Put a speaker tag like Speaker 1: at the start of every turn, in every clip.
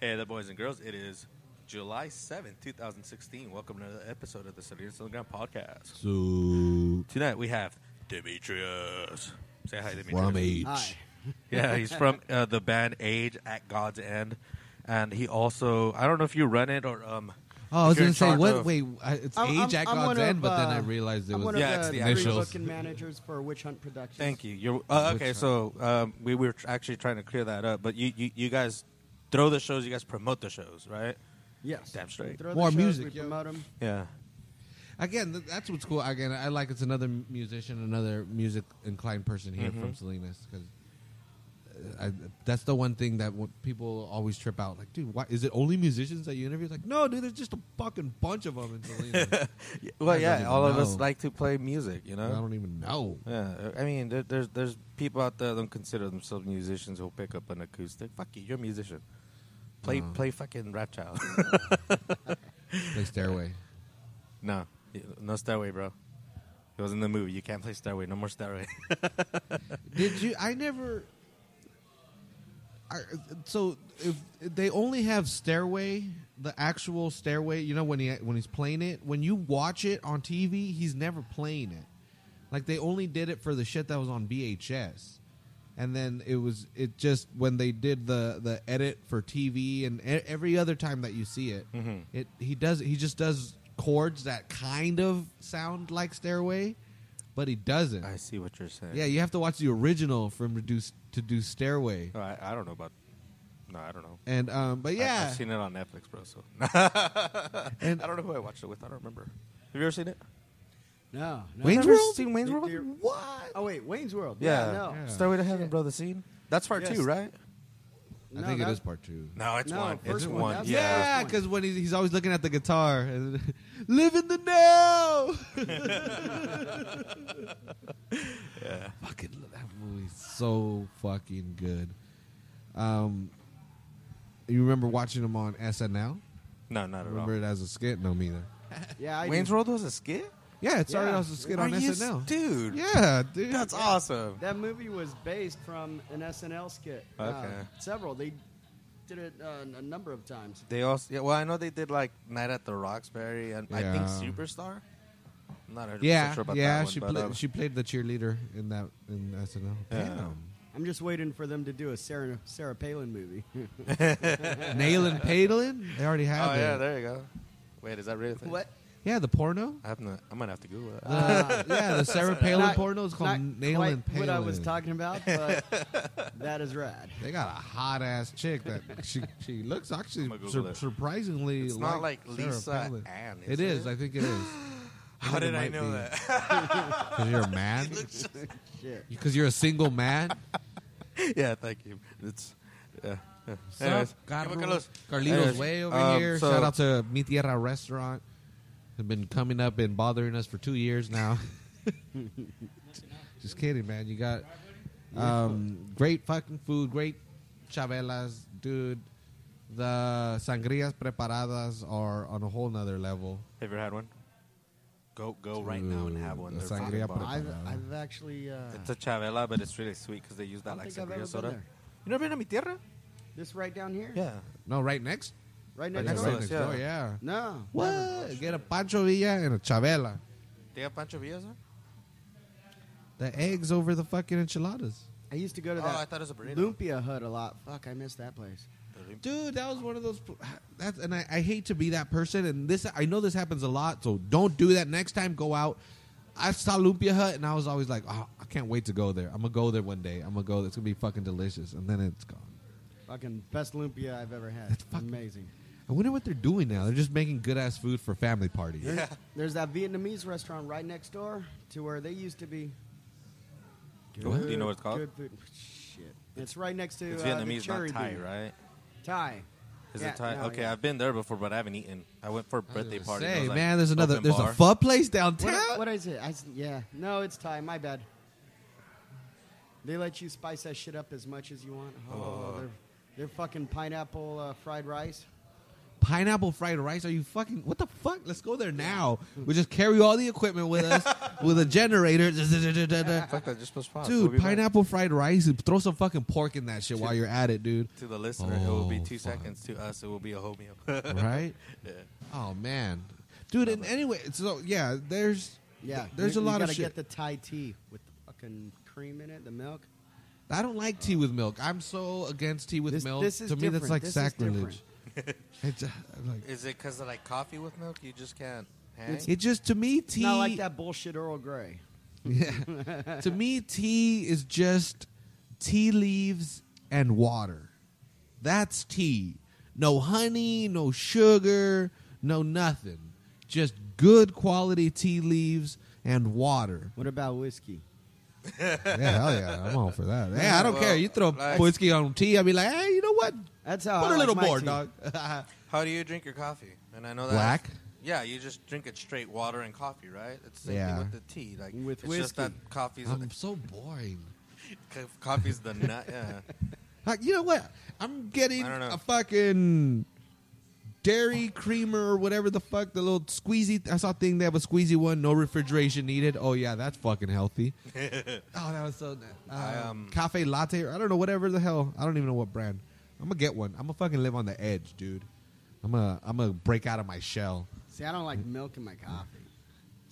Speaker 1: Hey there, boys and girls. It is July seventh, two 2016. Welcome to another episode of the Saturday Instagram podcast.
Speaker 2: So,
Speaker 1: Tonight we have Demetrius. Say hi, Demetrius.
Speaker 2: from H.
Speaker 3: Hi.
Speaker 1: Yeah, he's from uh, the band Age at God's End. And he also, I don't know if you run it or. um.
Speaker 2: Oh, I
Speaker 1: if
Speaker 2: was
Speaker 1: you're in
Speaker 2: going to say,
Speaker 1: charge
Speaker 2: what?
Speaker 1: of-
Speaker 2: wait, I- it's
Speaker 3: I'm-
Speaker 2: Age
Speaker 3: I'm-
Speaker 2: at
Speaker 3: I'm
Speaker 2: God's
Speaker 3: one
Speaker 2: End,
Speaker 3: of,
Speaker 2: but then I
Speaker 3: uh,
Speaker 2: realized it
Speaker 3: I'm one
Speaker 2: was.
Speaker 3: of
Speaker 1: Yeah,
Speaker 3: the,
Speaker 1: it's the
Speaker 3: three
Speaker 2: initials.
Speaker 3: booking managers for Witch Hunt Productions.
Speaker 1: Thank you. You're uh,
Speaker 2: Which
Speaker 1: okay.
Speaker 2: one?
Speaker 1: So um, we were tr- actually trying to clear that up, but you, you you guys throw the shows. You guys promote the shows, right?
Speaker 3: Yes.
Speaker 1: Damn straight.
Speaker 3: We throw the
Speaker 2: More
Speaker 3: shows,
Speaker 2: music,
Speaker 3: we
Speaker 2: yo.
Speaker 3: promote 'em.
Speaker 1: Yeah.
Speaker 2: Again, th- that's what's cool. Again, I like it's another m- musician, another music inclined person here
Speaker 1: Mm-hmm.
Speaker 2: from Salinas because. I, that's the one thing that w- people always trip out. Like, dude, why is it only musicians that you interview? It's Like, no, dude, there's just a fucking bunch of them in Salinas.
Speaker 1: Well,
Speaker 2: I don't
Speaker 1: yeah.
Speaker 2: even
Speaker 1: All of us
Speaker 2: know.
Speaker 1: like to play music. You
Speaker 2: I
Speaker 1: know.
Speaker 2: don't even know.
Speaker 1: Yeah, I mean, there, there's there's people out there that don't consider themselves musicians who'll pick up an acoustic. Fuck you, you're a musician. Play
Speaker 2: Uh.
Speaker 1: play fucking rap child.
Speaker 2: Play Stairway.
Speaker 1: no, no Starway, bro. It was in the movie. You can't play Starway. No more Starway.
Speaker 2: Did you? I never. I, so if they only have stairway, the actual stairway, you know when he when he's playing it, when you watch it on TV, he's never playing it. Like they only did it for the shit that was on VHS, and then it was it just when they did the the edit for TV and e- every other time that you see it, it he does he just does chords that kind of sound like stairway, but he doesn't.
Speaker 1: I see what you're saying.
Speaker 2: Yeah, you have to watch the original from to do to do Stairway.
Speaker 1: No, Oh, I, I don't know about. No, I don't know.
Speaker 2: And um, but
Speaker 1: I,
Speaker 2: yeah,
Speaker 1: have seen it on Netflix, bro. So
Speaker 2: and
Speaker 1: I don't know who I watched it with. I don't remember. Have you ever seen it?
Speaker 3: No. no.
Speaker 2: Wayne's
Speaker 1: Never
Speaker 2: World?
Speaker 1: Seen Wayne's
Speaker 3: Did
Speaker 1: World?
Speaker 3: you-
Speaker 1: What?
Speaker 3: Oh wait, Wayne's World.
Speaker 1: yeah.
Speaker 3: no.
Speaker 2: Yeah.
Speaker 1: Stairway to Heaven, bro. The scene. That's part
Speaker 3: Yes.
Speaker 1: two, right?
Speaker 2: I
Speaker 3: No,
Speaker 2: think it
Speaker 3: that-
Speaker 2: is part two.
Speaker 1: No, it's
Speaker 3: No,
Speaker 1: one. It's
Speaker 3: first one.
Speaker 1: one.
Speaker 3: That's-
Speaker 1: Yeah.
Speaker 2: Yeah,
Speaker 3: one.
Speaker 2: because when he's, he's always looking at the guitar, and live in the now.
Speaker 1: yeah.
Speaker 2: fucking lo- that movie's so fucking good. Um, you remember watching him on SNL?
Speaker 1: No, not at all.
Speaker 2: Remember it as a skit? No, me either.
Speaker 3: Yeah. I
Speaker 1: Wayne's
Speaker 3: do.
Speaker 1: World was a skit?
Speaker 2: Yeah, it started
Speaker 3: Yeah.
Speaker 2: out as a skit
Speaker 1: Are
Speaker 2: on
Speaker 1: you
Speaker 2: SNL.
Speaker 1: s- dude.
Speaker 2: Yeah, dude.
Speaker 1: That's awesome.
Speaker 3: That movie was based from an SNL skit. Uh,
Speaker 1: Okay.
Speaker 3: several. They did it uh, a number of times.
Speaker 1: They also yeah, well, I know they did like Night at the Roxbury and I think
Speaker 2: Yeah.
Speaker 1: Superstar. I'm not 100%
Speaker 2: yeah,
Speaker 1: sure about
Speaker 2: yeah.
Speaker 1: that one.
Speaker 2: she
Speaker 1: but,
Speaker 2: pla-
Speaker 1: um,
Speaker 2: she played the cheerleader in that in SNL.
Speaker 1: Yeah.
Speaker 2: Damn.
Speaker 3: I'm just waiting for them to do a Sarah Sarah Palin movie.
Speaker 2: Nailing Palin? They already have
Speaker 1: Oh
Speaker 2: it.
Speaker 1: yeah, there you go. Wait, is that real? Thing?
Speaker 2: Yeah, the porno.
Speaker 1: I have to, I'm gonna have to Google that.
Speaker 2: Uh, yeah, the Sarah Palin
Speaker 3: Not-
Speaker 2: porno is called
Speaker 3: not
Speaker 2: Nailing
Speaker 3: quite
Speaker 2: Palin.
Speaker 3: What I was talking about, but that is rad.
Speaker 2: They got a hot ass chick that she she looks actually
Speaker 1: I'ma Google
Speaker 2: sur-
Speaker 1: it.
Speaker 2: surprisingly.
Speaker 1: It's not like
Speaker 2: Sarah
Speaker 1: Lisa
Speaker 2: Palin.
Speaker 1: Ann, is
Speaker 2: It is.
Speaker 1: it?
Speaker 2: I think it is.
Speaker 1: How
Speaker 2: think it
Speaker 1: did I
Speaker 2: might
Speaker 1: know
Speaker 2: be.
Speaker 1: that?
Speaker 2: Because you're a man.
Speaker 3: Shit.
Speaker 2: Because you're a single man.
Speaker 1: yeah, thank you. It's yeah. yeah.
Speaker 2: Sup,
Speaker 1: Anyways,
Speaker 2: Carlos?
Speaker 1: Come on, Carlos.
Speaker 2: Carlitos
Speaker 1: Anyways,
Speaker 2: way over
Speaker 1: um,
Speaker 2: here.
Speaker 1: so-
Speaker 2: Shout out to Mi Tierra Restaurant. They've been coming up and bothering us for two years now. Just kidding, man. You got um, great fucking food, great chabelas, dude. The sangrias preparadas are on a whole nother level.
Speaker 1: Have you ever had one? Go go right now and have one.
Speaker 2: Ooh,
Speaker 1: They're
Speaker 2: the
Speaker 1: fucking
Speaker 2: sangria
Speaker 1: bomb.
Speaker 2: prepara-
Speaker 3: I've,
Speaker 2: Wow.
Speaker 3: I've actually. Uh,
Speaker 1: It's a chavela, but it's really sweet because they use that
Speaker 3: don't
Speaker 1: like
Speaker 3: think I've ever
Speaker 1: sangria
Speaker 3: been
Speaker 1: soda.
Speaker 3: there.
Speaker 1: You never been to Mi Tierra?
Speaker 3: This right down here?
Speaker 1: Yeah.
Speaker 2: No, right next.
Speaker 3: Right
Speaker 2: Right next,
Speaker 3: next
Speaker 1: next
Speaker 3: door?
Speaker 1: to us,
Speaker 2: right next
Speaker 1: yeah.
Speaker 2: door, yeah.
Speaker 3: No.
Speaker 2: What? Get a Pancho Villa and a Chabela.
Speaker 1: They have Pancho Villas there?
Speaker 2: The eggs over the fucking enchiladas.
Speaker 3: I used to go to
Speaker 1: Oh, I
Speaker 3: that
Speaker 1: thought it was a burrito.
Speaker 3: Lumpia Hut a lot. Fuck, I missed that place.
Speaker 2: dude that was one of those that's and I, I hate to be that person and this i know this happens a lot so don't do that next time go out i saw lumpia hut and i was always like oh, i can't wait to go there i'm gonna go there one day i'm gonna go there. it's gonna be fucking delicious and then it's gone
Speaker 3: Fucking best Lumpia I've ever had.
Speaker 2: That's fucking-
Speaker 3: amazing.
Speaker 2: i wonder what they're doing now they're just making good ass food for family parties
Speaker 1: Yeah.
Speaker 3: There's that Vietnamese restaurant right next door to where they used to be.
Speaker 1: Do you know what it's called?
Speaker 3: Good food. Shit. It's right next to
Speaker 1: It's
Speaker 3: uh, the
Speaker 1: Vietnamese,
Speaker 3: cherry
Speaker 1: not Thai,
Speaker 3: Bean.
Speaker 1: right?
Speaker 3: Thai.
Speaker 1: Is
Speaker 3: Yeah,
Speaker 1: it Thai?
Speaker 3: no,
Speaker 1: okay,
Speaker 3: yeah.
Speaker 1: I've been there before, but I haven't eaten. I went for a birthday party. and it
Speaker 2: Say,
Speaker 1: was, like,
Speaker 2: man, there's another,
Speaker 1: open
Speaker 2: there's
Speaker 1: bar.
Speaker 2: a pho place downtown.
Speaker 3: What, what is it? I s yeah. No, it's Thai. My bad. They let you spice that
Speaker 2: Oh.
Speaker 3: shit up as much as you want. Oh, their, their fucking pineapple uh, fried rice.
Speaker 2: pineapple fried rice? Are you fucking what the fuck? Let's go there now. We just carry all the equipment with us with a generator.
Speaker 1: Fuck that, just press pause. We'll be
Speaker 2: Dude,
Speaker 1: back.
Speaker 2: pineapple fried rice. Throw some fucking pork in that shit while you're at it, dude.
Speaker 1: To the listener, it will be
Speaker 2: Oh,
Speaker 1: two
Speaker 2: fuck.
Speaker 1: seconds. To us, it will be a whole meal.
Speaker 2: Right? Oh man, dude. And anyway, so yeah, there's
Speaker 3: Yeah,
Speaker 2: there's
Speaker 3: you,
Speaker 2: a lot
Speaker 3: you
Speaker 2: of
Speaker 3: gotta
Speaker 2: shit.
Speaker 3: get the Thai tea with the fucking cream in it, the milk.
Speaker 2: I don't like tea with milk. I'm so against tea with
Speaker 3: This-
Speaker 2: milk.
Speaker 3: this is
Speaker 2: to me, that's
Speaker 3: different.
Speaker 2: like
Speaker 3: This is
Speaker 2: sacrilege. it's, uh, I'm like,
Speaker 1: Is it because of like coffee with milk? You just can't hang?
Speaker 2: it just to me
Speaker 3: It's
Speaker 2: tea.
Speaker 3: not like that bullshit Earl Grey.
Speaker 2: Yeah. to me, tea is just tea leaves and water. That's tea. No honey, no sugar, no nothing. Just good quality tea leaves and water.
Speaker 3: What about whiskey?
Speaker 2: Yeah, hell yeah, I'm all for that. Yeah, I don't
Speaker 1: Well,
Speaker 2: care. You throw
Speaker 1: like-
Speaker 2: whiskey on tea, I'd be like, hey, you know what?
Speaker 3: That's how.
Speaker 2: Put
Speaker 3: Oh, I
Speaker 2: a little
Speaker 3: like my
Speaker 2: more,
Speaker 3: tea.
Speaker 2: dog.
Speaker 1: How do you drink your coffee? And I know that
Speaker 2: Black?
Speaker 1: yeah, you just drink it straight, water and coffee, right? It's the same
Speaker 2: Yeah.
Speaker 1: thing with the tea. Like
Speaker 3: With
Speaker 1: it's just that
Speaker 3: whiskey.
Speaker 1: coffee's
Speaker 2: I'm so boring.
Speaker 1: co- coffee's the nut. Yeah,
Speaker 2: Like, you know what? I'm getting
Speaker 1: I don't know.
Speaker 2: a fucking dairy creamer or whatever the fuck the little squeezy. I saw a thing they have a squeezy one, no refrigeration needed. Oh yeah, that's fucking healthy. oh, that was so. Uh,
Speaker 1: I, um,
Speaker 2: cafe latte. Or I don't know whatever the hell. I don't even know what brand. I'm gonna get one. I'm gonna fucking live on the edge, dude. I'm gonna I'm gonna break out of my shell.
Speaker 3: See, I don't like milk in my coffee.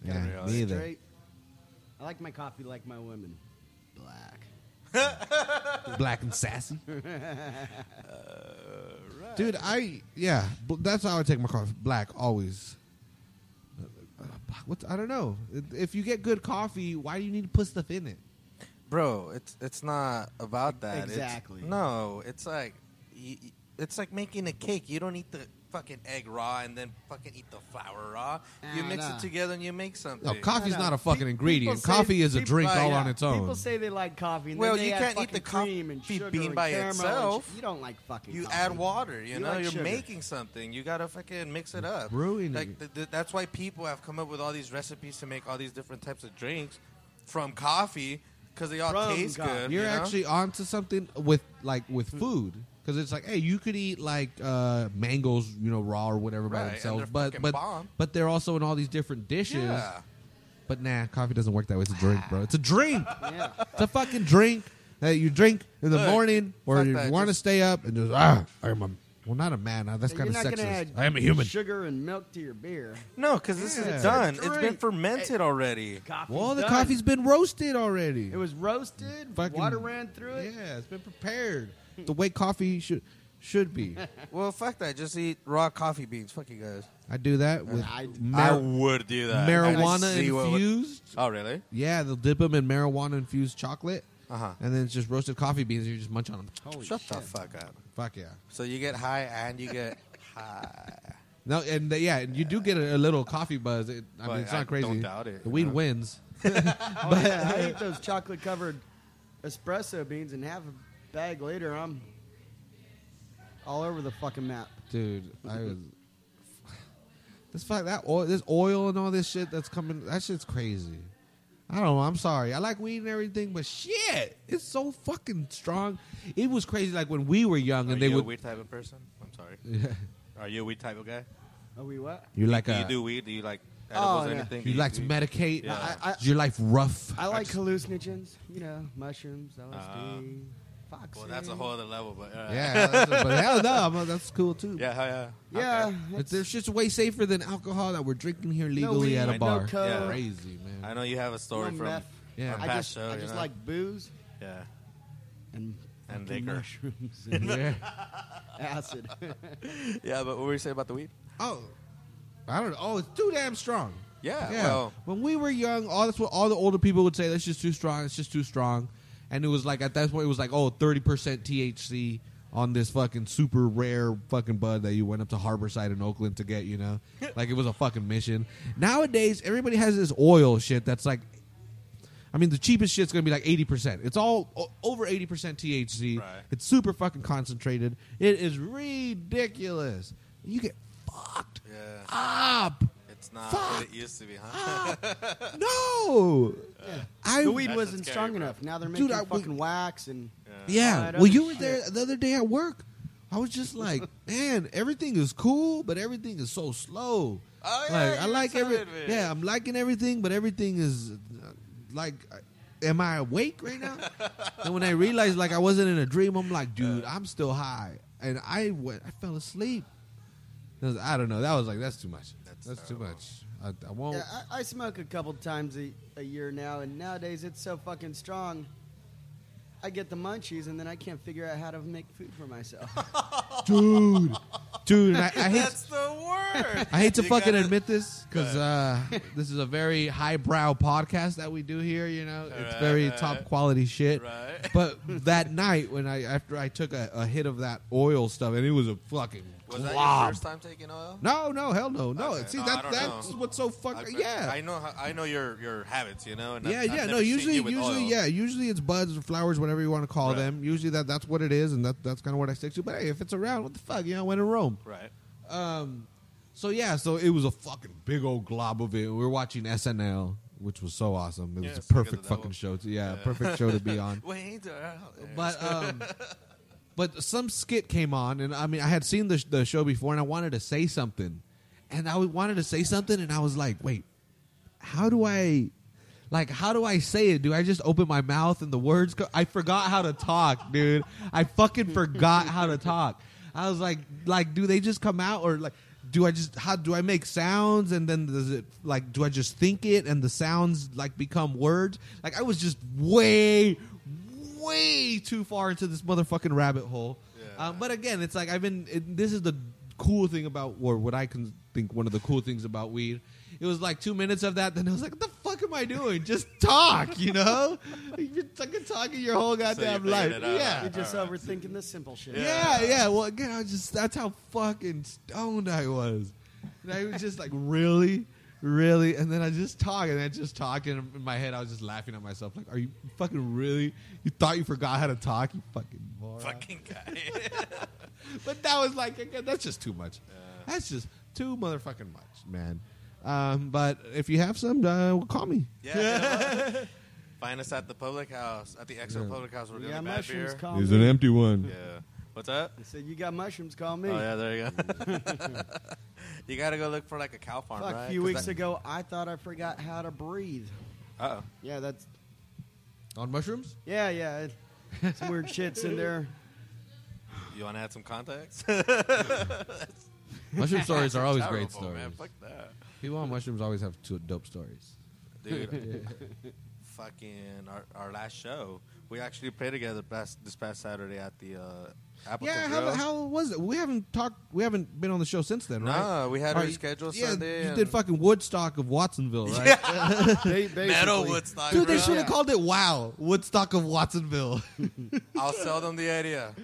Speaker 1: Yeah,
Speaker 2: Yeah,
Speaker 1: really.
Speaker 2: neither.
Speaker 3: Straight. I like my coffee like my women, black.
Speaker 2: black and sassy. Dude, I yeah, b- that's how I take my coffee. Black always. Uh, What I don't know. If you get good coffee, why do you need to put stuff in it?
Speaker 1: bro, it's it's not about that. It's-
Speaker 3: Exactly.
Speaker 1: no, it's like y y- it's like making a cake. You don't eat the fucking egg raw and then fucking eat the flour raw. you
Speaker 3: Nah,
Speaker 1: mix
Speaker 3: Ah, nah.
Speaker 1: it together and you make something.
Speaker 2: No, coffee's
Speaker 3: No, no.
Speaker 2: not a fucking
Speaker 3: Pe-
Speaker 2: ingredient.
Speaker 3: people say-
Speaker 2: Coffee is a
Speaker 3: people-
Speaker 2: drink
Speaker 1: right,
Speaker 2: all
Speaker 1: yeah.
Speaker 2: on its own.
Speaker 3: People say they like coffee. And
Speaker 1: Well,
Speaker 3: then they
Speaker 1: you
Speaker 3: add
Speaker 1: can't eat
Speaker 3: fucking
Speaker 1: the coff-
Speaker 3: cream and
Speaker 1: bean
Speaker 3: sugar and
Speaker 1: by
Speaker 3: caramel and shit.
Speaker 1: itself.
Speaker 3: You don't like fucking.
Speaker 1: You
Speaker 3: coffee.
Speaker 1: add water, you,
Speaker 3: You
Speaker 1: know.
Speaker 3: like
Speaker 1: You're
Speaker 3: sugar.
Speaker 1: making something. You gotta fucking mix it up.
Speaker 2: Brewing
Speaker 1: Like
Speaker 2: it.
Speaker 1: th- th- that's why people have come up with all these recipes to make all these different types of drinks from coffee because they all
Speaker 3: From
Speaker 1: taste
Speaker 3: coffee.
Speaker 1: good.
Speaker 2: You're
Speaker 1: you know? Hmm.
Speaker 2: actually onto something with like with food because it's like, hey, you could eat like uh, mangoes, you know, raw or whatever
Speaker 1: Right,
Speaker 2: by
Speaker 1: and
Speaker 2: themselves,
Speaker 1: they're
Speaker 2: but
Speaker 1: fucking
Speaker 2: but
Speaker 1: bomb.
Speaker 2: but they're also in all these different dishes.
Speaker 1: yeah.
Speaker 2: But nah, coffee doesn't work that way. It's a drink, bro. It's a drink.
Speaker 3: Yeah.
Speaker 2: It's a fucking drink that you drink in the
Speaker 1: Look,
Speaker 2: morning or
Speaker 1: fuck
Speaker 2: you
Speaker 1: that,
Speaker 2: want to
Speaker 1: just-
Speaker 2: stay up and just ah, I'm a well, not a man. ah, That's
Speaker 3: You're
Speaker 2: kind of
Speaker 3: not gonna
Speaker 2: sexist.
Speaker 3: add
Speaker 2: I am a human.
Speaker 3: Sugar and milk to your beer.
Speaker 1: No, because this
Speaker 2: Yeah.
Speaker 1: is done.
Speaker 3: It's a
Speaker 1: It's been
Speaker 3: drink.
Speaker 1: fermented already.
Speaker 3: Coffee's
Speaker 2: Well, the
Speaker 3: done.
Speaker 2: coffee's been roasted already.
Speaker 3: It was roasted.
Speaker 2: Fucking-
Speaker 3: water ran through it.
Speaker 2: yeah, it's been prepared the way coffee should should be.
Speaker 1: Well, fuck that. Just eat raw coffee beans. Fuck you guys.
Speaker 2: I do that with
Speaker 3: I-
Speaker 1: I
Speaker 2: mar-
Speaker 1: would do that.
Speaker 2: marijuana
Speaker 1: I see what would-
Speaker 2: infused.
Speaker 1: Oh, really?
Speaker 2: yeah, they'll dip them in marijuana infused chocolate,
Speaker 1: Uh-huh.
Speaker 2: and then it's just roasted coffee beans. and You just munch on them.
Speaker 3: Holy
Speaker 1: Shut the
Speaker 3: shit.
Speaker 1: fuck up.
Speaker 2: Fuck yeah.
Speaker 1: So you get high and you get high.
Speaker 2: No, and the, yeah, and you do get a, a little coffee buzz. It, I
Speaker 1: But
Speaker 2: mean, it's
Speaker 1: I
Speaker 2: not crazy.
Speaker 1: don't doubt it,
Speaker 2: The
Speaker 1: you
Speaker 2: weed
Speaker 1: know?
Speaker 2: wins.
Speaker 3: Oh, yeah, I eat those chocolate covered espresso beans and half a bag later I'm all over the fucking map.
Speaker 2: dude. I was this fuck that oil, this oil and all this shit that's coming. That shit's crazy. I don't know. I'm sorry. I like weed and everything, but shit, it's so fucking strong. It was crazy. Like when we were young,
Speaker 1: Are
Speaker 2: and they
Speaker 1: you a
Speaker 2: would.
Speaker 1: weird type of person? I'm sorry.
Speaker 2: Yeah.
Speaker 1: Are you a weed type of guy?
Speaker 3: Are we what?
Speaker 2: you like
Speaker 1: Do
Speaker 2: a,
Speaker 1: you do weed? Do you like edibles
Speaker 3: Oh,
Speaker 1: or
Speaker 3: yeah.
Speaker 1: anything? Do
Speaker 2: You like
Speaker 1: do
Speaker 2: to medicate.
Speaker 1: Yeah.
Speaker 3: I- I-
Speaker 2: Is your life rough.
Speaker 3: I like
Speaker 1: just-
Speaker 3: hallucinogens, you know, mushrooms, LSD, Foxy.
Speaker 1: Uh, Well, that's a whole other level, but uh,
Speaker 2: yeah, that's- but hell no, I'm- that's cool too.
Speaker 1: yeah, hell yeah,
Speaker 3: Yeah,
Speaker 1: Okay.
Speaker 2: But there's just way safer than alcohol that we're drinking here legally
Speaker 3: weed,
Speaker 2: at a
Speaker 3: no
Speaker 2: bar.
Speaker 3: coke.
Speaker 1: Yeah.
Speaker 2: Crazy man.
Speaker 1: I know you have a
Speaker 3: no
Speaker 1: story from
Speaker 3: meth.
Speaker 2: Yeah.
Speaker 1: our
Speaker 2: I
Speaker 1: past
Speaker 3: I just,
Speaker 1: show.
Speaker 3: I
Speaker 1: you
Speaker 3: just
Speaker 1: know?
Speaker 3: like booze
Speaker 1: yeah,
Speaker 3: and
Speaker 1: And
Speaker 3: fucking
Speaker 1: liquor.
Speaker 3: mushrooms and
Speaker 2: Yeah.
Speaker 3: acid.
Speaker 1: yeah. But what were you saying about the weed?
Speaker 2: Oh, I don't know. Oh, it's too damn strong.
Speaker 1: Yeah,
Speaker 2: yeah.
Speaker 1: well-
Speaker 2: when we were young, all that's what all the older people would say. That's just too strong. It's just too strong. And it was like at that point, it was like oh, 30 percent THC on this fucking super rare fucking bud that you went up to Harborside in Oakland to get. You know, like it was a fucking mission. Nowadays, everybody has this oil shit that's like. I mean, the cheapest shit's gonna be like eighty percent. It's all o- over eighty percent THC.
Speaker 1: Right.
Speaker 2: It's super fucking concentrated. It is ridiculous. You get fucked
Speaker 1: Yeah,
Speaker 2: up.
Speaker 1: it's not
Speaker 2: Fuck.
Speaker 1: what it used to be, huh?
Speaker 2: No. I
Speaker 3: the weed
Speaker 1: That's
Speaker 3: wasn't
Speaker 1: what's
Speaker 3: strong
Speaker 1: scary, bro.
Speaker 3: enough. Now they're
Speaker 2: Dude,
Speaker 3: making
Speaker 2: I- we-
Speaker 3: fucking wax and
Speaker 2: Yeah.
Speaker 3: all that
Speaker 2: Well,
Speaker 3: other
Speaker 2: you were
Speaker 3: shit.
Speaker 2: there the other day at work. I was just like, man, everything is cool, but everything is so slow.
Speaker 4: Oh, yeah,
Speaker 2: like, I
Speaker 4: you
Speaker 2: like
Speaker 4: were
Speaker 2: every,
Speaker 4: telling me.
Speaker 2: yeah, I'm liking everything, but everything is uh, like, uh, am I awake right now? and when I realized like I wasn't in a dream, I'm like, dude, I'm still high, and I went, I fell asleep. 'Cause I don't know. That was like that's too much. That's, too much. I, I won't.
Speaker 3: Yeah, I, I smoke a couple times a, a year now, and nowadays it's so fucking strong. I get the munchies, and then I can't figure out how to make food for myself.
Speaker 2: dude, dude, and I, I hate.
Speaker 4: That's the word.
Speaker 2: I hate to
Speaker 4: You
Speaker 2: fucking
Speaker 4: gotta-
Speaker 2: admit this because uh, this is a very highbrow podcast that we do here. You know, it's very
Speaker 4: Right.
Speaker 2: top quality shit.
Speaker 4: Right.
Speaker 2: But that night when I after I took a, a hit of that oil stuff and it was a fucking
Speaker 4: Was that your
Speaker 2: glob.
Speaker 4: first time taking oil?
Speaker 2: No, no, hell no, no.
Speaker 4: Okay.
Speaker 2: See,
Speaker 4: No, I
Speaker 2: that
Speaker 4: don't
Speaker 2: that's
Speaker 4: know.
Speaker 2: what's so
Speaker 4: I-
Speaker 2: fucking yeah.
Speaker 4: I know. How, I know your your habits. You know. And
Speaker 2: yeah,
Speaker 4: I've,
Speaker 2: yeah,
Speaker 4: I've
Speaker 2: no.
Speaker 4: never seen
Speaker 2: Usually,
Speaker 4: you with
Speaker 2: usually,
Speaker 4: oil.
Speaker 2: yeah. Usually, it's buds or flowers, whatever you want to call
Speaker 4: Right.
Speaker 2: them. Usually, that that's what it is, and that that's kind of what I stick to. But hey, if it's around, what the fuck, you know, when in Rome.
Speaker 4: Right.
Speaker 2: Um, so yeah, so it was a fucking big old glob of it. We were watching SNL, which was so awesome. It
Speaker 4: Yeah,
Speaker 2: was
Speaker 4: it's
Speaker 2: a
Speaker 4: because
Speaker 2: perfect
Speaker 4: of that
Speaker 2: fucking
Speaker 4: one.
Speaker 2: show. To, yeah, perfect show to be on.
Speaker 4: Wayne's are out there.
Speaker 2: But um, but some skit came on, and I mean, I had seen the sh- the show before, and I wanted to say something, and I wanted to say something, and I was like, wait, how do I? Like, how do I say it? Do I just open my mouth and the words go? I forgot how to talk, dude. I fucking forgot how to talk. I was like, like, do they just come out or like, do I just how do I make sounds and then does it like do I just think it and the sounds like become words? Like I was just way, way too far into this motherfucking rabbit hole.
Speaker 4: Yeah.
Speaker 2: Um, but again, it's like I've been. It, this is the cool thing about, or what I can think one of the cool things about weed. It was like two minutes of that, then I was like, "What the fuck am I doing? Just talk, you know? You've been fucking talking your whole goddamn
Speaker 4: figured
Speaker 2: life."
Speaker 4: it out,
Speaker 2: Yeah.
Speaker 3: You're just
Speaker 4: Alright.
Speaker 3: overthinking the simple shit.
Speaker 2: yeah, yeah, Well, again, I was just that's how fucking stoned I was. And I was just like, "Really." Really, and then I just talk, and I just talk, and in my head I was just laughing at myself. Like, are you fucking really? You thought you forgot how to talk? You fucking moron.
Speaker 4: fucking guy.
Speaker 2: But that was like again, that's just too much. That's just too motherfucking much, man. Um, but if you have some, uh, call me.
Speaker 4: yeah. you know what? Find us at the public house at the Exo
Speaker 2: Yeah.
Speaker 4: Public House. We're
Speaker 3: You
Speaker 4: doing
Speaker 3: got
Speaker 4: bad
Speaker 3: mushrooms,
Speaker 4: beer.
Speaker 3: call me.
Speaker 2: empty one.
Speaker 4: yeah. What's up?
Speaker 3: I said, you got mushrooms, call me.
Speaker 4: Oh yeah, there you go. you gotta go look for like a cow farm,
Speaker 3: Fuck,
Speaker 4: right?
Speaker 3: a few
Speaker 4: 'Cause
Speaker 3: weeks
Speaker 4: that-
Speaker 3: ago, I thought I forgot how to breathe.
Speaker 4: Uh-oh.
Speaker 3: Yeah, that's
Speaker 2: On mushrooms?
Speaker 3: yeah, yeah. it- Some weird shits in there.
Speaker 4: You want to add some context?
Speaker 2: Mushroom stories are always great
Speaker 4: Terrible,
Speaker 2: stories.
Speaker 4: Man. Fuck that,
Speaker 2: People on mushrooms always have two dope stories.
Speaker 4: dude. fucking our, our last show, we actually played together past, this past Saturday at the uh, Appleton
Speaker 2: Yeah,
Speaker 4: Grill.
Speaker 2: how, how was it? We haven't talked. We haven't been on the show since then, right?
Speaker 1: Ah,
Speaker 4: Nah, we had
Speaker 2: All
Speaker 4: our
Speaker 2: right,
Speaker 4: schedule
Speaker 2: yeah,
Speaker 4: Sunday.
Speaker 2: you
Speaker 4: and
Speaker 2: did fucking Woodstock of Watsonville, right?
Speaker 3: They
Speaker 4: metal
Speaker 3: basically-
Speaker 4: Woodstock.
Speaker 2: Dude, they
Speaker 4: bro.
Speaker 2: should have
Speaker 3: Yeah.
Speaker 2: called it Wow Woodstock of Watsonville.
Speaker 4: I'll sell them the idea.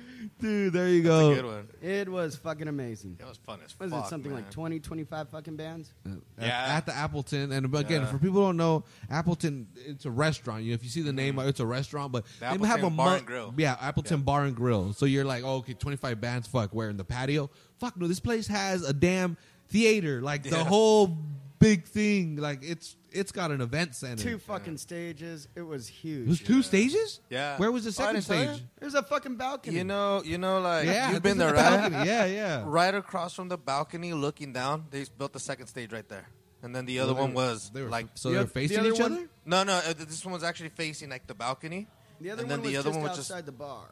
Speaker 2: Dude, there you
Speaker 4: It's
Speaker 2: go.
Speaker 4: a good one.
Speaker 3: It was fucking amazing.
Speaker 4: It was fun as fuck.
Speaker 3: Was it something
Speaker 4: man.
Speaker 3: like 20, 25 fucking bands?
Speaker 2: at,
Speaker 4: Yeah.
Speaker 2: at the Appleton. And again,
Speaker 4: Yeah.
Speaker 2: for people who don't know, Appleton it's a restaurant. You know, if you see the name, it's a restaurant, but
Speaker 4: Mm-hmm. The
Speaker 2: they have a
Speaker 4: Appleton Bar
Speaker 2: mu-
Speaker 4: and Grill.
Speaker 2: Yeah, Appleton Bar and Grill. So you're like, oh, okay, 25 bands. Fuck, where in the patio? Fuck no, this place has a damn theater, like the
Speaker 4: Yeah.
Speaker 2: whole big thing. Like it's it's got an event center.
Speaker 3: Two fucking stages. It was huge.
Speaker 2: it was two stages.
Speaker 4: Yeah.
Speaker 2: where was the
Speaker 4: Oh, I
Speaker 2: second
Speaker 4: didn't tell
Speaker 2: stage?
Speaker 4: you?
Speaker 3: There's a fucking balcony.
Speaker 4: You know, you know, like
Speaker 2: Yeah,
Speaker 4: you've been
Speaker 2: this
Speaker 4: there,
Speaker 2: is
Speaker 4: right?
Speaker 2: balcony. Yeah, yeah.
Speaker 4: Right across from the balcony, looking down, they built the second stage right there, and then the other
Speaker 2: They were-
Speaker 4: one was
Speaker 2: they were,
Speaker 4: like
Speaker 2: so
Speaker 3: The
Speaker 2: they're
Speaker 3: oth- the
Speaker 2: facing
Speaker 3: other
Speaker 2: each
Speaker 3: one-
Speaker 2: other.
Speaker 4: no, no. uh, This one was actually facing like the balcony,
Speaker 3: the other
Speaker 4: and
Speaker 3: one
Speaker 4: then
Speaker 3: was
Speaker 4: the other
Speaker 3: just
Speaker 4: one was
Speaker 3: outside
Speaker 4: just
Speaker 3: the bar.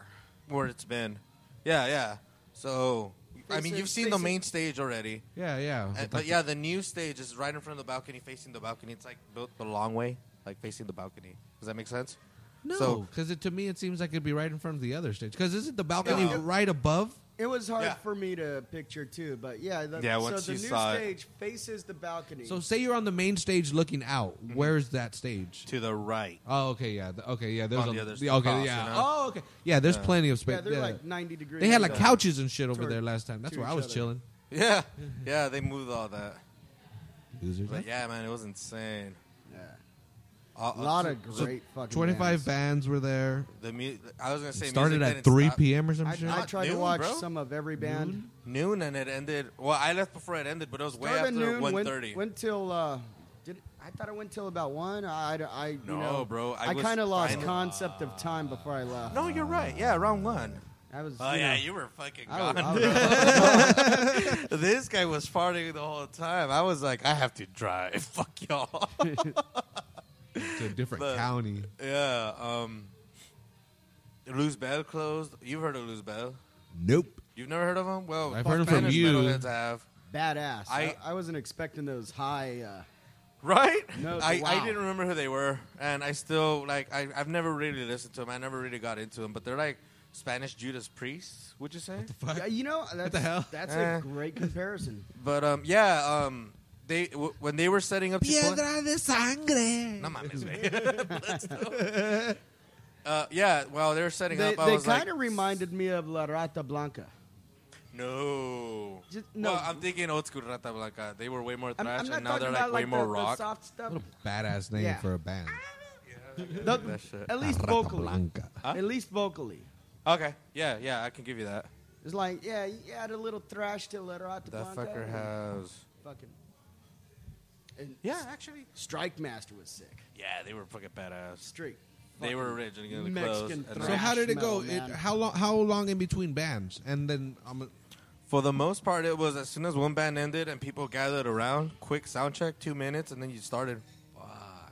Speaker 4: where it's been. Yeah, yeah. So I mean,
Speaker 3: Facing-
Speaker 4: you've seen the
Speaker 3: facing-
Speaker 4: main stage already,
Speaker 2: Yeah, yeah.
Speaker 4: and, Uh, but yeah, the new stage is right in front of the balcony, facing the balcony. It's like built the long way, like facing the balcony. Does that make sense?
Speaker 2: No,
Speaker 4: So-
Speaker 2: because it to me it seems like it'd be right in front of the other stage. Because isn't the balcony
Speaker 4: No.
Speaker 2: right above?
Speaker 3: It was hard
Speaker 4: Yeah.
Speaker 3: for me to picture too, but yeah. The,
Speaker 4: Yeah,
Speaker 3: so
Speaker 4: once
Speaker 3: the
Speaker 4: you
Speaker 3: new
Speaker 4: saw it.
Speaker 3: stage faces the balcony.
Speaker 4: Mm.
Speaker 2: So say you're on the main stage looking out.
Speaker 4: Mm-hmm.
Speaker 2: Where's that stage?
Speaker 4: To the right.
Speaker 2: Oh, okay, yeah, th- okay, yeah. There's
Speaker 4: On
Speaker 2: a,
Speaker 4: the other
Speaker 2: yeah,
Speaker 4: s-
Speaker 2: okay,
Speaker 4: across,
Speaker 2: yeah.
Speaker 4: you know?
Speaker 2: Oh, okay, yeah. There's plenty of space.
Speaker 3: yeah, they're like 90 degrees.
Speaker 2: they had like
Speaker 3: uh,
Speaker 2: couches and shit over
Speaker 3: toward-
Speaker 2: there last time. That's
Speaker 3: to
Speaker 2: where I
Speaker 3: each
Speaker 2: was
Speaker 3: other.
Speaker 2: chilling.
Speaker 4: Yeah, yeah. They moved all that,
Speaker 2: Losers.
Speaker 4: but yeah, man, it was insane.
Speaker 3: Yeah.
Speaker 4: Uh,
Speaker 3: A lot
Speaker 4: uh,
Speaker 3: of great fucking.
Speaker 2: Twenty-five
Speaker 3: bands.
Speaker 2: bands were there.
Speaker 4: The mu- I was gonna say
Speaker 2: Started
Speaker 4: music
Speaker 2: at
Speaker 4: didn't
Speaker 2: three
Speaker 4: stop.
Speaker 2: p.m. or some shit.
Speaker 3: I, I
Speaker 4: Not
Speaker 3: tried to
Speaker 4: noon,
Speaker 3: watch
Speaker 4: bro.
Speaker 3: some of every band.
Speaker 4: noon and it ended. Well, I left before it ended, but it was way
Speaker 3: Started
Speaker 4: after
Speaker 3: at noon,
Speaker 4: one
Speaker 3: went-
Speaker 4: thirty.
Speaker 3: Went till uh, did I thought it went till about one. I, I, I- you
Speaker 4: No,
Speaker 3: know,
Speaker 4: bro, I
Speaker 3: I
Speaker 4: was
Speaker 3: kind of lost
Speaker 4: fine.
Speaker 3: concept of time before I left.
Speaker 4: No, you're right. Yeah, around one.
Speaker 3: I was.
Speaker 4: Oh
Speaker 3: you
Speaker 4: yeah,
Speaker 3: know,
Speaker 4: you were fucking
Speaker 3: I was-
Speaker 4: gone.
Speaker 3: I was-
Speaker 4: this guy was farting the whole time. I was like, I have to drive. Fuck y'all.
Speaker 2: to a different
Speaker 4: But-
Speaker 2: county.
Speaker 4: yeah. Um, Luz Bell closed. You've heard of Luz Bell?
Speaker 2: Nope.
Speaker 4: You've never heard of him? Well,
Speaker 2: I've
Speaker 4: fuck
Speaker 2: heard 'em from
Speaker 4: Spanish
Speaker 2: you.
Speaker 4: metalheads have.
Speaker 3: badass. I,
Speaker 4: I-
Speaker 3: I wasn't expecting those high. Uh,
Speaker 4: Right?
Speaker 3: No,
Speaker 4: I,
Speaker 3: wow.
Speaker 4: I didn't remember who they were, and I still like I I've never really listened to them. I never really got into them, but they're like Spanish Judas Priest, would you say?
Speaker 2: Fuck.
Speaker 3: yeah, you know, that's,
Speaker 2: the hell?
Speaker 3: That's
Speaker 4: Eh.
Speaker 3: a great comparison.
Speaker 4: But um, yeah, um, they w- when they were setting up Tijuana-
Speaker 2: de sangre.
Speaker 4: No mames, güey. Bloodstone. Uh, yeah, while they were setting
Speaker 3: They,
Speaker 4: up, I
Speaker 3: they
Speaker 4: was
Speaker 3: kind
Speaker 4: like,
Speaker 3: of reminded me of La Rata Blanca.
Speaker 4: no.
Speaker 3: Just- no.
Speaker 4: Well, I'm thinking old school Rata Blanca. They were way more
Speaker 3: I'm,
Speaker 4: thrash,
Speaker 3: I'm not
Speaker 4: and now
Speaker 3: talking
Speaker 4: they're like
Speaker 3: about
Speaker 4: way
Speaker 3: like
Speaker 4: more
Speaker 3: the,
Speaker 4: rock.
Speaker 3: the soft stuff.
Speaker 2: What a badass name
Speaker 3: Yeah.
Speaker 2: for a band.
Speaker 4: that shit.
Speaker 3: At least
Speaker 2: Rata
Speaker 3: vocally.
Speaker 2: Blanca.
Speaker 4: Huh?
Speaker 3: At least vocally.
Speaker 4: Okay, yeah, yeah, I can give you that.
Speaker 3: It's like, yeah, you add a little thrash to La Rata
Speaker 4: That
Speaker 3: Blanca.
Speaker 4: fucker
Speaker 3: and
Speaker 4: has.
Speaker 3: Fucking. And
Speaker 4: Yeah, actually.
Speaker 3: Strike Master was sick.
Speaker 4: Yeah, they were fucking badass.
Speaker 3: Straight.
Speaker 4: They
Speaker 3: fucking-
Speaker 4: were originally gonna
Speaker 3: Mexican
Speaker 4: close. and
Speaker 3: thrash.
Speaker 2: So how did it
Speaker 3: metal,
Speaker 2: go? It,
Speaker 3: man.
Speaker 2: how long? How long in between bands? And then um,
Speaker 4: For the most part, it was as soon as one band ended and people gathered around, quick sound check, two minutes, and then you started.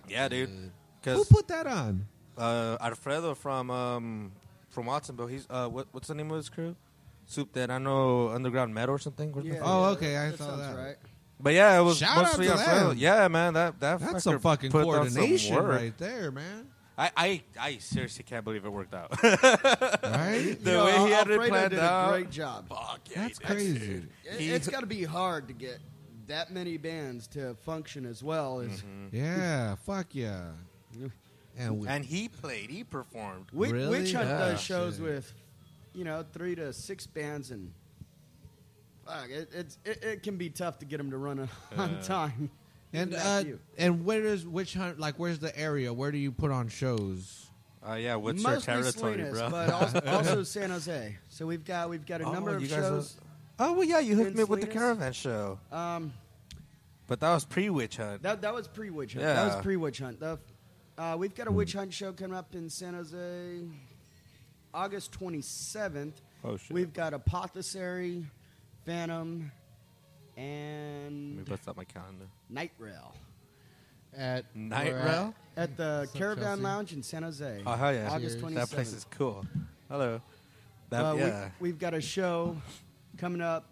Speaker 4: yeah, dude.
Speaker 2: who
Speaker 4: Because
Speaker 2: put that on?
Speaker 4: uh, Alfredo from um, from Watsonville, he's uh, what, what's the name of his crew? Soup that I know, Underground Metal or something. What the
Speaker 3: Yeah,
Speaker 4: fuck?
Speaker 2: Oh,
Speaker 3: yeah,
Speaker 2: okay, I
Speaker 3: that
Speaker 2: saw
Speaker 3: sounds
Speaker 2: that.
Speaker 3: Right.
Speaker 4: But yeah, it was
Speaker 2: Shout out
Speaker 4: mostly
Speaker 2: to
Speaker 4: Alfredo.
Speaker 2: them.
Speaker 4: Yeah, man, that that
Speaker 2: That's
Speaker 4: fucker
Speaker 2: some fucking
Speaker 4: put down some
Speaker 2: coordination
Speaker 4: work.
Speaker 2: right there, man.
Speaker 4: I, I I seriously can't believe it worked out.
Speaker 2: Right?
Speaker 4: The
Speaker 3: You know,
Speaker 4: way he had it
Speaker 3: Alfredo
Speaker 4: planned
Speaker 3: did
Speaker 4: out.
Speaker 3: a great job.
Speaker 4: Fuck yeah,
Speaker 2: That's
Speaker 4: he did.
Speaker 2: crazy.
Speaker 3: It,
Speaker 4: He-
Speaker 3: it's got to be hard to get that many bands to function as well as
Speaker 4: Mm-hmm.
Speaker 2: Yeah. Fuck yeah. And, we,
Speaker 4: And he played, he performed.
Speaker 3: we,
Speaker 2: Really?
Speaker 3: witch hunt
Speaker 2: Yeah.
Speaker 3: does shows
Speaker 2: Shit.
Speaker 3: with you know three to six bands and fuck it, it's it, it can be tough to get them to run on- on time
Speaker 2: and
Speaker 3: Even
Speaker 2: uh,
Speaker 3: after you.
Speaker 2: and where is which hunt? Like, where's the area? Where do you put on shows?
Speaker 4: Uh, yeah, what's
Speaker 3: mostly
Speaker 4: your territory,
Speaker 3: Salinas,
Speaker 4: bro?
Speaker 3: but also, also San Jose so we've got we've got a
Speaker 4: Oh,
Speaker 3: number of
Speaker 4: you guys are-
Speaker 3: shows
Speaker 4: oh well, yeah, you hooked
Speaker 3: in
Speaker 4: me up with the
Speaker 3: Salinas?
Speaker 4: caravan show,
Speaker 3: um
Speaker 4: but that was pre witch hunt.
Speaker 3: that that was pre witch hunt that
Speaker 4: Yeah. Hmm.
Speaker 3: was pre witch hunt the, uh, we've got a witch hunt show coming up in San Jose August twenty seventh
Speaker 4: oh shit!
Speaker 3: We've got Apothecary, Phantom,
Speaker 4: Let me
Speaker 3: and
Speaker 4: bust out my calendar.
Speaker 3: Night Rail. At
Speaker 4: Night
Speaker 3: we're at-
Speaker 4: Rail?
Speaker 3: At, the
Speaker 2: Sup,
Speaker 3: Caravan
Speaker 2: Chelsea?
Speaker 3: Lounge in San Jose.
Speaker 4: Oh hell yeah!
Speaker 3: August twenty
Speaker 4: that place is cool. Hello. That, yeah.
Speaker 3: Uh, we, have got a show coming up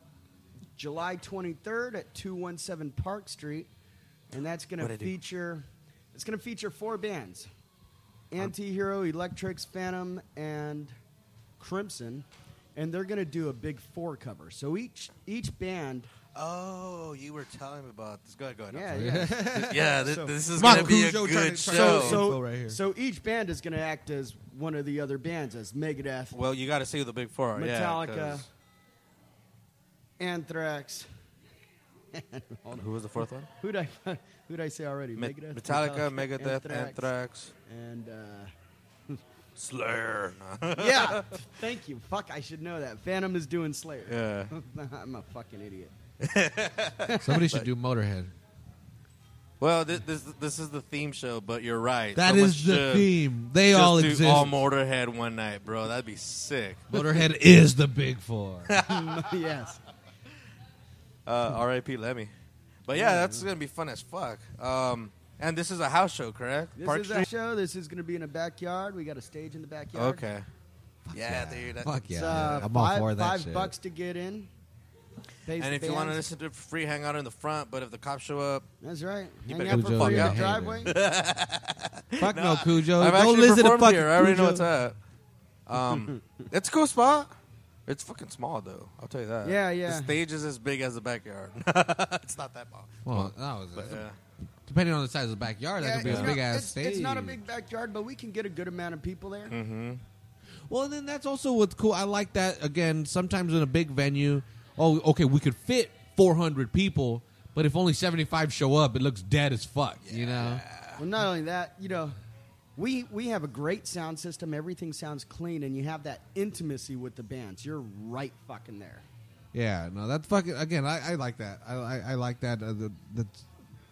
Speaker 3: July 23rd at 217 Park Street, and that's going to
Speaker 4: What'd I do?
Speaker 3: feature. It's going to feature four bands: Antihero, Electrics, Phantom, and Crimson, and they're going to do a big four cover. So each each band.
Speaker 4: oh, you were telling me about this. Go ahead, go ahead.
Speaker 3: Yeah, yeah.
Speaker 4: yeah. This,
Speaker 3: So-
Speaker 4: this is
Speaker 2: Come on,
Speaker 4: gonna be a
Speaker 2: Cujo, trying
Speaker 4: good
Speaker 2: to- trying to-
Speaker 4: show.
Speaker 3: So, so,
Speaker 2: Info right here.
Speaker 3: so each band is going to act as one of the other bands, as Megadeth,
Speaker 4: well, you got to see who the big four. are, Yeah,
Speaker 3: Metallica,
Speaker 4: 'cause-
Speaker 3: Anthrax.
Speaker 4: who was the fourth one?
Speaker 3: Who'd I who'd I say already?
Speaker 4: Me-
Speaker 3: Megadeth,
Speaker 4: Metallica, Megadeth,
Speaker 3: Anthrax,
Speaker 4: Anthrax,
Speaker 3: and uh,
Speaker 4: Slayer.
Speaker 3: yeah. Thank you. Fuck, I should know that. Phantom is doing Slayer.
Speaker 4: yeah.
Speaker 3: I'm a fucking idiot.
Speaker 2: Somebody should do Motorhead.
Speaker 4: Well, this, this this is the theme show, but you're right.
Speaker 2: That
Speaker 4: That is
Speaker 2: is the theme. They all
Speaker 4: uh, do
Speaker 2: exist.
Speaker 4: All Motorhead one night, bro. That'd be sick.
Speaker 2: Motorhead is the big four.
Speaker 3: yes.
Speaker 4: Uh, R.I.P. Lemmy. But yeah, that's gonna be fun as fuck. Um, and this is a house show, correct?
Speaker 3: This is our show. This is going to be in a backyard. We got a stage in the backyard.
Speaker 4: Okay. yeah, dude. that-
Speaker 2: Fuck yeah,
Speaker 3: It's, uh,
Speaker 2: I'm
Speaker 3: five,
Speaker 2: all for that
Speaker 3: five
Speaker 2: shit.
Speaker 3: bucks to get in. Pays
Speaker 4: And
Speaker 3: the
Speaker 4: if you want to
Speaker 3: bands.
Speaker 4: listen to it for free, hang out in the front. But if the cops show up,
Speaker 3: That's right.
Speaker 4: You
Speaker 3: Hang
Speaker 4: better
Speaker 2: go
Speaker 3: out for
Speaker 2: jog
Speaker 3: free
Speaker 2: your
Speaker 3: in the
Speaker 2: hand,
Speaker 3: driveway.
Speaker 2: Fuck no, Cujo.
Speaker 4: I've
Speaker 2: Don't
Speaker 4: actually
Speaker 2: listen to
Speaker 4: performed
Speaker 2: fucking
Speaker 4: here. I already know
Speaker 2: Cujo.
Speaker 4: what's up. Um, it's a cool spot. It's fucking small though. I'll tell you that.
Speaker 3: Yeah, yeah.
Speaker 4: The stage is as big as the backyard. it's not that small.
Speaker 2: Well, that was
Speaker 4: But, yeah.
Speaker 2: depending on the size of the backyard, that
Speaker 3: Yeah,
Speaker 2: could be
Speaker 3: you
Speaker 2: a
Speaker 3: know,
Speaker 2: big ass
Speaker 3: it's,
Speaker 2: stage.
Speaker 3: it's not a big backyard, but we can get a good amount of people there.
Speaker 2: Well, and then that's also what's cool. I like that again. Sometimes in a big venue, oh, okay, we could fit 400 people, but if only 75 show up, it looks dead as fuck. You know,
Speaker 3: Well, not only that, you know, we we have a great sound system. Everything sounds clean, and you have that intimacy with the bands. You're right fucking there.
Speaker 2: yeah, no, that's fucking again. I, I like that. I, I, I like that. Uh, the, that's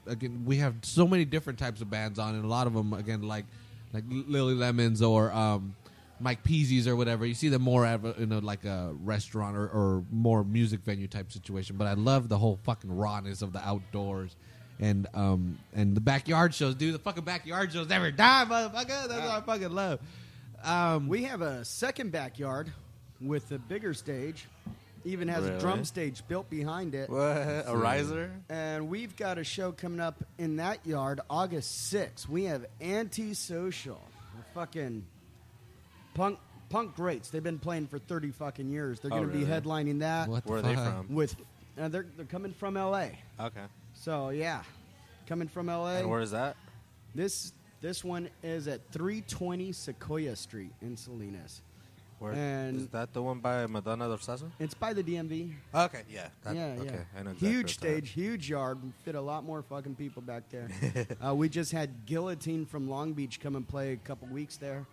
Speaker 2: again, we have so many different types of bands on, and a lot of them again, like like Lily Lemons or um, Mike Peasy's or whatever. You see them more at you know like a restaurant or, or more music venue type situation. But I love the whole fucking rawness of the outdoors. And um and the backyard shows, dude. The fucking backyard shows never die, motherfucker. That's what I fucking love. Um,
Speaker 3: We have a second backyard with a bigger stage, even has a drum
Speaker 4: Really?
Speaker 3: stage built behind it.
Speaker 4: What? A riser?
Speaker 3: And we've got a show coming up in that yard August 6th. We have Antisocial. The fucking punk punk greats. They've been playing for 30 fucking years. They're
Speaker 4: Oh,
Speaker 3: going to be
Speaker 4: really?
Speaker 3: headlining that
Speaker 2: what the
Speaker 4: Where are they
Speaker 2: fuck?
Speaker 4: from?
Speaker 3: with uh, they're they're coming from LA.
Speaker 4: Okay.
Speaker 3: So, yeah. Coming from LA.
Speaker 4: And where is that?
Speaker 3: This this one is at 320 Sequoia Street in Salinas.
Speaker 4: Where
Speaker 3: And-
Speaker 4: is that the one by Madonna del Sasso?
Speaker 3: It's by the DMV.
Speaker 4: Okay, yeah. that-
Speaker 3: yeah,
Speaker 4: okay,
Speaker 3: yeah.
Speaker 4: I know exactly
Speaker 3: huge
Speaker 4: what's
Speaker 3: stage, huge yard. We Fit a lot more fucking people back there. uh, we just had Guillotine from Long Beach come and play a couple weeks there.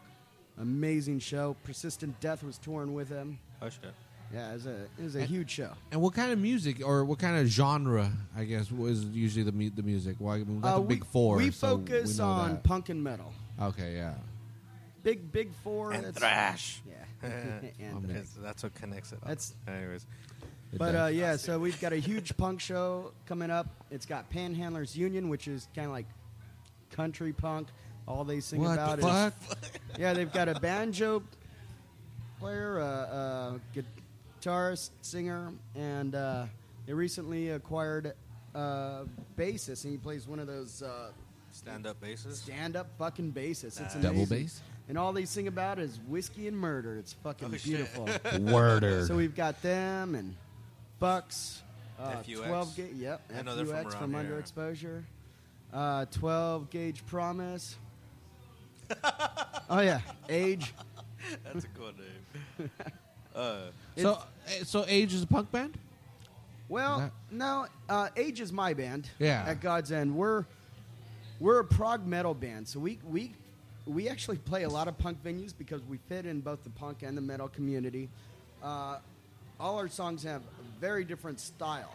Speaker 3: Amazing show. Persistent Death was touring with them.
Speaker 4: that. Oh, shit.
Speaker 3: Yeah, it was a it was a huge show.
Speaker 2: And what kind of music or what kind of genre? I guess was usually the mu- the music. Well, I mean, we got
Speaker 3: Uh,
Speaker 2: the big four.
Speaker 3: We
Speaker 2: so
Speaker 3: focus
Speaker 2: we know
Speaker 3: on
Speaker 2: that.
Speaker 3: punk and metal.
Speaker 2: Okay, yeah.
Speaker 3: Big big four
Speaker 4: And
Speaker 3: that's-
Speaker 4: thrash.
Speaker 3: Yeah, and
Speaker 2: I'm in.
Speaker 4: Because that's what connects it. all.
Speaker 3: That's-
Speaker 4: anyways.
Speaker 2: It
Speaker 3: But
Speaker 2: does.
Speaker 3: uh, yeah, so we've got a huge punk show coming up. It's got Panhandlers Union, which is kind of like country punk. All they sing
Speaker 2: what
Speaker 3: about
Speaker 2: the fuck?
Speaker 3: is yeah, they've got a banjo player, a, a guitarist, singer, and uh, they recently acquired a bassist, and he plays one of those uh,
Speaker 4: Stand up bases.
Speaker 3: stand-up fucking bassists. It's
Speaker 4: Nice.
Speaker 2: Double
Speaker 3: amazing.
Speaker 2: bass?
Speaker 3: And all they sing about is whiskey and murder. It's fucking
Speaker 4: Oh, shit.
Speaker 3: beautiful.
Speaker 2: Worder.
Speaker 3: So we've got them and Bucks. Uh,
Speaker 4: FUX.
Speaker 3: 12 gauge. Yep.
Speaker 4: I know they're from
Speaker 3: FUX from,
Speaker 4: around here.
Speaker 3: Underexposure. Uh, 12 gauge Promise. oh, yeah. Age.
Speaker 4: That's a cool name. Uh,
Speaker 2: so eh, so Age is a punk band.
Speaker 3: Well,
Speaker 2: That-
Speaker 3: no. Uh, Age is my band.
Speaker 2: Yeah.
Speaker 3: At God's End. We're we're a prog metal band. So we, we, we actually play a lot of punk venues because we fit in both the punk and the metal community. Uh, all our songs have a very different style.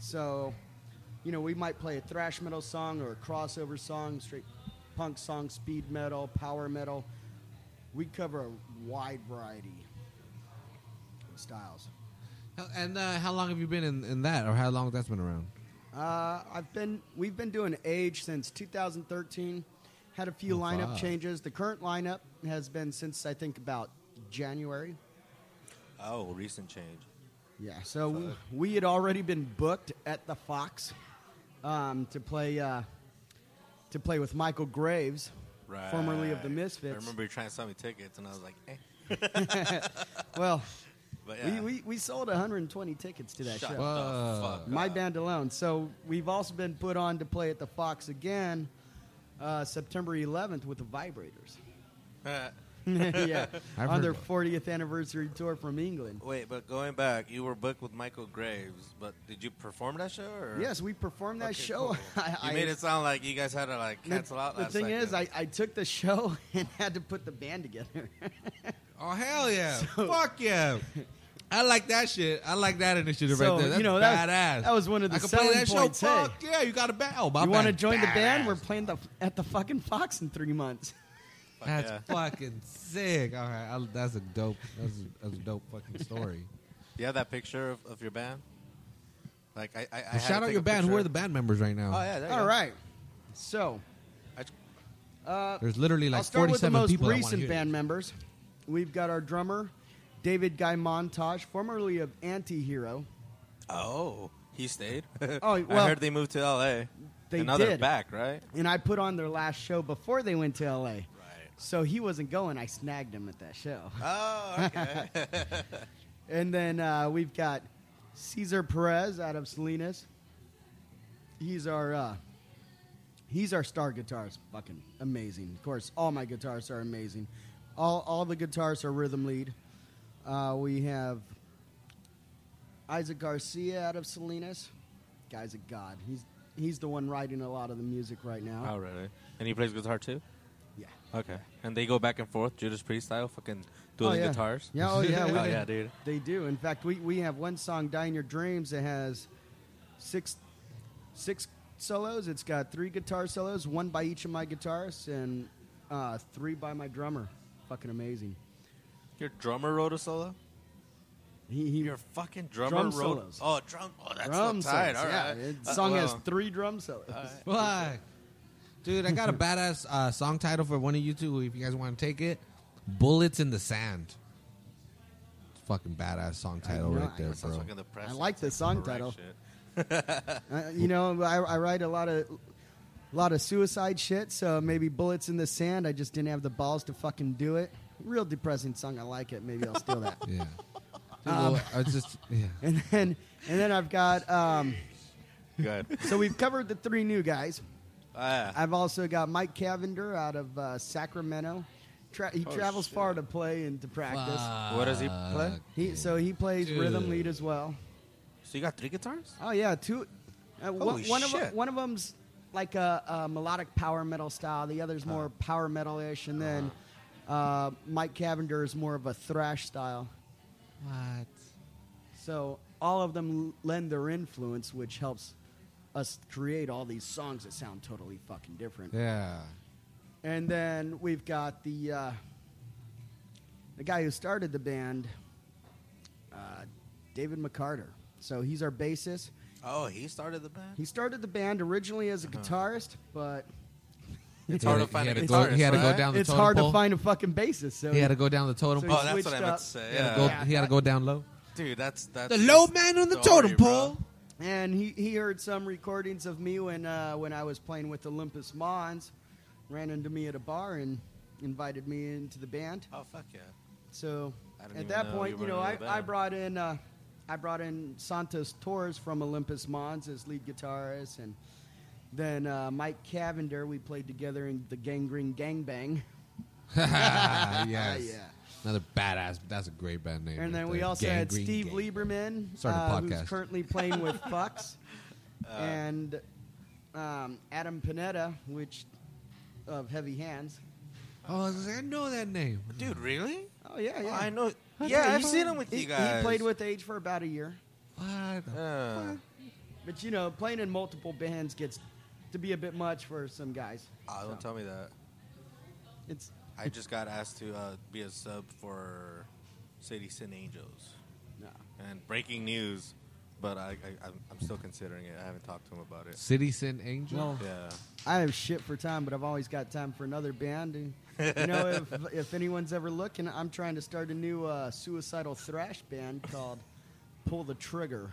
Speaker 3: So, you know, we might play a thrash metal song or a crossover song, straight punk song, speed metal, power metal. We cover a wide variety of styles.
Speaker 2: How- And uh, how long have you been in, in that, or how long that's been around?
Speaker 3: Uh, I've been we've been doing age since 2013. Had a few
Speaker 2: Oh,
Speaker 3: lineup
Speaker 2: fuck.
Speaker 3: changes. The current lineup has been since I think about January.
Speaker 4: oh, recent change.
Speaker 3: Yeah, so we, we had already been booked at the Fox um, to play uh, to play with Michael Graves,
Speaker 4: Right.
Speaker 3: formerly of the
Speaker 4: I
Speaker 3: Misfits.
Speaker 4: remember you trying to sell me tickets, and I was like, eh.
Speaker 3: Well,
Speaker 4: But yeah.
Speaker 3: we, uh, we, we sold 120 tickets to that
Speaker 4: Shut
Speaker 3: show.
Speaker 4: the
Speaker 2: Whoa.
Speaker 4: fuck
Speaker 3: My
Speaker 4: up.
Speaker 3: band alone. So we've also been put on to play at the Fox again, uh, September 11th with the Vibrators. yeah,
Speaker 2: I've
Speaker 3: on
Speaker 2: heard
Speaker 3: their
Speaker 2: that.
Speaker 3: 40th anniversary tour from England.
Speaker 4: Wait, but going back, you were booked with Michael Graves, but did you perform that show? Or?
Speaker 3: Yes, we performed that
Speaker 4: Okay,
Speaker 3: show.
Speaker 4: cool.
Speaker 3: I,
Speaker 4: you
Speaker 3: I-
Speaker 4: made it sound like you guys had to like
Speaker 3: the-
Speaker 4: cancel out.
Speaker 3: The
Speaker 4: last
Speaker 3: thing is, I,
Speaker 4: second.
Speaker 3: I took the show and had to put the band together.
Speaker 2: Oh hell yeah! Fuck yeah! I like that shit. I like that initiative
Speaker 3: So,
Speaker 2: right there. That's
Speaker 3: you know,
Speaker 2: badass.
Speaker 3: that- that was one of the
Speaker 2: I could play
Speaker 3: selling
Speaker 2: that
Speaker 3: points,
Speaker 2: Show.
Speaker 3: hey.
Speaker 2: Fuck yeah! You got a band. Oh, my
Speaker 3: you want to
Speaker 2: band.
Speaker 3: join the band?
Speaker 2: Badass.
Speaker 3: We're playing the, at the fucking Fox in three months.
Speaker 2: That's
Speaker 4: Yeah.
Speaker 2: fucking sick. All right, I, that's a dope. That's a, that's a dope fucking story.
Speaker 4: Do you have that picture of, of your band? Like, I, I, I had to
Speaker 2: shout out
Speaker 4: take
Speaker 2: your
Speaker 4: a
Speaker 2: band. Who
Speaker 4: picture.
Speaker 2: are the band members right now?
Speaker 4: Oh yeah, there you
Speaker 3: All
Speaker 4: go.
Speaker 3: right. So,
Speaker 4: I-
Speaker 3: uh,
Speaker 2: There's literally like
Speaker 3: I'll start with the
Speaker 2: 47
Speaker 3: most
Speaker 2: people that wanna hear
Speaker 3: recent
Speaker 2: this.
Speaker 3: band members. We've got our drummer, David Guy Montage, formerly of Antihero.
Speaker 4: Oh, he stayed.
Speaker 3: Oh, well-
Speaker 4: I heard they moved to L.A.
Speaker 3: They
Speaker 4: and now they're
Speaker 3: did.
Speaker 4: back, right?
Speaker 3: And I put on their last show before they went to LA.
Speaker 4: Right.
Speaker 3: So he wasn't going. I snagged him at that show.
Speaker 4: Oh, okay.
Speaker 3: And then uh, we've got Cesar Perez out of Salinas. He's our uh, he's our star guitarist. Fucking amazing. Of course, all my guitarists are amazing. All all the guitarists are rhythm lead. Uh, we have Isaac Garcia out of Salinas. Guy's a god. He's he's the one writing a lot of the music right now.
Speaker 4: oh, really? And he plays guitar too.
Speaker 3: Yeah.
Speaker 4: Okay. And they go back and forth, Judas Priest style, fucking dueling
Speaker 3: yeah.
Speaker 4: guitars.
Speaker 3: Yeah, oh, yeah, we
Speaker 4: oh
Speaker 3: did.
Speaker 4: yeah, dude.
Speaker 3: They do. In fact, we, we have one song, "Die in Your Dreams," that has six six solos. It's got three guitar solos, one by each of my guitarists, and uh, three by my drummer. Fucking amazing.
Speaker 4: Your drummer wrote a solo.
Speaker 3: He, he
Speaker 4: Your fucking drummer
Speaker 3: Drum
Speaker 4: wrote.
Speaker 3: solos.
Speaker 4: Oh, drum. Oh, that's
Speaker 3: drum
Speaker 4: so tight.
Speaker 3: solos,
Speaker 4: All
Speaker 3: yeah.
Speaker 4: right.
Speaker 3: It-
Speaker 4: Uh,
Speaker 3: song has
Speaker 4: well,
Speaker 3: three drum solos.
Speaker 2: Fuck. Dude, I got a badass uh, song title for one of you two if you guys want to take it. Bullets in the Sand. It's a fucking badass song title
Speaker 3: know,
Speaker 2: right
Speaker 3: I
Speaker 2: there,
Speaker 4: that sounds
Speaker 2: bro.
Speaker 4: fucking depressing.
Speaker 3: I like the
Speaker 4: It's
Speaker 3: song
Speaker 4: correct
Speaker 3: title.
Speaker 4: shit.
Speaker 3: Uh, you know, I, I write a lot of lot of suicide shit, so maybe bullets in the sand. I just didn't have the balls to fucking do it. Real depressing song. I like it. Maybe I'll steal that.
Speaker 2: Yeah. Dude, well, I just, yeah.
Speaker 3: and then and then I've got. Um,
Speaker 4: Good.
Speaker 3: so we've covered the three new guys.
Speaker 4: Ah,
Speaker 3: I've also got Mike Cavender out of uh, Sacramento. Tra- he
Speaker 4: Oh,
Speaker 3: travels
Speaker 4: shit.
Speaker 3: far to play and to practice.
Speaker 4: what does he
Speaker 3: Uh,
Speaker 4: play?
Speaker 2: Fuck.
Speaker 3: He so he plays rhythm
Speaker 2: Dude.
Speaker 3: lead as well.
Speaker 4: So you got three guitars?
Speaker 3: Oh yeah, two. Uh, one,
Speaker 4: Holy
Speaker 3: one of
Speaker 4: shit.
Speaker 3: one of them's like a, a melodic power metal style. The other's more power metal ish, and then uh, Mike Cavender is more of a thrash style.
Speaker 2: What?
Speaker 3: So all of them l- lend their influence, which helps us create all these songs that sound totally fucking different.
Speaker 2: Yeah.
Speaker 3: And then we've got the uh, the guy who started the band, uh, David McCarter. So he's our bassist.
Speaker 4: Oh, he started the band.
Speaker 3: He started the band originally as a
Speaker 4: Uh-huh.
Speaker 3: guitarist, but
Speaker 4: It's hard to
Speaker 2: He
Speaker 4: find
Speaker 2: had
Speaker 4: a
Speaker 2: to go-
Speaker 4: guitarist.
Speaker 2: He had to go
Speaker 4: right?
Speaker 2: down the
Speaker 3: it's
Speaker 2: totem
Speaker 3: hard
Speaker 2: pole.
Speaker 3: to find a fucking bassist. So
Speaker 2: He had to go down the totem
Speaker 3: so
Speaker 2: pole.
Speaker 4: Oh, that's what I
Speaker 3: switched
Speaker 4: meant
Speaker 3: up.
Speaker 4: to say.
Speaker 2: He had to
Speaker 4: Yeah.
Speaker 2: go-
Speaker 3: Yeah.
Speaker 2: He had to go down low.
Speaker 4: Dude, that's that's
Speaker 2: The low man on the
Speaker 4: story,
Speaker 2: totem
Speaker 4: bro.
Speaker 2: pole.
Speaker 3: and he, he heard some recordings of me when uh, when I was playing with Olympus Mons, ran into me at a bar and invited me into the band.
Speaker 4: Oh fuck yeah.
Speaker 3: So
Speaker 4: I
Speaker 3: at
Speaker 4: didn't even
Speaker 3: that
Speaker 4: know
Speaker 3: point,
Speaker 4: you
Speaker 3: you
Speaker 4: were
Speaker 3: know,
Speaker 4: in
Speaker 3: I,
Speaker 4: the
Speaker 3: I
Speaker 4: band.
Speaker 3: brought in uh, I brought in Santos Torres from Olympus Mons as lead guitarist, and then uh, Mike Cavender. We played together in the Gangrene Gangbang.
Speaker 2: Ah,
Speaker 3: Ah,
Speaker 2: yes.
Speaker 3: Yeah.
Speaker 2: Another badass. That's a great band name.
Speaker 3: And
Speaker 2: right
Speaker 3: then we
Speaker 2: there.
Speaker 3: also had
Speaker 2: Gangrene
Speaker 3: Steve
Speaker 2: Gang.
Speaker 3: Lieberman,
Speaker 2: Start a
Speaker 3: uh,
Speaker 2: podcast.
Speaker 3: who's currently playing with Fucks,
Speaker 4: Uh,
Speaker 3: and um, Adam Panetta, which of Heavy Hands.
Speaker 2: Oh, I, was like, I know that name.
Speaker 4: Dude, really?
Speaker 3: Oh yeah, yeah.
Speaker 4: Oh, I know.
Speaker 3: That's
Speaker 4: yeah,
Speaker 3: right,
Speaker 4: I've
Speaker 3: he-
Speaker 4: seen him with
Speaker 3: he-
Speaker 4: you guys.
Speaker 3: He played with Age for about a year,
Speaker 2: What? the
Speaker 4: Yeah.
Speaker 3: but you know, playing in multiple bands gets to be a bit much for some guys.
Speaker 4: Oh,
Speaker 3: So,
Speaker 4: don't tell me that.
Speaker 3: It's
Speaker 4: I just got asked to uh, be a sub for City Sin Angels.
Speaker 3: no.
Speaker 4: And breaking news, but I, I I'm- I'm still considering it. I haven't talked to him about it.
Speaker 2: City Sin Angel.
Speaker 3: Well,
Speaker 4: Yeah.
Speaker 3: I have shit for time, but I've always got time for another band. And, you know, if, if anyone's ever looking, I'm trying to start a new uh, suicidal thrash band called Pull the Trigger.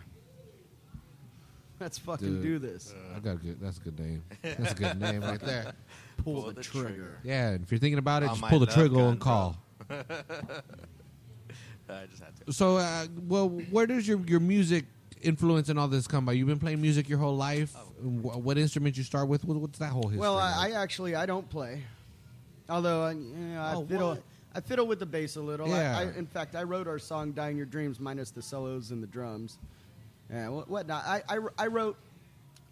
Speaker 3: Let's fucking
Speaker 2: Dude.
Speaker 3: do this.
Speaker 4: Uh,
Speaker 2: I got a good. That's a good name. That's a good name right there.
Speaker 3: Pull,
Speaker 4: Pull
Speaker 3: the,
Speaker 4: the
Speaker 3: trigger.
Speaker 4: trigger.
Speaker 2: Yeah, and if you're thinking about it,
Speaker 4: On
Speaker 2: just
Speaker 4: my
Speaker 2: pull the
Speaker 4: love
Speaker 2: trigger
Speaker 4: gun,
Speaker 2: and call.
Speaker 4: I just had to.
Speaker 2: So, uh, well, where does your your music influence and all this come by? You've been playing music your whole life. And wh- What instrument you start with? What- What's that whole history?
Speaker 3: Well, I, I
Speaker 2: like?
Speaker 3: actually I don't play, although I, you know, I
Speaker 2: Oh,
Speaker 3: fiddle.
Speaker 2: what?
Speaker 3: I fiddle with the bass a little.
Speaker 2: Yeah.
Speaker 3: I, I, in fact, I wrote our song "Die in Your Dreams" minus the solos and the drums, and what, whatnot. I, I, I wrote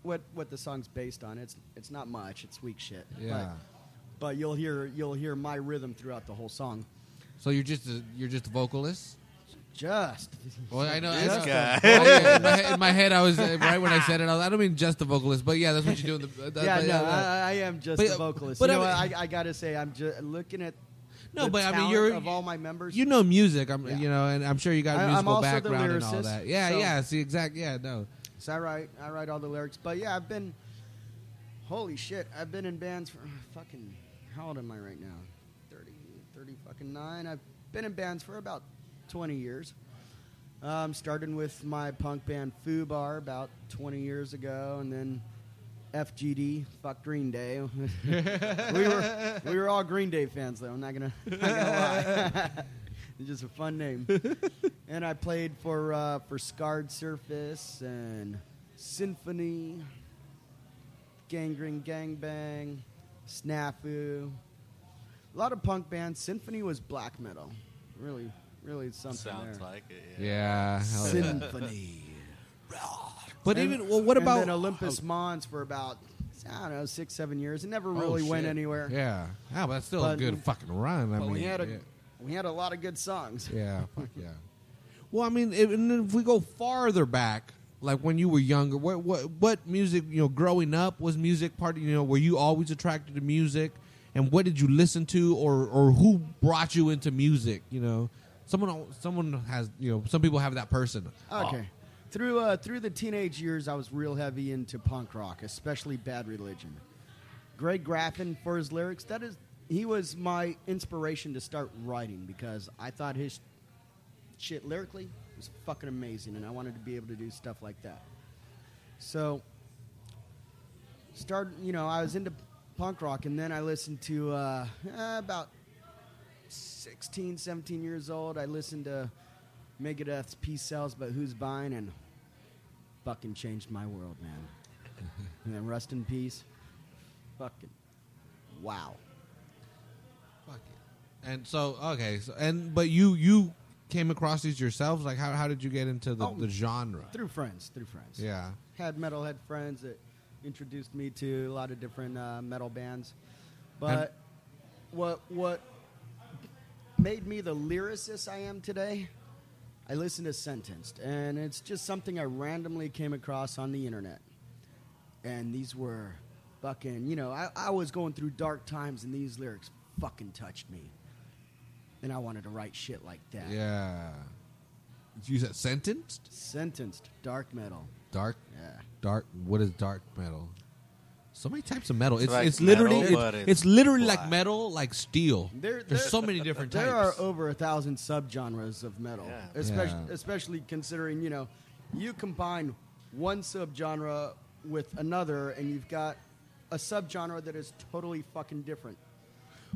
Speaker 3: what what the song's based on. It's it's not much. It's weak shit.
Speaker 2: Yeah.
Speaker 3: But, but you'll hear you'll hear my rhythm throughout the whole song.
Speaker 2: so you're just a, you're just a vocalist.
Speaker 3: Just
Speaker 2: Well, I know. I
Speaker 4: This
Speaker 2: know.
Speaker 4: guy.
Speaker 2: Well, yeah, in, my head, in my head, I was uh, right when I said it. I, was, I don't mean just the vocalist, but yeah, that's what you do. In the, uh, that-
Speaker 3: yeah,
Speaker 2: that-
Speaker 3: no,
Speaker 2: that-
Speaker 3: I, I am just
Speaker 2: But-
Speaker 3: a vocalist.
Speaker 2: but
Speaker 3: you know,
Speaker 2: I
Speaker 3: I,
Speaker 2: mean-
Speaker 3: I, gotta say, I'm just looking at
Speaker 2: No,
Speaker 3: the
Speaker 2: but I mean,
Speaker 3: talent
Speaker 2: you're-
Speaker 3: of all my members.
Speaker 2: you know music. I'm,
Speaker 3: Yeah.
Speaker 2: you know, and I'm sure you got
Speaker 3: I-
Speaker 2: a
Speaker 3: I'm
Speaker 2: musical
Speaker 3: also the
Speaker 2: background and all
Speaker 3: lyricist,
Speaker 2: that. Yeah,
Speaker 3: so-
Speaker 2: yeah. See, exact. Yeah, no.
Speaker 3: So I write, I write all the lyrics. But yeah, I've been, holy shit, I've been in bands for uh, fucking, how old am I right now? 30, 30 fucking nine. I've been in bands for about 20 years. Um, starting with my punk band Fubar about 20 years ago, and then FGD, fuck Green Day. we were we were all Green Day fans though. I'm not gonna, not gonna lie. it's just a fun name. and I played for uh, for Scarred Surface and Symphony, Gangrene Gangbang, Snafu. A lot of punk bands. Symphony was black metal. Really, really something.
Speaker 4: Sounds
Speaker 3: there.
Speaker 4: like it. Yeah.
Speaker 2: Yeah. hell yeah.
Speaker 3: Symphony.
Speaker 2: But
Speaker 3: And-
Speaker 2: even well, what about
Speaker 3: and then Olympus Mons for about I don't know six seven years. It never really went
Speaker 2: Oh, shit.
Speaker 3: anywhere.
Speaker 2: Yeah, yeah, but that's still a
Speaker 3: But-
Speaker 2: good fucking run. I
Speaker 3: but
Speaker 2: mean,
Speaker 3: we had a
Speaker 2: yeah.
Speaker 3: we had a lot of good songs.
Speaker 2: yeah, fuck yeah. Well, I mean, if, and then if we go farther back, like when you were younger, what what what music you know growing up was music part? of- You know, were you always attracted to music? And what did you listen to, or or who brought you into music? You know, Someone, al- someone has you know. Some people have that person.
Speaker 3: Okay. Through uh, through the teenage years, I was real heavy into punk rock, especially Bad Religion. Greg Graffin for his lyrics. That is, he was my inspiration to start writing because I thought his shit lyrically was fucking amazing, and I wanted to be able to do stuff like that. So, started. You know, I was into punk rock, and then I listened to uh, eh, about 16, 17 years old. I listened to Megadeth's Peace Sells, but Who's Buying? and fucking changed my world, man. and then Rest in Peace. Fucking wow.
Speaker 2: Fuck it. And so okay, so, and but you you came across these yourselves. Like how how did you get into the,
Speaker 3: Oh,
Speaker 2: the genre?
Speaker 3: Through friends, through friends.
Speaker 2: Yeah.
Speaker 3: Had metalhead friends that introduced me to a lot of different uh, metal bands. But what what made me the lyricist I am today? I listened to Sentenced, and it's just something I randomly came across on the internet. And these were fucking, you know, I, I was going through dark times, and these lyrics fucking touched me. And I wanted to write shit like that.
Speaker 2: Yeah. You said sentenced
Speaker 3: Sentenced, dark metal.
Speaker 2: dark
Speaker 3: Yeah.
Speaker 2: dark. What is dark metal? So many types of metal. It's it's,
Speaker 4: like
Speaker 2: literally
Speaker 4: metal,
Speaker 2: it's,
Speaker 4: but
Speaker 2: it's,
Speaker 4: it's
Speaker 2: literally like
Speaker 4: black.
Speaker 2: metal, like steel.
Speaker 3: There-
Speaker 2: There's
Speaker 3: there-
Speaker 2: so many different types.
Speaker 3: There are uh, over a thousand subgenres of metal,
Speaker 4: Yeah.
Speaker 3: especially,
Speaker 2: Yeah.
Speaker 3: especially considering you know, you combine one subgenre with another, and you've got a subgenre that is totally fucking different.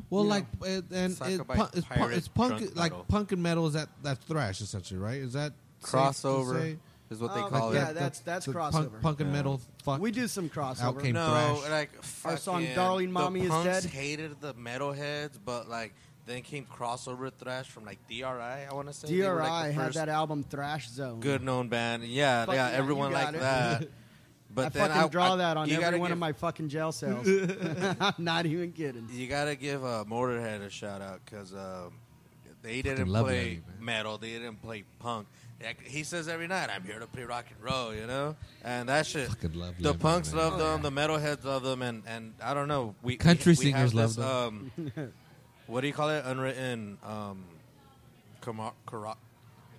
Speaker 2: Well,
Speaker 3: you
Speaker 2: like uh, and it,
Speaker 4: Sucker
Speaker 2: punk-
Speaker 4: bite
Speaker 2: it's, punk,
Speaker 4: pirate
Speaker 2: it's punk,
Speaker 4: drunk
Speaker 2: like
Speaker 4: metal.
Speaker 2: punk and metal is that that thrash essentially, right? Is that safe to
Speaker 4: crossover
Speaker 2: say?
Speaker 4: is what they
Speaker 3: Oh,
Speaker 4: call
Speaker 3: yeah,
Speaker 4: it.
Speaker 3: that- that's- that's
Speaker 2: the Punk,
Speaker 3: crossover.
Speaker 2: punk and
Speaker 4: Yeah.
Speaker 2: metal. Fuck.
Speaker 3: We do some crossover.
Speaker 2: came-
Speaker 4: no,
Speaker 2: thrash.
Speaker 4: like
Speaker 3: Our song
Speaker 4: fucking-
Speaker 3: Darling Mommy
Speaker 4: the
Speaker 3: Is
Speaker 4: punks
Speaker 3: Dead.
Speaker 4: Hated the metalheads, but like then came crossover thrash from like DRI. I want to say
Speaker 3: DRI
Speaker 4: They were, like, the
Speaker 3: had
Speaker 4: first
Speaker 3: that album Thrash Zone.
Speaker 4: good known band. Yeah,
Speaker 3: Fuck
Speaker 4: yeah,
Speaker 3: yeah, you
Speaker 4: everyone
Speaker 3: got
Speaker 4: liked
Speaker 3: it.
Speaker 4: that. But
Speaker 3: I
Speaker 4: then
Speaker 3: fucking
Speaker 4: I
Speaker 3: draw
Speaker 4: I-
Speaker 3: that on
Speaker 4: you
Speaker 3: every
Speaker 4: gotta
Speaker 3: one
Speaker 4: give,
Speaker 3: of my fucking jail cells. I'm not even kidding.
Speaker 4: You gotta give uh, Motorhead a shout out because um, they didn't
Speaker 2: love
Speaker 4: play
Speaker 2: Lemmy, man.
Speaker 4: metal, they didn't play punk. Like, He says every night, "I'm here to play rock and roll," you know, and that shit.
Speaker 2: Fucking love
Speaker 4: the
Speaker 2: Lemmy,
Speaker 4: punks
Speaker 2: man.
Speaker 3: Oh,
Speaker 4: love them, the metalheads love them, and and I don't know, we we-
Speaker 2: Country
Speaker 4: we have
Speaker 2: singers love
Speaker 4: this, Um, what do you call it? Unwritten, um, camar- caro-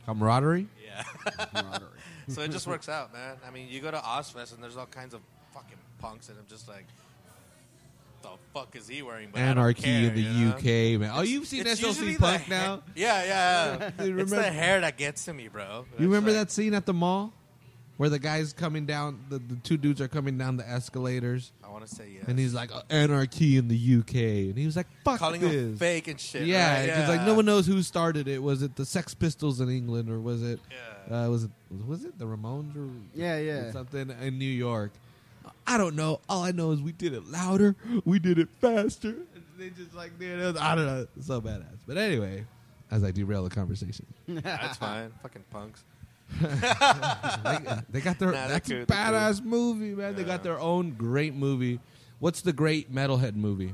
Speaker 2: camaraderie.
Speaker 4: yeah. so it just works out, man. I mean, you go to Ozfest and there's all kinds of fucking punks, and I'm just like, the fuck is he wearing? But I don't
Speaker 2: Anarchy
Speaker 4: care,
Speaker 2: in the
Speaker 4: you know?
Speaker 2: UK, man. Oh, you've seen
Speaker 4: It's usually
Speaker 2: SLC
Speaker 4: the
Speaker 2: Punk
Speaker 4: ha-
Speaker 2: now.
Speaker 4: Yeah, yeah. yeah.
Speaker 2: Dude,
Speaker 4: it's the
Speaker 2: remember-
Speaker 4: hair that gets to me, bro. It's
Speaker 2: You remember
Speaker 4: like-
Speaker 2: that scene at the mall where the guys coming down, the, the two dudes are coming down the escalators,
Speaker 4: I want to say yes.
Speaker 2: and he's like, "Anarchy in the UK," and he was like, "Fuck
Speaker 4: calling
Speaker 2: this."
Speaker 4: him fake and shit.
Speaker 2: Yeah,
Speaker 4: right?
Speaker 2: because like no one knows who started it. Was it the Sex Pistols in England, or was it
Speaker 4: Yeah.
Speaker 2: uh, was it was it the Ramones or
Speaker 3: Yeah, yeah.
Speaker 2: something in New York? I don't know. All I know is we did it louder, we did it faster. And They just like dude, it was- I don't know, It's so badass. But anyway, as I derail the conversation,
Speaker 4: That's fine. Fucking punks.
Speaker 2: they, they got their
Speaker 4: Nah, they're
Speaker 2: that's
Speaker 4: cool,
Speaker 2: a
Speaker 4: they're cool.
Speaker 2: badass movie, man. They got
Speaker 4: Yeah.
Speaker 2: their own great movie. What's the great metalhead movie?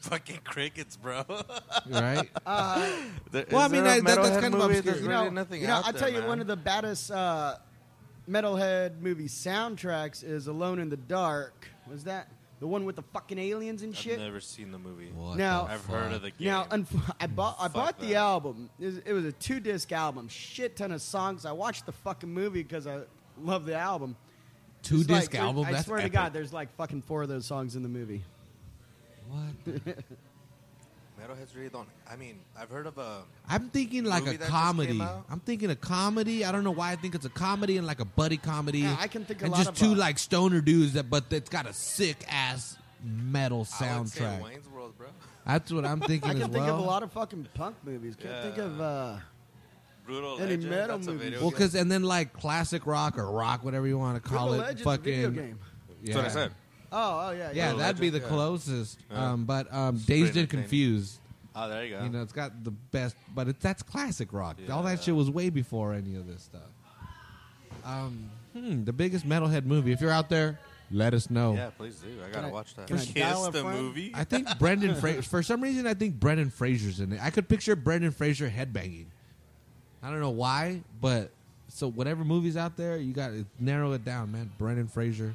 Speaker 4: Fucking crickets, bro.
Speaker 2: Right?
Speaker 4: There- is
Speaker 2: Well, I mean,
Speaker 4: there a
Speaker 2: I- that- that's
Speaker 4: metalhead
Speaker 2: kind of
Speaker 4: movie?
Speaker 2: obscure.
Speaker 4: There's
Speaker 2: You
Speaker 4: really
Speaker 3: know,
Speaker 4: nothing
Speaker 3: you know,
Speaker 4: out
Speaker 3: I'll
Speaker 4: there,
Speaker 3: tell you
Speaker 4: man.
Speaker 3: one of the baddest uh, metalhead movie soundtracks is Alone in the Dark. Was that the one with the fucking aliens and
Speaker 4: I've
Speaker 3: shit?
Speaker 4: never seen the movie.
Speaker 2: What
Speaker 3: Now-
Speaker 2: the
Speaker 4: I've heard
Speaker 2: fuck?
Speaker 4: of the game.
Speaker 3: Now, unf- I bought I
Speaker 4: Fuck
Speaker 3: bought the
Speaker 4: that.
Speaker 3: album. It was, it was a two disc album, shit ton of songs. I watched the fucking movie because I love the album.
Speaker 2: two
Speaker 3: It's like-
Speaker 2: disc album.
Speaker 3: I
Speaker 2: that's
Speaker 3: swear
Speaker 2: epic.
Speaker 3: to God, there's like fucking four of those songs in the movie.
Speaker 2: What the
Speaker 4: Metalheads really don't. I mean, I've heard of uh, a.
Speaker 2: I'm thinking like
Speaker 4: movie
Speaker 2: a
Speaker 4: that just
Speaker 2: comedy.
Speaker 4: came out?
Speaker 2: I'm thinking a comedy. I don't know why I think it's a comedy and like a buddy comedy.
Speaker 3: Yeah, I can think a
Speaker 2: and
Speaker 3: lot
Speaker 2: just
Speaker 3: of,
Speaker 2: two
Speaker 3: uh,
Speaker 2: like stoner dudes that, but it's got a sick ass metal
Speaker 4: I would say
Speaker 2: soundtrack.
Speaker 4: Wayne's World, bro.
Speaker 2: That's what I'm thinking
Speaker 3: I can
Speaker 2: as
Speaker 3: think
Speaker 2: well.
Speaker 3: of a lot of fucking punk movies. Can't think of uh,
Speaker 4: Brutal
Speaker 3: Any
Speaker 4: Legend.
Speaker 3: metal
Speaker 4: that's a
Speaker 3: movies.
Speaker 4: video
Speaker 2: well,
Speaker 4: game.
Speaker 2: because and then like classic rock or rock, whatever you want to call
Speaker 3: Brutal
Speaker 2: it.
Speaker 3: Legends,
Speaker 2: fucking
Speaker 3: video game.
Speaker 2: Yeah.
Speaker 4: That's what I said.
Speaker 3: Oh, oh
Speaker 2: Yeah,
Speaker 3: yeah,
Speaker 4: Brutal
Speaker 2: that'd be the
Speaker 4: Legend, yeah.
Speaker 2: closest.
Speaker 4: Yeah.
Speaker 2: Um, but um, Dazed and
Speaker 4: entertaining.
Speaker 2: Confused.
Speaker 4: Oh, there you go.
Speaker 2: You know, it's got the best, but it, that's classic rock. All
Speaker 4: Yeah.
Speaker 2: that shit was way before any of this stuff. Um, hmm, the biggest metalhead movie. If you're out there, let us know.
Speaker 4: yeah, please do. I gotta
Speaker 3: I-
Speaker 4: watch that.
Speaker 3: can I
Speaker 4: Kiss
Speaker 3: dial a
Speaker 4: the
Speaker 3: friend?
Speaker 4: movie.
Speaker 2: I think Brendan Fraser. For some reason, I think Brendan Fraser's in it. I could picture Brendan Fraser headbanging. I don't know why, but so whatever movies out there, you got to narrow it down, man. Brendan Fraser.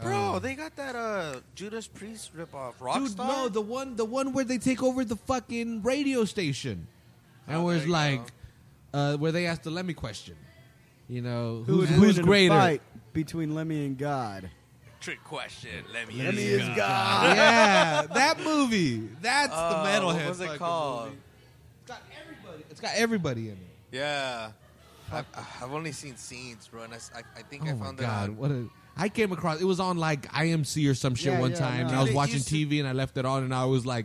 Speaker 4: Bro, they got that uh, Judas Priest ripoff, Rockstar.
Speaker 2: Dude, no, the one the one where they take over the fucking radio station. And where it's
Speaker 4: Oh, there you
Speaker 2: like uh, where they ask the Lemmy question. You know,
Speaker 3: Who
Speaker 2: who's,
Speaker 3: would win
Speaker 2: who's
Speaker 3: in a
Speaker 2: greater?
Speaker 3: fight between Lemmy and God?
Speaker 4: trick question. Let me.
Speaker 3: Lemmy is God.
Speaker 2: yeah, that movie. That's
Speaker 4: Oh,
Speaker 2: the metalhead.
Speaker 4: What was
Speaker 2: fucking
Speaker 4: it called?
Speaker 2: movie. It's got everybody. It's got everybody in it.
Speaker 4: Yeah. I've, I've only seen scenes, bro, and I, s- I- I think I
Speaker 2: Oh my
Speaker 4: found
Speaker 2: god,
Speaker 4: it. on-
Speaker 2: what a I came across it was on like IMC or some shit
Speaker 3: Yeah,
Speaker 2: one
Speaker 3: yeah,
Speaker 2: time
Speaker 3: no.
Speaker 2: and I was
Speaker 4: Dude, it
Speaker 2: watching
Speaker 4: used to-
Speaker 2: TV and I left it on and I was like,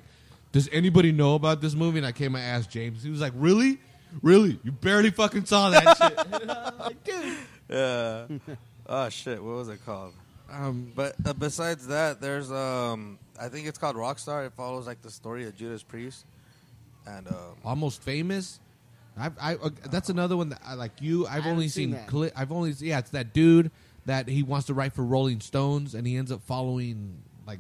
Speaker 2: Does anybody know about this movie? And I came and asked James. He was like, Really? Really? You barely fucking saw that shit.
Speaker 4: Yeah. oh shit, what was it called?
Speaker 2: Um
Speaker 4: But uh, besides that, there's um, I think it's called Rockstar. It follows like the story of Judas Priest, and um,
Speaker 2: almost famous. I, I uh, that's another one that I like you. I've
Speaker 3: Uh-huh. haven't
Speaker 2: only
Speaker 3: seen
Speaker 2: seen.
Speaker 3: that.
Speaker 2: Cli- I've only yeah. It's that dude that he wants to write for Rolling Stones, and he ends up following like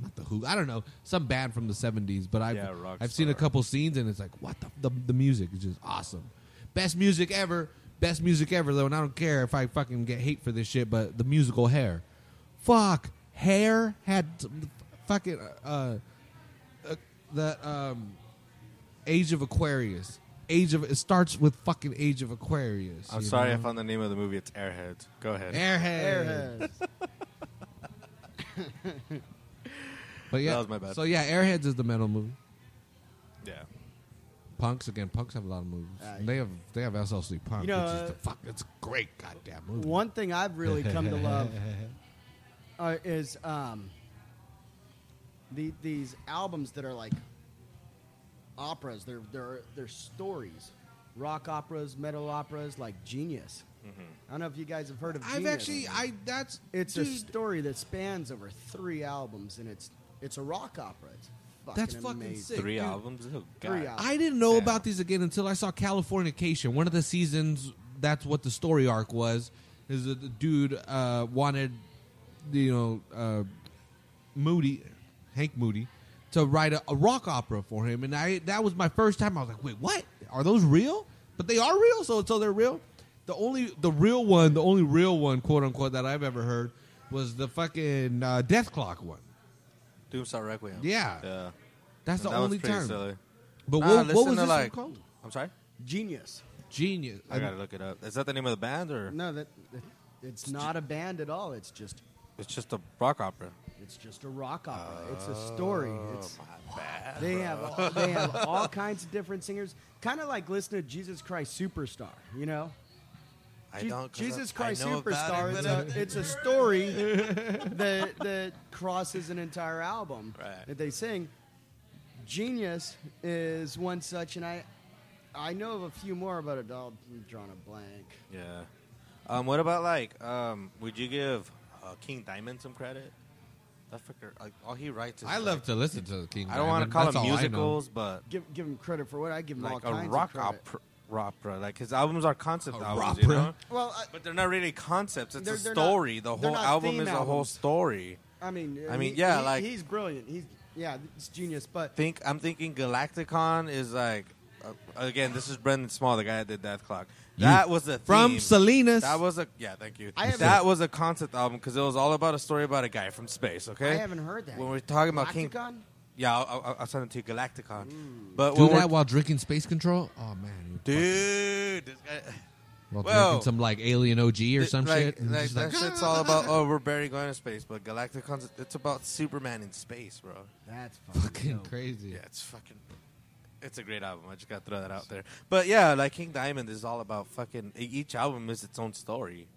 Speaker 2: not the Who. I don't know some band from the seventies, but I've
Speaker 1: Yeah, rock
Speaker 2: I've seen a
Speaker 1: star.
Speaker 2: couple scenes, and it's like what the the, the music is just awesome. Best music ever. Best music ever though, and I don't care if I fucking get hate for this shit. But the musical Hair, fuck, Hair had some fucking uh, uh, the um. Age of Aquarius. Age of it starts with fucking Age of Aquarius.
Speaker 1: I'm
Speaker 2: you
Speaker 1: sorry I
Speaker 2: know?
Speaker 1: found the name of the movie. It's Airhead. Go ahead.
Speaker 2: Airhead.
Speaker 3: Airheads.
Speaker 2: But yeah,
Speaker 1: That was my bad.
Speaker 2: So yeah, Airheads is the metal movie.
Speaker 1: yeah.
Speaker 2: Punks again. Punks have a lot of movies.
Speaker 3: Uh,
Speaker 2: they have they have SLC Punk,
Speaker 3: You know,
Speaker 2: which is
Speaker 3: uh,
Speaker 2: the fuck. It's a great goddamn movie.
Speaker 3: One thing I've really come to love uh, is um, the, these albums that are like operas. They're they're they're stories, rock operas, metal operas, like Genius. I don't know if you guys have heard of.
Speaker 2: Mm-hmm. I've actually
Speaker 3: Genius.
Speaker 2: I that's
Speaker 3: It's
Speaker 2: dude,
Speaker 3: a story that spans over three albums, and it's it's a rock opera. It's fucking
Speaker 2: That's fucking
Speaker 3: amazing.
Speaker 2: sick.
Speaker 1: Three
Speaker 2: dude.
Speaker 1: albums. Oh, God.
Speaker 3: Three albums.
Speaker 2: I didn't know
Speaker 1: Yeah.
Speaker 2: about these again until I saw Californication. One of the seasons, that's what the story arc was. Is that the dude uh, wanted, you know, uh, Moody, Hank Moody, to write a, a rock opera for him, and I that was my first time. I was like, wait, what? Are those real? But they are real, so so they're real. The only the real one, the only real one, quote unquote, that I've ever heard was the fucking uh, Death Clock one.
Speaker 4: Doomstar Requiem.
Speaker 2: Yeah.
Speaker 1: Yeah.
Speaker 2: That's the
Speaker 1: that
Speaker 2: only
Speaker 1: was pretty
Speaker 2: time.
Speaker 1: silly.
Speaker 2: But
Speaker 4: Nah,
Speaker 2: what,
Speaker 4: listen
Speaker 2: what was
Speaker 4: to,
Speaker 2: this one
Speaker 4: like-
Speaker 2: called?
Speaker 1: I'm sorry?
Speaker 3: Genius.
Speaker 2: Genius.
Speaker 1: I gotta look it up. Is that the name of the band or?
Speaker 3: No, that, that it's not a band at all. It's just
Speaker 1: It's just a rock opera.
Speaker 3: it's just a rock opera. it's a story. It's
Speaker 4: Oh, My bad.
Speaker 3: They have all, they have all kinds of different singers, kind of like listening to Jesus Christ Superstar. You know,
Speaker 4: I
Speaker 3: Je-
Speaker 4: don't. 'cause
Speaker 3: Jesus
Speaker 4: I- I
Speaker 3: Christ
Speaker 4: know about
Speaker 3: Superstar.
Speaker 4: it,
Speaker 3: is
Speaker 4: but I-
Speaker 3: a, it's a story that that crosses an entire album
Speaker 4: Right.
Speaker 3: that they sing. Genius is one such, and I I know of a few more, but I'm drawing a blank.
Speaker 1: Yeah.
Speaker 4: Um, what about like? Um, would you give uh, King Diamond some credit? That fucker. Like, all he writes is.
Speaker 2: I love
Speaker 4: like-
Speaker 2: to listen to King.
Speaker 4: I don't want to
Speaker 2: Diamond.
Speaker 4: call
Speaker 2: That's
Speaker 4: them
Speaker 2: all I know.
Speaker 4: musicals, but
Speaker 3: Give give him credit for what I give him all
Speaker 4: like
Speaker 3: kinds
Speaker 4: a
Speaker 3: of
Speaker 4: rock
Speaker 3: credit.
Speaker 4: opera, opera. Like his albums are concept
Speaker 2: A
Speaker 4: albums,
Speaker 2: ropera?
Speaker 4: you know?
Speaker 3: Well, I,
Speaker 4: But they're not really concepts. It's
Speaker 3: They're-
Speaker 4: a
Speaker 3: they're not-
Speaker 4: story. the
Speaker 3: they're
Speaker 4: whole
Speaker 3: not
Speaker 4: album
Speaker 3: theme
Speaker 4: is a whole
Speaker 3: albums.
Speaker 4: story.
Speaker 3: I mean,
Speaker 4: I mean,
Speaker 3: he-
Speaker 4: yeah,
Speaker 3: he-
Speaker 4: like-
Speaker 3: he's brilliant. He's yeah, it's genius. But
Speaker 4: Think I'm thinking Galacticon is like. Uh, again, this is Brendan Small, the guy that did Death Clock. That was the
Speaker 2: From
Speaker 4: theme.
Speaker 2: Salinas.
Speaker 4: That was a yeah. Thank you.
Speaker 3: I haven't-
Speaker 4: that was a concept album because it was all about a story about a guy from space. Okay,
Speaker 3: I haven't heard that.
Speaker 4: When we're talking about King,
Speaker 3: Galacticon?
Speaker 4: yeah, I'll, I'll, I'll send it to you, Galacticon. But
Speaker 2: Do
Speaker 4: when we're-
Speaker 2: that while drinking Space Control. Oh man, you
Speaker 4: dude, this guy,
Speaker 2: while
Speaker 4: Whoa.
Speaker 2: drinking some like Alien OG or
Speaker 4: Th-
Speaker 2: some
Speaker 4: like,
Speaker 2: shit. and
Speaker 4: Like,
Speaker 2: just
Speaker 4: that
Speaker 2: like,
Speaker 4: shit's all about oh we're barely going to space, but Galacticon's it's about Superman in space, bro.
Speaker 3: That's
Speaker 2: fucking
Speaker 3: dope.
Speaker 2: crazy.
Speaker 4: Yeah, it's fucking. It's a great album. I just got to throw that out there. But yeah, like King Diamond is all about fucking. e- Each album is its own story.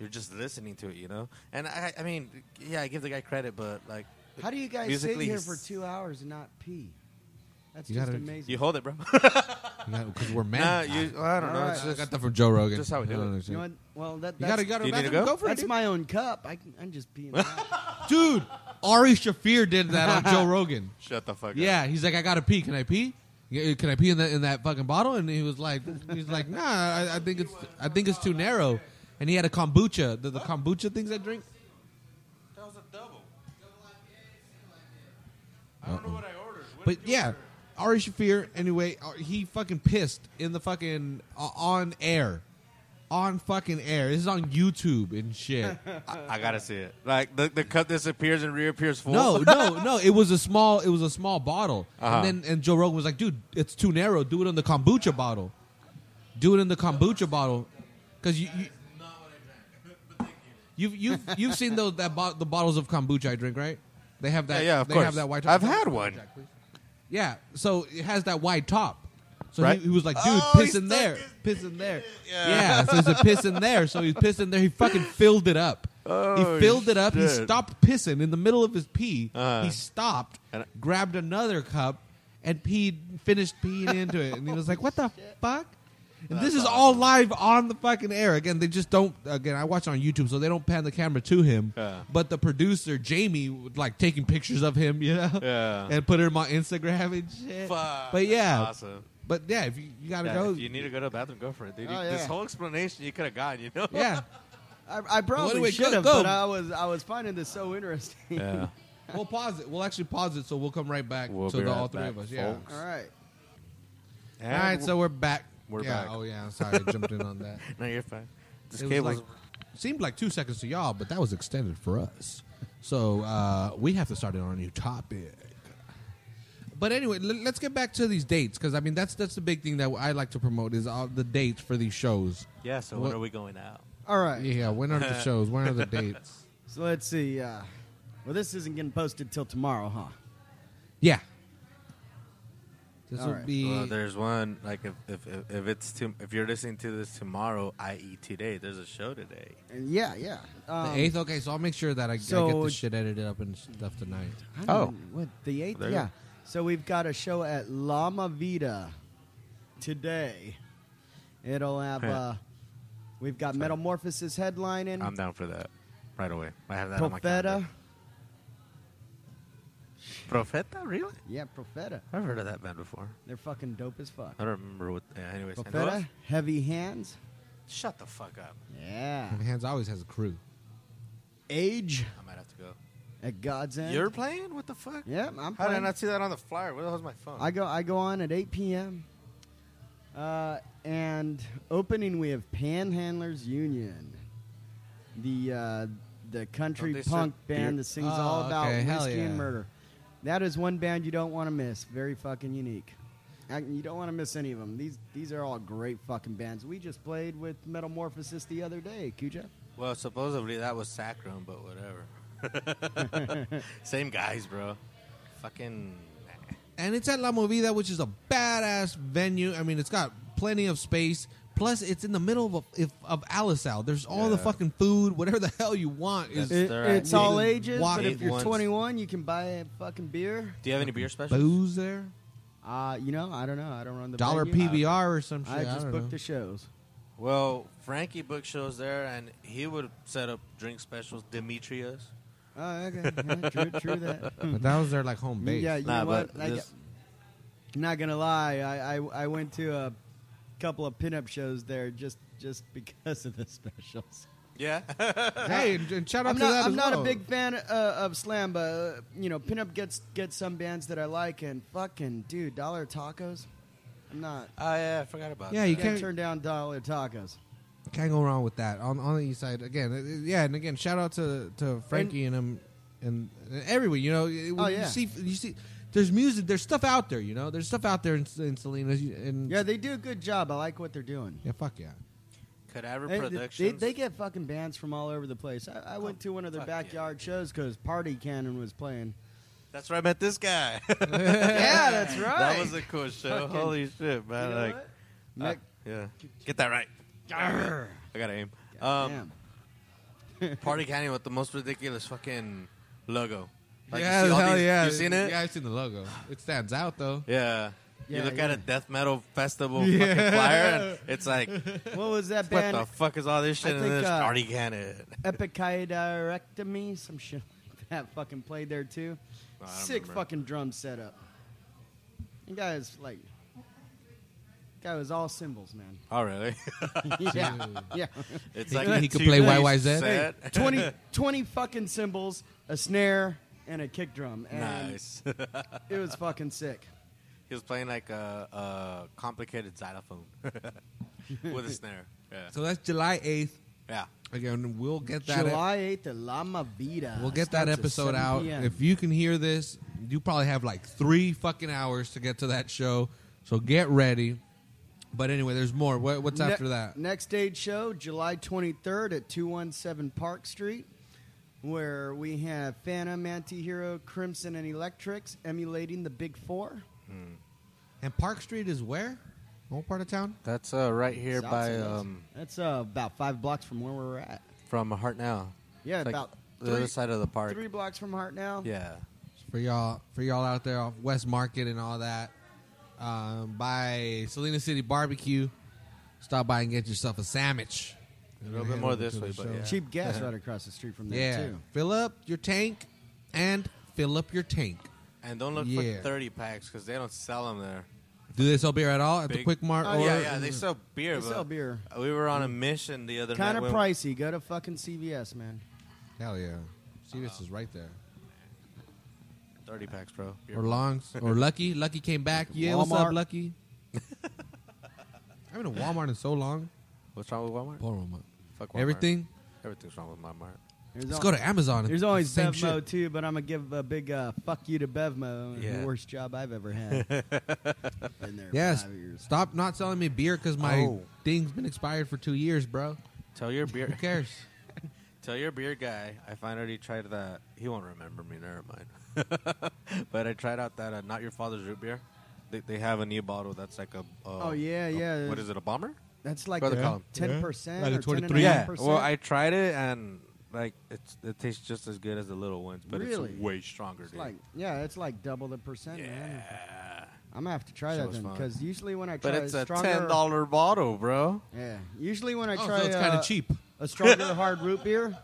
Speaker 4: You're just listening to it, you know. And I, I mean, yeah, I give the guy credit, but like,
Speaker 3: How do you guys
Speaker 4: musically,
Speaker 3: sit here
Speaker 4: he's-
Speaker 3: for two hours and not pee? That's
Speaker 2: You
Speaker 3: just
Speaker 2: gotta-
Speaker 3: amazing.
Speaker 4: You hold it, bro.
Speaker 2: Because we're men.
Speaker 4: nah, you. well, I don't know.
Speaker 3: All
Speaker 4: It's
Speaker 2: I
Speaker 3: right.
Speaker 4: just,
Speaker 2: got that from Joe Rogan.
Speaker 4: Just how we do
Speaker 2: I don't
Speaker 4: it.
Speaker 2: understand.
Speaker 3: You know what? Well, that,
Speaker 2: You
Speaker 3: that's,
Speaker 2: gotta, you gotta
Speaker 4: Do you need
Speaker 2: bathroom,
Speaker 4: to go?
Speaker 2: for it,
Speaker 3: that's
Speaker 2: dude.
Speaker 3: my own cup. I can, I'm just peeing. that.
Speaker 2: dude. Ari Shafir did that on Joe Rogan.
Speaker 4: shut the fuck up.
Speaker 2: Yeah, he's like, I gotta pee. Can I pee? Yeah, Can I pee in that in that fucking bottle? And he was like, he's like, Nah, I, I think it's I think it's too narrow. And he had a kombucha, the, the kombucha things I drink.
Speaker 4: That was a double. I don't know what I ordered. What
Speaker 2: But
Speaker 4: did you
Speaker 2: yeah,
Speaker 4: order?
Speaker 2: Ari Shafir. Anyway, uh, he fucking pissed in the fucking uh, on air, on fucking air. This is on YouTube and shit.
Speaker 4: I, I gotta see it. Like the the cup disappears and reappears full. Uh-huh.
Speaker 2: No, no, no. It was a small. It was a small bottle. And then and Joe Rogan was like, "Dude, it's too narrow. Do it in the kombucha bottle. Do it in the kombucha bottle, because you." you You've you've you've seen those that bo- the bottles of kombucha I drink right? They have that.
Speaker 4: Yeah, yeah, of
Speaker 2: they
Speaker 4: course.
Speaker 2: have that white.
Speaker 4: I've had one.
Speaker 2: Yeah, so it has that wide top. So
Speaker 4: Right.
Speaker 2: he, he was like, dude,
Speaker 4: Oh,
Speaker 2: piss
Speaker 4: he
Speaker 2: in
Speaker 4: stuck
Speaker 2: there,
Speaker 4: his
Speaker 2: piss in there. Yeah. so he's a piss in there. So he's pissing there. He fucking filled it up.
Speaker 4: Oh,
Speaker 2: he filled it up. He
Speaker 4: shit.
Speaker 2: stopped pissing in the middle of his pee.
Speaker 4: Uh-huh.
Speaker 2: he stopped,
Speaker 4: And-
Speaker 2: grabbed another cup, and peed. Finished peeing into it, and he was like, "What the fuck?" And this is all live on the fucking air. Again, they just don't. Again, I watch it on YouTube, so they don't pan the camera to him.
Speaker 4: Yeah.
Speaker 2: But the producer Jamie, would, like taking pictures of him, you know,
Speaker 4: Yeah.
Speaker 2: and put him on Instagram and shit.
Speaker 4: Fuck,
Speaker 2: But yeah,
Speaker 4: that's awesome.
Speaker 2: But yeah, if you, you gotta
Speaker 4: Yeah,
Speaker 2: go,
Speaker 4: if you need to go to the bathroom, go for it, dude. You-
Speaker 3: Oh,
Speaker 4: This
Speaker 3: yeah.
Speaker 4: whole explanation you could have gotten, you know?
Speaker 2: yeah.
Speaker 3: I, I probably
Speaker 2: Anyway, go-
Speaker 3: should have,
Speaker 2: go.
Speaker 3: but I was I was finding this so interesting.
Speaker 4: Yeah.
Speaker 2: We'll pause it. We'll actually pause it, so we'll come right back
Speaker 4: We'll
Speaker 2: to
Speaker 4: be
Speaker 2: the,
Speaker 4: right
Speaker 2: all three
Speaker 4: back,
Speaker 2: of us. Yeah.
Speaker 4: folks.
Speaker 3: All right.
Speaker 2: All right, so we're back.
Speaker 4: We're
Speaker 2: Yeah,
Speaker 4: back.
Speaker 2: Oh yeah, sorry, I jumped in on that.
Speaker 4: no, you're fine. This
Speaker 2: It was
Speaker 4: cable's
Speaker 2: like- seemed like two seconds to y'all, but that was extended for us. So uh, we have to start on a new topic. But anyway, l- let's get back to these dates because I mean that's that's the big thing that I like to promote is all the dates for these shows.
Speaker 4: yeah. So
Speaker 2: What-
Speaker 4: when are we going out?
Speaker 3: All right.
Speaker 2: Yeah, when are the shows? When are the dates?
Speaker 3: So let's see. Uh, well, this isn't getting posted till tomorrow, huh?
Speaker 2: Yeah, this
Speaker 3: All
Speaker 2: will
Speaker 3: right.
Speaker 2: be
Speaker 4: Well, there's one like if if if, if it's to, if you're listening to this tomorrow, i.e. today, there's a show today.
Speaker 3: And yeah, yeah. Um,
Speaker 2: the eighth. Okay, so I'll make sure that I, I get
Speaker 3: so-
Speaker 2: the shit edited up and stuff tonight.
Speaker 3: I don't
Speaker 4: Oh.
Speaker 3: know, what the eighth?
Speaker 4: There you
Speaker 3: yeah.
Speaker 4: go.
Speaker 3: So we've got a show at Lama Vida today. It'll have.
Speaker 4: Yeah.
Speaker 3: Uh, we've got Metamorphosis headlining.
Speaker 4: I'm down for that right away. I have that on my
Speaker 3: Profeta.
Speaker 4: calendar. Profeta, really?
Speaker 3: Yeah, Profeta.
Speaker 4: I've heard of that band before.
Speaker 3: They're fucking dope as fuck.
Speaker 4: I don't remember what. Yeah, anyways, and who else?
Speaker 3: Profeta, Heavy Hands.
Speaker 4: Shut the fuck up.
Speaker 3: Yeah.
Speaker 2: And Hands always has a crew.
Speaker 3: Age
Speaker 4: I might have to go.
Speaker 3: at God's End.
Speaker 4: You're playing? What the fuck?
Speaker 3: yeah, I'm
Speaker 4: How did I
Speaker 3: playing.
Speaker 4: not see that on the flyer? Where the hell's my phone?
Speaker 3: I go I go on at 8 p.m. Uh, and opening we have Panhandlers Union, the uh, the country
Speaker 4: Don't they
Speaker 3: punk
Speaker 4: serve
Speaker 3: band
Speaker 4: beer?
Speaker 3: that sings
Speaker 2: Oh,
Speaker 3: all about
Speaker 2: okay, hell
Speaker 3: whiskey and
Speaker 2: yeah.
Speaker 3: murder. That is one band you don't want to miss. Very fucking unique. I, you don't want to miss any of them. These these are all great fucking bands. We just played with Metamorphosis the other day, Kuja.
Speaker 4: Well, supposedly that was Sacrum, but whatever. Same guys, bro. Fucking.
Speaker 2: and it's at La Movida, which is a badass venue. I mean, it's got plenty of space. Plus, it's in the middle of if, of Alisal. There's all the
Speaker 4: Yeah.
Speaker 2: fucking food, whatever the hell you want. Is
Speaker 4: That's-
Speaker 3: It,
Speaker 4: They're at
Speaker 3: it's all
Speaker 2: Union.
Speaker 3: ages,
Speaker 2: Walk
Speaker 3: but if
Speaker 4: it
Speaker 3: you're
Speaker 4: once.
Speaker 3: 21, you can buy a fucking beer.
Speaker 4: Do you have any beer specials?
Speaker 2: booze there?
Speaker 3: Uh, you know, I don't know. I don't run the
Speaker 2: Dollar
Speaker 3: venue.
Speaker 2: PBR or some shit.
Speaker 3: I just
Speaker 2: don't
Speaker 3: booked
Speaker 2: know.
Speaker 3: the shows.
Speaker 4: Well, Frankie booked shows there, and he would set up drink specials. Demetrius.
Speaker 3: Oh, okay. Yeah, true, true that. Hmm.
Speaker 2: But that was their like home base.
Speaker 3: yeah, you know what?
Speaker 4: but
Speaker 3: I,
Speaker 4: this-
Speaker 3: am not gonna lie. I, I I went to a couple of pinup shows there just just because of the specials.
Speaker 4: yeah.
Speaker 2: Hey, and, and shout out
Speaker 3: I'm
Speaker 2: to that.
Speaker 3: not
Speaker 2: as
Speaker 3: I'm not a
Speaker 2: well.
Speaker 3: big fan uh, of slam, but uh, you know, pinup gets gets some bands that I like, and fucking dude, Dollar Tacos. I'm not.
Speaker 4: oh yeah, I forgot about.
Speaker 2: Yeah, you
Speaker 4: that.
Speaker 3: You can't
Speaker 2: can't-
Speaker 3: turn down Dollar Tacos.
Speaker 2: Can't go wrong with that. On on the east side again. it- it- yeah, and again, shout out to to Frankie and, him and, and everyone. You know,
Speaker 4: Oh,
Speaker 2: it- when
Speaker 3: yeah.
Speaker 2: you see you see. There's music. There's stuff out there. You know, there's stuff out there in, in Salinas. you- And
Speaker 3: Yeah, they do a good job. I like what they're doing.
Speaker 2: yeah, fuck yeah.
Speaker 4: Cadaver
Speaker 3: They- They,
Speaker 4: Productions.
Speaker 3: they get fucking bands from all over the place. I, I went to one of their
Speaker 4: fuck yeah.
Speaker 3: backyard shows 'cause shows because Party Cannon was playing.
Speaker 4: That's where I met this guy.
Speaker 3: yeah, that's right.
Speaker 4: That was a cool show.
Speaker 3: Fucking-
Speaker 4: Holy shit, man!
Speaker 3: You know
Speaker 4: like,
Speaker 3: what?
Speaker 4: uh,
Speaker 3: Nick-
Speaker 4: yeah, get that right.
Speaker 3: Arr.
Speaker 4: I gotta aim. Um,
Speaker 3: Damn.
Speaker 4: Party Canyon with the most ridiculous fucking logo. Like, you
Speaker 2: yeah,
Speaker 4: see all
Speaker 2: hell
Speaker 4: these-
Speaker 2: yeah.
Speaker 4: You seen it?
Speaker 2: Yeah, I've seen the logo. It stands out though.
Speaker 4: Yeah.
Speaker 3: Yeah,
Speaker 4: you look at
Speaker 3: yeah.
Speaker 4: a death metal festival
Speaker 2: Yeah.
Speaker 4: fucking flyer, and it's like, what
Speaker 3: what was that
Speaker 4: the
Speaker 3: band?
Speaker 4: fuck is all this shit?
Speaker 3: I
Speaker 4: in
Speaker 3: think,
Speaker 4: this
Speaker 3: uh,
Speaker 4: party cannon.
Speaker 3: Epichidarectomy, some shit like that. Fucking played there too.
Speaker 4: I don't
Speaker 3: Sick
Speaker 4: remember.
Speaker 3: fucking drum setup. You guys like, guy was all cymbals, man.
Speaker 4: Oh, really?
Speaker 3: yeah, yeah.
Speaker 4: It's
Speaker 2: Think
Speaker 4: like a
Speaker 2: he could
Speaker 4: two-piece
Speaker 2: play YYZ?
Speaker 4: set.
Speaker 3: 20, 20 fucking cymbals, a snare, and a kick drum. And
Speaker 4: nice.
Speaker 3: It was fucking sick.
Speaker 4: he was playing like a, a complicated xylophone with a snare. Yeah.
Speaker 2: So that's July 8th.
Speaker 4: Yeah.
Speaker 2: Again, we'll get that.
Speaker 3: July 8th at Lama Vida.
Speaker 2: We'll get that
Speaker 3: Starts at
Speaker 2: episode
Speaker 3: 7
Speaker 2: out.
Speaker 3: PM.
Speaker 2: If you can hear this, you probably have like three fucking hours to get to that show. So get ready. But anyway, there's more. What, what's
Speaker 3: Ne-
Speaker 2: after that?
Speaker 3: Next stage show, July 23rd at 217 Park Street, where we have Phantom, Antihero, Crimson, and Electrics emulating the Big Four.
Speaker 2: And Park Street is where? What part of town?
Speaker 4: That's uh, right here
Speaker 3: South
Speaker 4: by
Speaker 3: Sales.
Speaker 4: um,
Speaker 3: That's uh, about five blocks from where we're at.
Speaker 4: from Heart Now.
Speaker 3: Yeah,
Speaker 4: It's like
Speaker 3: about
Speaker 4: the
Speaker 3: three,
Speaker 4: other side of the park.
Speaker 3: three blocks from Heart now.
Speaker 4: Yeah.
Speaker 2: For y'all, for y'all out there, off West Market and all that, um, by Salina City Barbecue. Stop by and get yourself a sandwich.
Speaker 4: A little bit more this way, but yeah.
Speaker 3: Cheap gas right across the street from there
Speaker 2: Yeah,
Speaker 3: too.
Speaker 2: fill up your tank and fill up your tank.
Speaker 4: And don't look
Speaker 2: Yeah.
Speaker 4: for 30 packs because they don't sell them there.
Speaker 2: Do they sell beer at all at the
Speaker 4: Big-
Speaker 2: Quick Mart?
Speaker 3: Oh,
Speaker 2: or
Speaker 4: yeah, yeah, they sell beer.
Speaker 3: They
Speaker 4: but
Speaker 3: sell beer.
Speaker 4: We were on a mission the other
Speaker 3: Kind
Speaker 4: night.
Speaker 3: of
Speaker 4: when-
Speaker 3: pricey. Go to fucking CVS, man.
Speaker 2: Hell yeah, Seavis is right there.
Speaker 4: 30 packs, bro. Beer.
Speaker 2: Or Longs or Lucky. Lucky came back. Yeah, what's
Speaker 3: Walmart.
Speaker 2: up, Lucky? I haven't been to Walmart in so long.
Speaker 4: What's wrong with Walmart?
Speaker 2: Poor Walmart.
Speaker 4: Fuck Walmart.
Speaker 2: Everything.
Speaker 4: Everything's wrong with Walmart.
Speaker 3: There's
Speaker 2: Let's
Speaker 3: al-
Speaker 2: go to Amazon. and
Speaker 3: There's always
Speaker 2: same
Speaker 3: Bevmo
Speaker 2: shit.
Speaker 3: too, but I'm gonna give a big uh, fuck you to Bevmo.
Speaker 4: Yeah.
Speaker 3: The worst job I've ever had. Been there
Speaker 2: Yes.
Speaker 3: five years.
Speaker 2: Stop not selling me beer because my
Speaker 4: Oh.
Speaker 2: thing's been expired for two years, bro.
Speaker 4: Tell your
Speaker 2: Who
Speaker 4: beer
Speaker 2: cares?
Speaker 4: tell your beer guy I finally tried that. He won't remember me, never mind. but I tried out that uh, Not Your Father's Root Beer. They, they have a new bottle that's like a. Uh,
Speaker 3: Oh, yeah,
Speaker 4: a-
Speaker 3: yeah.
Speaker 4: What is it, a bomber?
Speaker 3: That's like
Speaker 4: Go to
Speaker 3: the
Speaker 4: column.
Speaker 3: ten percent
Speaker 2: Like
Speaker 3: or
Speaker 2: a
Speaker 3: 23.
Speaker 2: 23.
Speaker 4: Yeah. Well, I tried it and like it's it tastes just as good as the little ones, but
Speaker 3: Really?
Speaker 4: it's way stronger.
Speaker 3: it's
Speaker 4: dude.
Speaker 3: like yeah, it's like double the percent. Man.
Speaker 4: yeah.
Speaker 3: I'm gonna have to try
Speaker 4: Shit
Speaker 3: that
Speaker 4: was
Speaker 3: then
Speaker 4: fun.
Speaker 3: because usually when I try
Speaker 4: But it's a
Speaker 3: uh, stronger,
Speaker 4: ten dollar bottle, bro.
Speaker 3: Yeah, usually when I
Speaker 2: Oh,
Speaker 3: try
Speaker 2: so it's kind
Speaker 3: uh,
Speaker 2: of cheap.
Speaker 3: a stronger hard root beer,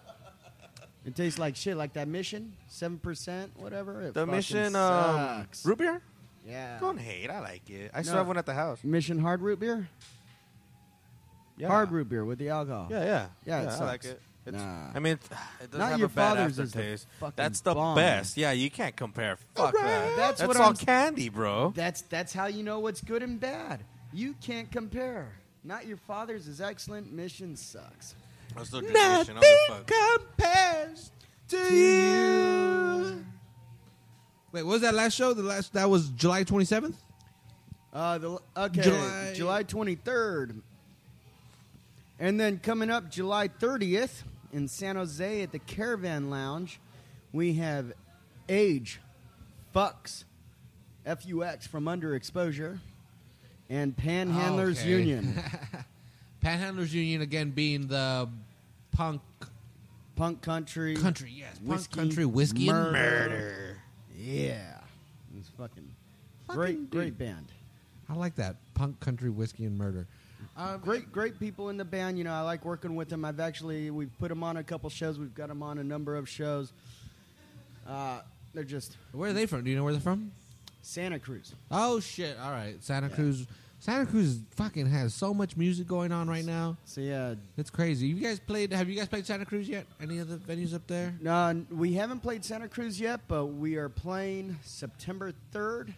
Speaker 3: it tastes like shit. Like that Mission, seven percent, whatever. It
Speaker 4: The
Speaker 3: fucking
Speaker 4: mission um,
Speaker 3: sucks.
Speaker 4: root beer.
Speaker 3: yeah.
Speaker 4: Don't hate. I like it. I still
Speaker 3: No.
Speaker 4: have one at the house.
Speaker 3: Mission hard root beer.
Speaker 4: Yeah.
Speaker 3: Hard root beer with the alcohol.
Speaker 4: Yeah, yeah,
Speaker 3: Yeah, it
Speaker 4: I like
Speaker 3: sucks.
Speaker 4: it. It's,
Speaker 3: Nah.
Speaker 4: I mean, it's- it doesn't
Speaker 3: Not
Speaker 4: have
Speaker 3: Your
Speaker 4: a bad
Speaker 3: Father's is the
Speaker 4: aftertaste.
Speaker 3: fucking
Speaker 4: That's the
Speaker 3: bomb.
Speaker 4: best. Yeah, you can't compare. Fuck
Speaker 3: That's
Speaker 4: that. That's,
Speaker 3: what
Speaker 4: all
Speaker 3: I'm-
Speaker 4: candy, bro.
Speaker 3: That's that's how you know what's good and bad. You can't compare. Not your father's is excellent. Mission sucks.
Speaker 4: That's the
Speaker 2: Nothing
Speaker 4: tradition. I don't fuck.
Speaker 2: compares to you. Wait, what was that last show? The last that was July 27th.
Speaker 3: Uh, the, okay,
Speaker 2: July-
Speaker 3: July twenty third, and then coming up July thirtieth in San Jose at the Caravan Lounge, we have Age, Fucks, F U X from Under Exposure, and Panhandlers
Speaker 2: Oh, Okay.
Speaker 3: Union,
Speaker 2: Panhandlers Union again being the punk
Speaker 3: Punk Country,
Speaker 2: country. Yes, punk
Speaker 3: Whiskey,
Speaker 2: country whiskey and
Speaker 3: murder.
Speaker 2: murder.
Speaker 3: yeah, it's fucking,
Speaker 2: Fucking
Speaker 3: great,
Speaker 2: dude.
Speaker 3: great band.
Speaker 2: I like that punk country whiskey and murder. Um,
Speaker 3: Uh, Great, great people in the band. You know, I like working with them. I've actually we've put them on a couple shows. We've got them on a number of shows. Uh, they're just
Speaker 2: Where are they from? Do you know where they're from?
Speaker 3: Santa Cruz.
Speaker 2: Oh shit! All right, Santa
Speaker 3: Yeah.
Speaker 2: Cruz. Santa Cruz fucking has so much music going on right now.
Speaker 3: So yeah,
Speaker 2: It's crazy. You guys played? Have you guys played Santa Cruz yet? Any other venues up there?
Speaker 3: uh, we haven't played Santa Cruz yet, but we are playing September third.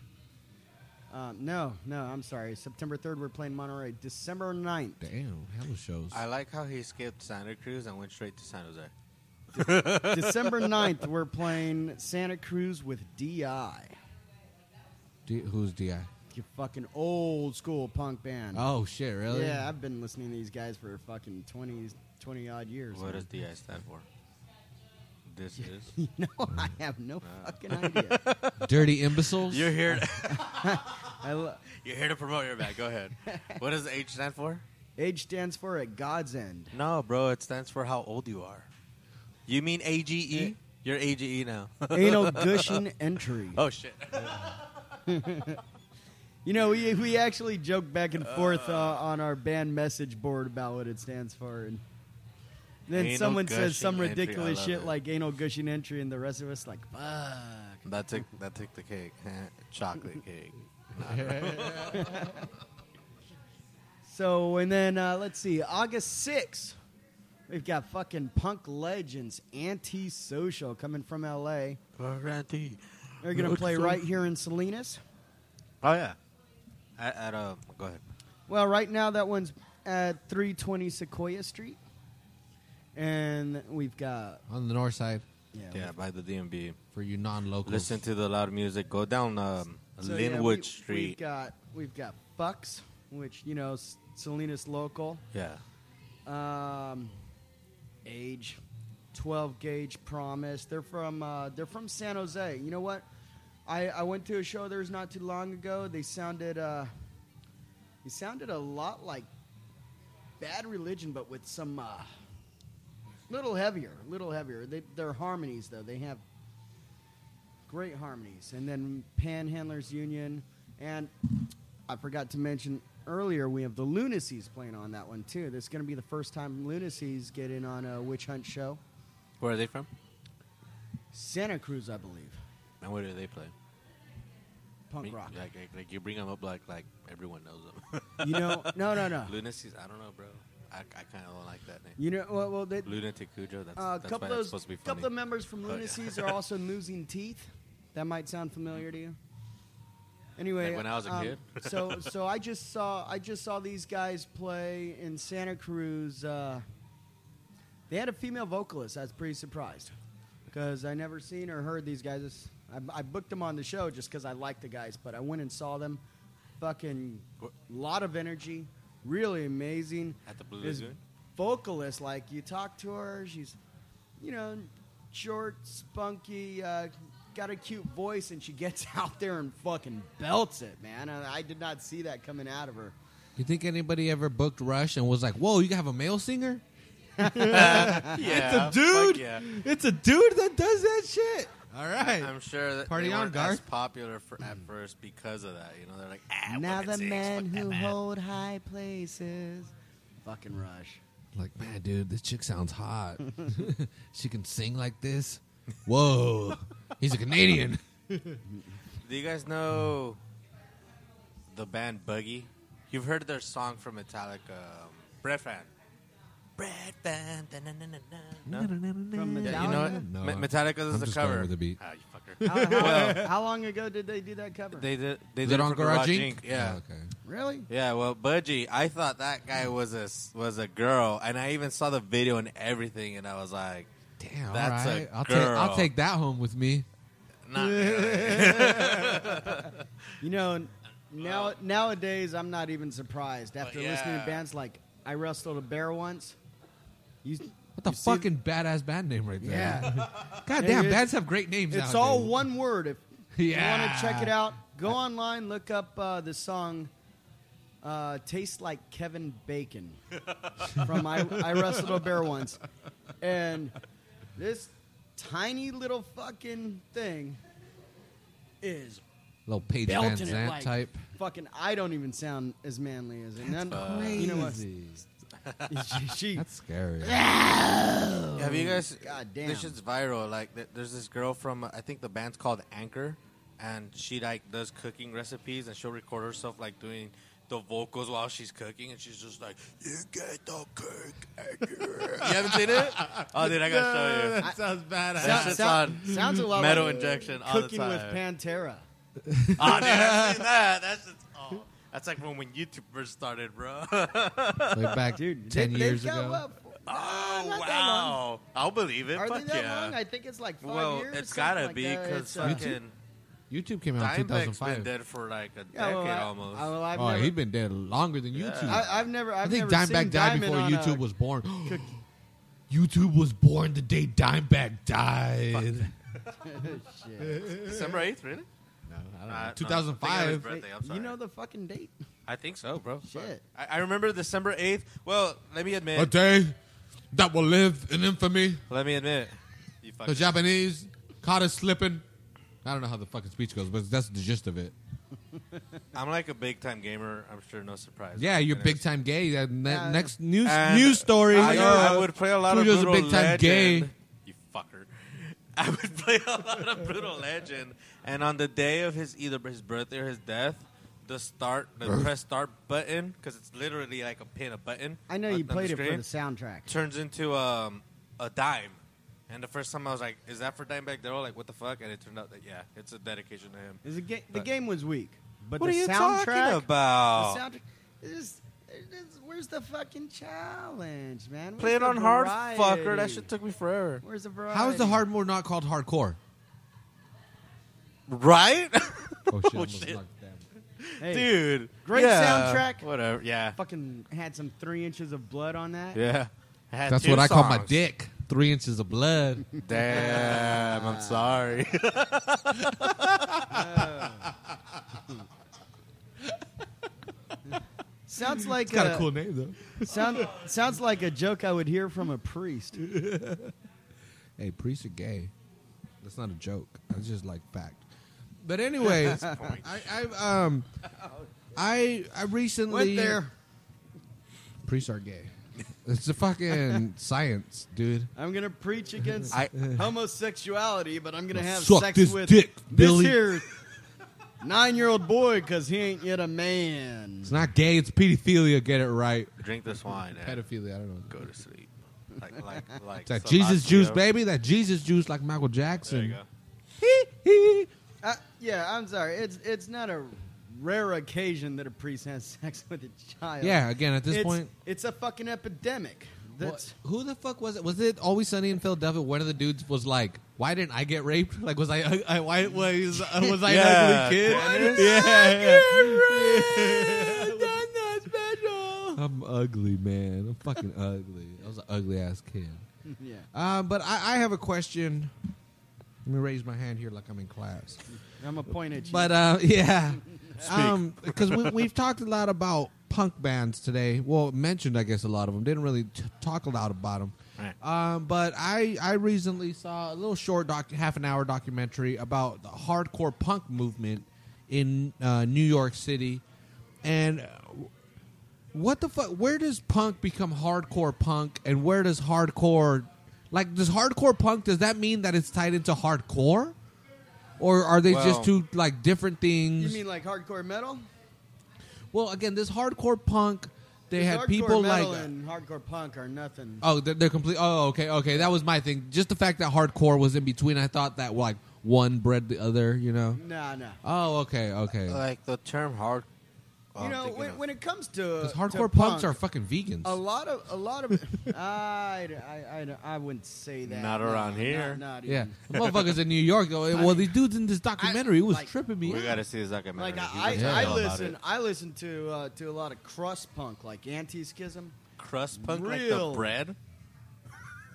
Speaker 3: Uh, no, no, I'm sorry. September 3rd, we're playing Monterey. December 9th.
Speaker 2: Damn, hella shows.
Speaker 4: I like how he skipped Santa Cruz and went straight to San Jose.
Speaker 3: December 9th, we're playing Santa Cruz with DI.
Speaker 2: D- who's Di?
Speaker 3: You fucking old school punk band.
Speaker 2: Oh shit! Really?
Speaker 3: Yeah, I've been listening to these guys for fucking 20, 20 odd years. man.
Speaker 4: What does DI stand for? This is.
Speaker 3: you know, I
Speaker 4: Mm.
Speaker 3: have no fucking idea.
Speaker 2: Dirty imbeciles.
Speaker 4: You're here.
Speaker 3: I lo-
Speaker 4: You're here to promote your band. Go ahead. What does H stand for?
Speaker 3: Age stands for at God's end.
Speaker 4: No, bro. It stands for how old you are. You mean AGE? You're AGE now.
Speaker 3: Anal gushing entry.
Speaker 4: oh shit.
Speaker 3: You know, we, we actually joke back and forth uh, on our band message board about what it stands for. And then
Speaker 4: Anal
Speaker 3: someone says some
Speaker 4: gushing entry, I
Speaker 3: ridiculous
Speaker 4: love
Speaker 3: shit
Speaker 4: it.
Speaker 3: like anal gushing entry, and the rest of us like, fuck.
Speaker 4: That took that took the cake. Chocolate cake.
Speaker 3: So, and then uh, let's see, August 6th, we've got fucking punk legends, Antisocial, coming from LA.
Speaker 4: Guarantee.
Speaker 3: They're going to
Speaker 4: Looks
Speaker 3: play
Speaker 4: so-
Speaker 3: right here in Salinas.
Speaker 4: Oh yeah. At, at um, go ahead.
Speaker 3: Well, right now that one's at 320 Sequoia Street. And we've got
Speaker 2: on the north side
Speaker 3: yeah,
Speaker 4: Yeah, by the DMV.
Speaker 2: for you non-locals.
Speaker 4: Listen to the loud music. Go down um,
Speaker 3: we've- so, yeah,
Speaker 4: Linwood
Speaker 3: we- We've
Speaker 4: Street.
Speaker 3: got we've got Bucks, which you know S- Salinas local.
Speaker 4: yeah.
Speaker 3: Um, age, twelve gauge promise. They're from uh, they're from San Jose. You know what? I, I went to a show there's not too long ago. They sounded uh, they sounded a lot like Bad Religion, but with some uh, little heavier, little heavier. They, their harmonies though they have great harmonies. And then Panhandlers Union, and I forgot to mention earlier we have the Lunacies playing on that one too. This is going to be the first time Lunacies get in on a Witch Hunt show.
Speaker 4: Where are they from?
Speaker 3: Santa Cruz, I believe.
Speaker 4: And where do they play?
Speaker 3: Punk
Speaker 4: Bring-
Speaker 3: rock.
Speaker 4: Like, like, like you bring them up like like everyone knows them.
Speaker 3: You know, no, no, no.
Speaker 4: Lunacies. I don't know, bro. I, I kind of don't like that name.
Speaker 3: You know, well, well they,
Speaker 4: Lunatic Cujo. That's,
Speaker 3: uh, a
Speaker 4: that's
Speaker 3: couple
Speaker 4: why
Speaker 3: of
Speaker 4: that's
Speaker 3: those,
Speaker 4: supposed to be funny.
Speaker 3: couple of members from
Speaker 4: Oh, yeah.
Speaker 3: Lunacies are also losing teeth. That might sound familiar to you. Anyway,
Speaker 4: Like when I was a
Speaker 3: um,
Speaker 4: kid?
Speaker 3: so so I just saw I just saw these guys play in Santa Cruz. Uh, they had a female vocalist. I was pretty surprised because I never seen or heard these guys. It's- I, I booked them on the show just because I liked the guys, but I went and saw them. Fucking lot of energy, really amazing.
Speaker 4: At the Blue
Speaker 3: This
Speaker 4: Lagoon?
Speaker 3: vocalist, like you talk to her, she's, you know, short, spunky, uh, got a cute voice, and she gets out there and fucking belts it, man. And I did not see that coming out of her.
Speaker 2: you think anybody ever booked Rush and was like, "Whoa, you have a male singer?
Speaker 4: yeah,
Speaker 2: it's a dude.
Speaker 4: fuck Yeah.
Speaker 2: It's a dude that does that shit." All right.
Speaker 4: I'm sure that
Speaker 2: Party
Speaker 4: they
Speaker 2: on,
Speaker 4: weren't as
Speaker 2: Garth.
Speaker 4: popular for, at
Speaker 2: Mm.
Speaker 4: first because of that. You know, they're like, ah,
Speaker 3: now
Speaker 4: women
Speaker 3: the
Speaker 4: sings,
Speaker 3: men
Speaker 4: fuck that
Speaker 3: who
Speaker 4: man.
Speaker 3: hold high places. Fucking Rush.
Speaker 2: like, man, dude, this chick sounds hot. she can sing like this. Whoa, he's a Canadian.
Speaker 4: Do you
Speaker 2: Mm.
Speaker 4: guys know the band Buggy? You've heard their song from Metallica, um, Bread Fan. Bread Fan. da- na- na- na- na. No?
Speaker 3: From
Speaker 4: Yeah, you know what?
Speaker 2: No,
Speaker 4: Me- Metallica does
Speaker 2: I'm
Speaker 4: the
Speaker 2: just going
Speaker 4: cover.
Speaker 2: with the beat.
Speaker 4: Ah, you fucker.
Speaker 3: How, how-
Speaker 4: Well-
Speaker 3: how long ago did they do that cover?
Speaker 4: they did. They
Speaker 2: Is
Speaker 4: did
Speaker 2: it on
Speaker 4: for Garage
Speaker 2: Garage Inc?
Speaker 4: Yeah.
Speaker 2: Oh, okay.
Speaker 3: really?
Speaker 4: Yeah, well, Budgie, I thought that guy was a s- was a girl, and I even saw the video and everything, and I was like,
Speaker 2: Damn.
Speaker 4: That's a
Speaker 2: all right. I'll
Speaker 4: girl.
Speaker 2: take I'll take that home with me.
Speaker 4: "Nah." man."
Speaker 3: You know, now nowadays I'm not even surprised after
Speaker 4: yeah.
Speaker 3: listening to bands like I wrestled a bear once. You,
Speaker 2: What the
Speaker 3: you see-
Speaker 2: fucking badass band name right there?
Speaker 3: Yeah.
Speaker 2: God damn,
Speaker 3: It-
Speaker 2: bands have great names.
Speaker 3: it's
Speaker 2: nowadays.
Speaker 3: all one word. If you want
Speaker 2: Yeah.
Speaker 3: to check it out, go online, look up uh, the song uh, "Tastes Like Kevin Bacon" from I, I Wrestled a Bear Once, and this tiny little fucking thing is
Speaker 2: little Page Van
Speaker 3: belting it
Speaker 2: Zant
Speaker 3: like
Speaker 2: type.
Speaker 3: fucking. I don't even sound as manly as it. And then-
Speaker 2: Crazy.
Speaker 3: Uh, You know what? she, she-
Speaker 2: That's scary.
Speaker 4: Have you guys?
Speaker 3: God damn.
Speaker 4: This shit's viral. Like, th- there's this girl from uh, I think the band's called Anchor, and she like does cooking recipes, and she'll record herself like doing the vocals while she's cooking, and she's just like, "You get the cake." Anchor." you haven't seen it? Oh, dude, I gotta show you.
Speaker 2: sounds badass.
Speaker 4: That shit's on
Speaker 3: sounds a lot
Speaker 4: metal
Speaker 3: like
Speaker 4: injection all the
Speaker 3: cooking
Speaker 4: time.
Speaker 3: with Pantera.
Speaker 4: Oh, dude, I've seen that. That's just, oh, that's like when when YouTube first started, bro. oh
Speaker 2: Way back
Speaker 3: Dude,
Speaker 2: ten
Speaker 3: they,
Speaker 2: years
Speaker 3: they've got,
Speaker 2: ago.
Speaker 3: what, not that
Speaker 4: Oh, wow, I'll believe it.
Speaker 3: Are
Speaker 4: Fuck
Speaker 3: they that
Speaker 4: yeah.
Speaker 3: long? I think it's like five
Speaker 4: well,
Speaker 3: years.
Speaker 4: it's
Speaker 3: something
Speaker 4: gotta
Speaker 3: like
Speaker 4: be
Speaker 3: that.
Speaker 4: because
Speaker 3: It's, uh,
Speaker 4: fucking
Speaker 2: YouTube came out in
Speaker 4: Dimebag's been
Speaker 2: 2005.
Speaker 4: dead for like a
Speaker 3: yeah,
Speaker 4: decade
Speaker 3: Oh, well, I,
Speaker 4: almost.
Speaker 3: I, well, I've
Speaker 2: oh,
Speaker 3: never,
Speaker 2: he's been dead longer than YouTube.
Speaker 3: I, I've never. I've
Speaker 2: I think
Speaker 3: never seen
Speaker 2: Dimebag died
Speaker 3: Diamond
Speaker 2: before
Speaker 3: on
Speaker 2: YouTube
Speaker 3: a,
Speaker 2: was born. YouTube was born the day Dimebag died.
Speaker 3: Shit.
Speaker 4: December eighth, really? Uh, no,
Speaker 2: 2005.
Speaker 4: I think it was birthday, I'm sorry.
Speaker 3: You know the fucking date?
Speaker 4: I think so, bro. Fuck.
Speaker 3: Shit.
Speaker 4: I, I remember December eighth. Well, let me admit.
Speaker 2: A day that will live in infamy.
Speaker 4: Let me admit. You
Speaker 2: The
Speaker 4: fucking
Speaker 2: Japanese caught us slipping. I don't know how the fucking speech goes, but that's the gist of it.
Speaker 4: I'm like a big time gamer. I'm sure, no surprise.
Speaker 2: Yeah, you're
Speaker 4: And
Speaker 2: big time gay. That ne-
Speaker 3: Yeah.
Speaker 2: next news
Speaker 4: And
Speaker 2: news story.
Speaker 4: I,
Speaker 2: uh,
Speaker 4: I would play a lot
Speaker 2: Cujo's
Speaker 4: of
Speaker 2: a
Speaker 4: brutal
Speaker 2: big time
Speaker 4: legend.
Speaker 2: gay.
Speaker 4: You fucker. I would play a lot of brutal legend, and on the day of his either his birthday or his death, the start, the press start button, because it's literally like a pin, a button.
Speaker 3: I know
Speaker 4: on-
Speaker 3: you
Speaker 4: on the
Speaker 3: played it for
Speaker 4: screen,
Speaker 3: the soundtrack.
Speaker 4: Turns into um, a dime, and the first time I was like, "Is that for Dimebag Darrell?" Like, what the fuck? And it turned out that yeah, it's a dedication to him.
Speaker 3: Is it ga- the
Speaker 4: But-
Speaker 3: game was weak, but
Speaker 4: what
Speaker 3: the
Speaker 4: are you
Speaker 3: soundtrack.
Speaker 4: talking about?
Speaker 3: The soundtrack. It's just, It's- Where's the fucking challenge, man? Where's
Speaker 4: Play it
Speaker 3: the
Speaker 4: on hard,
Speaker 3: variety?
Speaker 4: fucker. That shit took me forever.
Speaker 3: Where's the variety?
Speaker 2: How is the hard mode not called hardcore?
Speaker 4: Right?
Speaker 2: Oh shit!
Speaker 4: almost shit.
Speaker 3: Hey,
Speaker 4: Dude.
Speaker 3: Great
Speaker 4: Yeah.
Speaker 3: soundtrack.
Speaker 4: Whatever. Yeah.
Speaker 3: Fucking had some three inches of blood on that.
Speaker 4: Yeah. I had
Speaker 2: That's
Speaker 4: two
Speaker 2: what I call my
Speaker 4: songs.
Speaker 2: dick. Three inches of blood.
Speaker 4: Damn, I'm sorry.
Speaker 3: Sounds like
Speaker 2: It's got
Speaker 3: a
Speaker 2: a cool name though.
Speaker 3: sound, sounds like a joke I would hear from a priest.
Speaker 2: Hey, priests are gay. That's not a joke. That's just like fact. But anyways, I, I um, I I recently
Speaker 3: Went there.
Speaker 2: Priests are gay. It's a fucking science, dude.
Speaker 3: I'm gonna preach against
Speaker 4: I-
Speaker 3: homosexuality, but I'm gonna have
Speaker 2: Suck
Speaker 3: sex
Speaker 2: this
Speaker 3: with
Speaker 2: dick,
Speaker 3: this
Speaker 2: Billy.
Speaker 3: here nine-year-old boy because he ain't yet a man.
Speaker 2: It's not gay. It's pedophilia. Get it right.
Speaker 4: Drink this wine and
Speaker 2: Pedophilia. I don't know.
Speaker 4: go to sleep. Like, like, like.
Speaker 2: It's that
Speaker 4: Salatio.
Speaker 2: Jesus juice, baby. That Jesus juice, like Michael
Speaker 4: There you
Speaker 2: Jackson.
Speaker 4: go.
Speaker 3: Uh, yeah, I'm sorry. It's it's not a rare occasion that a priest has sex with a child.
Speaker 2: yeah. Again, at this
Speaker 3: it's,
Speaker 2: point,
Speaker 3: it's a fucking epidemic. That's
Speaker 2: Wha- who the fuck was it? Was it Always Sunny in Philadelphia? One of the dudes was like, "Why didn't I get raped? Like, was I? I, I why was, uh, was I an
Speaker 4: Yeah,
Speaker 2: ugly kid?
Speaker 4: Dennis.
Speaker 2: Yeah, I'm ugly, man. I'm fucking ugly. I was an ugly ass kid.
Speaker 3: yeah.
Speaker 2: Um, but I, I have a question. Let me raise my hand here, like I'm in class.
Speaker 3: I'm a point at you.
Speaker 2: But uh, yeah, um, because we, we've talked a lot about punk bands today. Well, mentioned I guess a lot of them. Didn't really t- talk a lot about them.
Speaker 4: Right.
Speaker 2: Um, but I I recently saw a little short doc, half an hour documentary about the hardcore punk movement in uh, New York City, and uh, what the fuck? Where does punk become hardcore punk, and where does hardcore like does hardcore punk? Does that mean that it's tied into hardcore? Or are they
Speaker 4: Well-
Speaker 2: just two like different
Speaker 3: you
Speaker 2: things?
Speaker 3: mean like hardcore metal?
Speaker 2: well, again, this hardcore punk, they
Speaker 3: 'Cause
Speaker 2: had
Speaker 3: hardcore
Speaker 2: people like
Speaker 3: metal and hardcore punk are nothing.
Speaker 2: Oh, they're, they're complete. Oh, okay, okay. That was my thing. Just the fact that hardcore was in between, I thought that like one bred the other. You know.
Speaker 3: Nah, nah.
Speaker 2: Oh, okay, okay.
Speaker 3: Uh,
Speaker 4: Like the term hard.
Speaker 2: Oh,
Speaker 3: You know, when, when it comes to,
Speaker 2: Because
Speaker 3: to
Speaker 2: hardcore
Speaker 3: punk,
Speaker 2: punks are fucking vegans.
Speaker 3: a lot of a lot of. I, I, I, I wouldn't say that.
Speaker 4: Not
Speaker 3: No,
Speaker 4: around here.
Speaker 3: Not, not
Speaker 2: yeah,
Speaker 3: even.
Speaker 2: the motherfuckers in New York. Though, well, these dudes in this documentary it was
Speaker 3: like-
Speaker 2: tripping me.
Speaker 4: we
Speaker 2: out.
Speaker 4: gotta see this documentary.
Speaker 3: Like
Speaker 4: He
Speaker 3: I,
Speaker 4: was
Speaker 3: I,
Speaker 4: all about
Speaker 3: listen,
Speaker 4: it.
Speaker 3: I listen to uh, to a lot of crust punk, like anti-schism.
Speaker 4: crust punk like
Speaker 3: Real-
Speaker 4: the bread.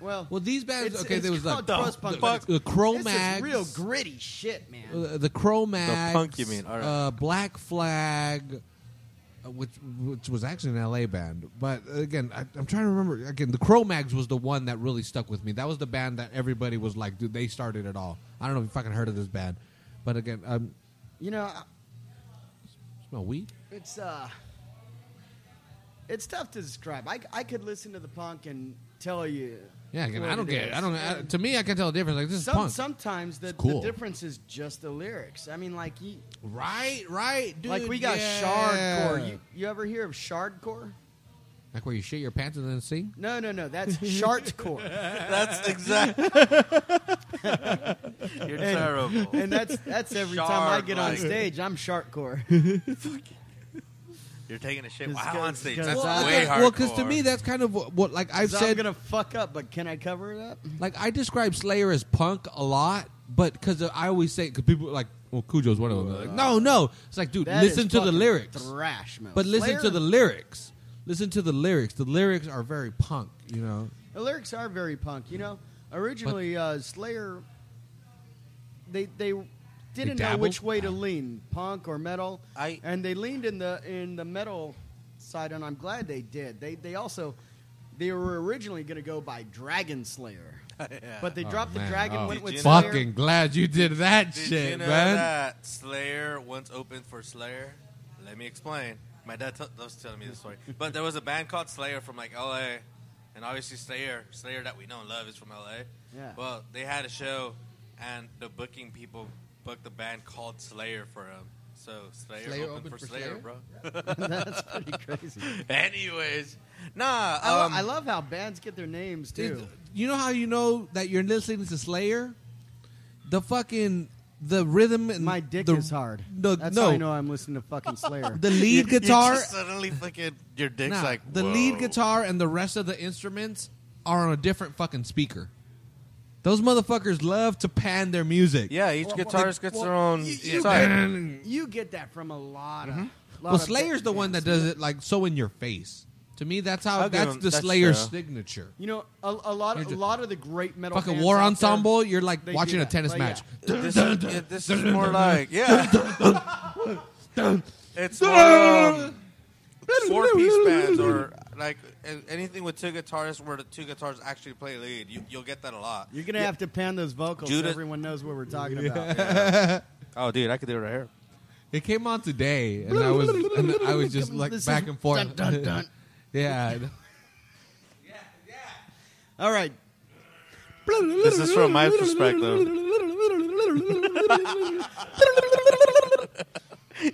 Speaker 3: Well,
Speaker 2: well, these bands.
Speaker 3: It's-
Speaker 2: okay,
Speaker 3: it's
Speaker 2: there was like
Speaker 3: called crust punk, but
Speaker 2: the
Speaker 3: this is
Speaker 2: Cro-Mags,
Speaker 3: real gritty shit, man.
Speaker 2: uh, the Cro-Mags,
Speaker 4: punk, you mean. All right.
Speaker 2: uh, Black Flag. uh, Which, which was actually an LA band, but again, I, I'm trying to remember. Again, the Cro-Mags was the one that really stuck with me. That was the band that everybody was like, "Dude, they started it all." I don't know if you fucking heard of this band, but again, um,
Speaker 3: you know, I-
Speaker 2: smell weed.
Speaker 3: it's uh, it's tough to describe. I, I could listen to the punk and tell you.
Speaker 2: Yeah, again,
Speaker 3: what
Speaker 2: I don't
Speaker 3: it
Speaker 2: get.
Speaker 3: is.
Speaker 2: It. I don't. I,
Speaker 3: And
Speaker 2: to me, I can tell the difference. Like this is
Speaker 3: some-
Speaker 2: punk,
Speaker 3: sometimes the,
Speaker 2: It's cool.
Speaker 3: the difference is just the lyrics. I mean, like you,
Speaker 2: right? Right, dude.
Speaker 3: like we got
Speaker 2: yeah.
Speaker 3: shardcore. You, you ever hear of shardcore?
Speaker 2: like where you shit your pants and then sing.
Speaker 3: No, no, no. That's shartcore,
Speaker 4: That's exactly. You're terrible.
Speaker 3: and that's that's every time I
Speaker 4: Shard,
Speaker 3: get on
Speaker 4: like-
Speaker 3: stage. I'm shartcore.
Speaker 4: You're taking a shit
Speaker 3: Just
Speaker 4: while
Speaker 3: go-
Speaker 4: on stage.
Speaker 3: just
Speaker 4: That's
Speaker 3: go-
Speaker 4: way hard.
Speaker 2: well, because to me, that's kind of what, what like I've
Speaker 3: So
Speaker 2: said.
Speaker 3: I'm gonna fuck up, but can I cover it up?
Speaker 2: Like I describe Slayer as punk a lot, but because I always say because people are like well Cujo's one of them. They're Like, no, no, it's like dude,
Speaker 3: That
Speaker 2: listen
Speaker 3: is
Speaker 2: to the
Speaker 3: fucking
Speaker 2: lyrics,
Speaker 3: Thrash metal.
Speaker 2: but listen
Speaker 3: Slayer-
Speaker 2: to the lyrics. Listen to the lyrics. The lyrics are very punk, you know.
Speaker 3: The lyrics are very punk. You know, originally uh, Slayer, they they didn't know
Speaker 2: dabbled?
Speaker 3: which way to lean, punk or metal,
Speaker 4: I-
Speaker 3: and they leaned in the in the metal side, and I'm glad they did. They they also they were originally gonna go by Dragon Slayer, but they dropped the
Speaker 2: man.
Speaker 3: dragon,
Speaker 2: Oh.
Speaker 3: went with
Speaker 4: Did you know-
Speaker 3: Slayer.
Speaker 2: Fucking glad you did that
Speaker 4: Did
Speaker 2: shit,
Speaker 4: you know
Speaker 2: man.
Speaker 4: that Slayer once opened for Slayer? Let me explain. My dad t- loves telling me this story. but there was a band called Slayer from like L.A. And obviously Slayer, Slayer that we know and love is from L.A.
Speaker 3: Yeah.
Speaker 4: Well, they had a show, and the booking people booked the band called Slayer for him. So Slayer,
Speaker 2: Slayer
Speaker 4: opened,
Speaker 2: opened
Speaker 4: for,
Speaker 2: for Slayer?
Speaker 4: Slayer, bro.
Speaker 3: That's pretty crazy.
Speaker 4: Anyways, nah.
Speaker 3: I, lo-
Speaker 4: um,
Speaker 3: I love how bands get their names too.
Speaker 2: Dude, you know how you know that you're listening to Slayer? The fucking the rhythm and
Speaker 3: My dick
Speaker 2: the,
Speaker 3: is hard.
Speaker 2: No,
Speaker 3: That's
Speaker 2: no.
Speaker 3: how I know I'm listening to fucking Slayer.
Speaker 2: The lead guitar,
Speaker 4: You just suddenly fucking your dick's
Speaker 2: nah,
Speaker 4: like
Speaker 2: the lead
Speaker 4: "Whoa."
Speaker 2: guitar, and the rest of the instruments are on a different fucking speaker. Those motherfuckers love to pan their music.
Speaker 4: Yeah, each
Speaker 3: Well, well,
Speaker 4: guitarist gets their
Speaker 3: well,
Speaker 4: own.
Speaker 3: you- you-
Speaker 4: side.
Speaker 3: you get that from a lot of. lot
Speaker 2: Mm-hmm. Well,
Speaker 3: of
Speaker 2: Slayer's
Speaker 3: big
Speaker 2: the one that
Speaker 3: bands.
Speaker 2: does it like so in your face. To me, that's how
Speaker 4: I'll give
Speaker 2: that's
Speaker 4: him-
Speaker 2: the
Speaker 4: that's
Speaker 2: Slayer's
Speaker 4: true.
Speaker 2: signature.
Speaker 3: You know, a, a lot of a
Speaker 2: You're ju-
Speaker 3: lot of the great metal.
Speaker 2: Fucking
Speaker 3: bands
Speaker 2: war
Speaker 3: out there,
Speaker 2: ensemble, you're like
Speaker 3: they do
Speaker 2: watching a
Speaker 3: that. Oh,
Speaker 2: tennis
Speaker 3: Like,
Speaker 2: match.
Speaker 4: This is, yeah, this is more like yeah. it's more four piece bands or like a- anything with two guitarists where the two guitars actually play lead. You, you'll get that a lot.
Speaker 3: You're gonna have to pan those vocals. so
Speaker 4: Judas-
Speaker 3: everyone knows what we're talking about.
Speaker 4: Oh, dude, I could do it right here.
Speaker 2: It came on today, and I was and I was just like
Speaker 3: This is-
Speaker 2: back and forth.
Speaker 3: dun, dun, dun.
Speaker 2: yeah,
Speaker 3: All right,
Speaker 4: This is from my perspective.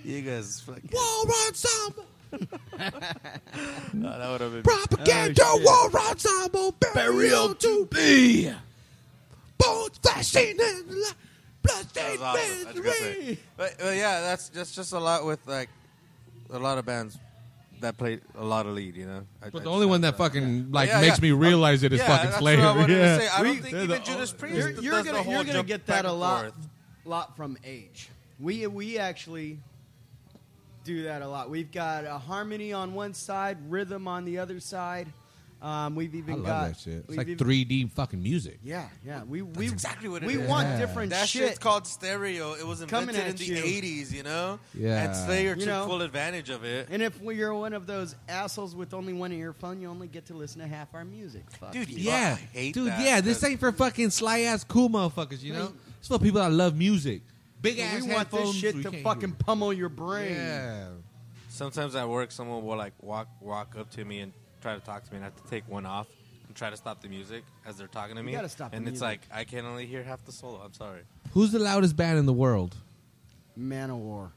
Speaker 4: you guys, fucking,
Speaker 2: war ensemble,
Speaker 4: oh, that would have been.
Speaker 2: propaganda,
Speaker 3: Oh,
Speaker 2: war ensemble, burial to be, bones flashing and li-
Speaker 4: That was
Speaker 2: bloodstained
Speaker 4: awesome. I was gonna say.
Speaker 2: misery.
Speaker 4: But, but yeah, that's that's just a lot with like a lot of bands that play a lot of lead. You know, I- I
Speaker 2: But the
Speaker 4: just
Speaker 2: only
Speaker 4: have
Speaker 2: one
Speaker 4: that.
Speaker 2: that fucking like
Speaker 4: Yeah,
Speaker 2: makes
Speaker 4: yeah.
Speaker 2: me realize it is
Speaker 4: yeah,
Speaker 2: fucking
Speaker 4: that's
Speaker 2: Slayer.
Speaker 4: What I wanted
Speaker 2: yeah.
Speaker 4: to say. I
Speaker 2: We-
Speaker 4: don't think
Speaker 2: they're
Speaker 4: even
Speaker 2: the
Speaker 4: Judas
Speaker 2: only-
Speaker 4: Priest.
Speaker 3: you're,
Speaker 4: does
Speaker 3: you're
Speaker 4: the
Speaker 3: gonna
Speaker 4: whole
Speaker 3: you're gonna
Speaker 4: jump
Speaker 3: get
Speaker 4: back
Speaker 3: that a
Speaker 4: and
Speaker 3: lot
Speaker 4: forth.
Speaker 3: lot from age. We we actually do that a lot. We've got a harmony on one side, rhythm on the other side. Um, we've even
Speaker 2: I love
Speaker 3: got
Speaker 2: that shit. It's
Speaker 3: we've
Speaker 2: like
Speaker 3: even-
Speaker 2: 3D fucking music.
Speaker 3: Yeah, yeah. We we
Speaker 4: exactly what it
Speaker 3: we
Speaker 4: is.
Speaker 3: want
Speaker 2: Yeah.
Speaker 3: different
Speaker 4: That
Speaker 3: shit.
Speaker 4: shit's called stereo. It was
Speaker 3: Coming
Speaker 4: invented in
Speaker 3: at
Speaker 4: the
Speaker 3: you.
Speaker 4: '80s, you know.
Speaker 2: Yeah.
Speaker 4: and Slayer
Speaker 3: You
Speaker 4: took
Speaker 3: know.
Speaker 4: full advantage of it.
Speaker 3: and if we- you're one of those assholes with only one earphone, you only get to listen to half our music. Fuck
Speaker 4: Dude,
Speaker 3: you.
Speaker 4: fuck,
Speaker 2: Yeah,
Speaker 4: I hate
Speaker 2: dude.
Speaker 4: that,
Speaker 2: yeah, this
Speaker 4: 'cause-
Speaker 2: ain't for fucking sly ass cool motherfuckers. You know, it's for people that love music. Big ass
Speaker 3: we want this
Speaker 2: headphones,
Speaker 3: shit
Speaker 2: we
Speaker 3: to
Speaker 2: can't
Speaker 3: fucking pummel your
Speaker 2: hear.
Speaker 3: brain.
Speaker 2: Yeah,
Speaker 4: Sometimes at work, someone will like walk walk up to me and try to talk to me, and I have to take one off and try to stop the music as they're talking to me.
Speaker 3: gotta stop the
Speaker 4: and it's
Speaker 3: music.
Speaker 4: like I can only hear half the solo. I'm sorry.
Speaker 2: who's the loudest band in the world?
Speaker 3: Man of War.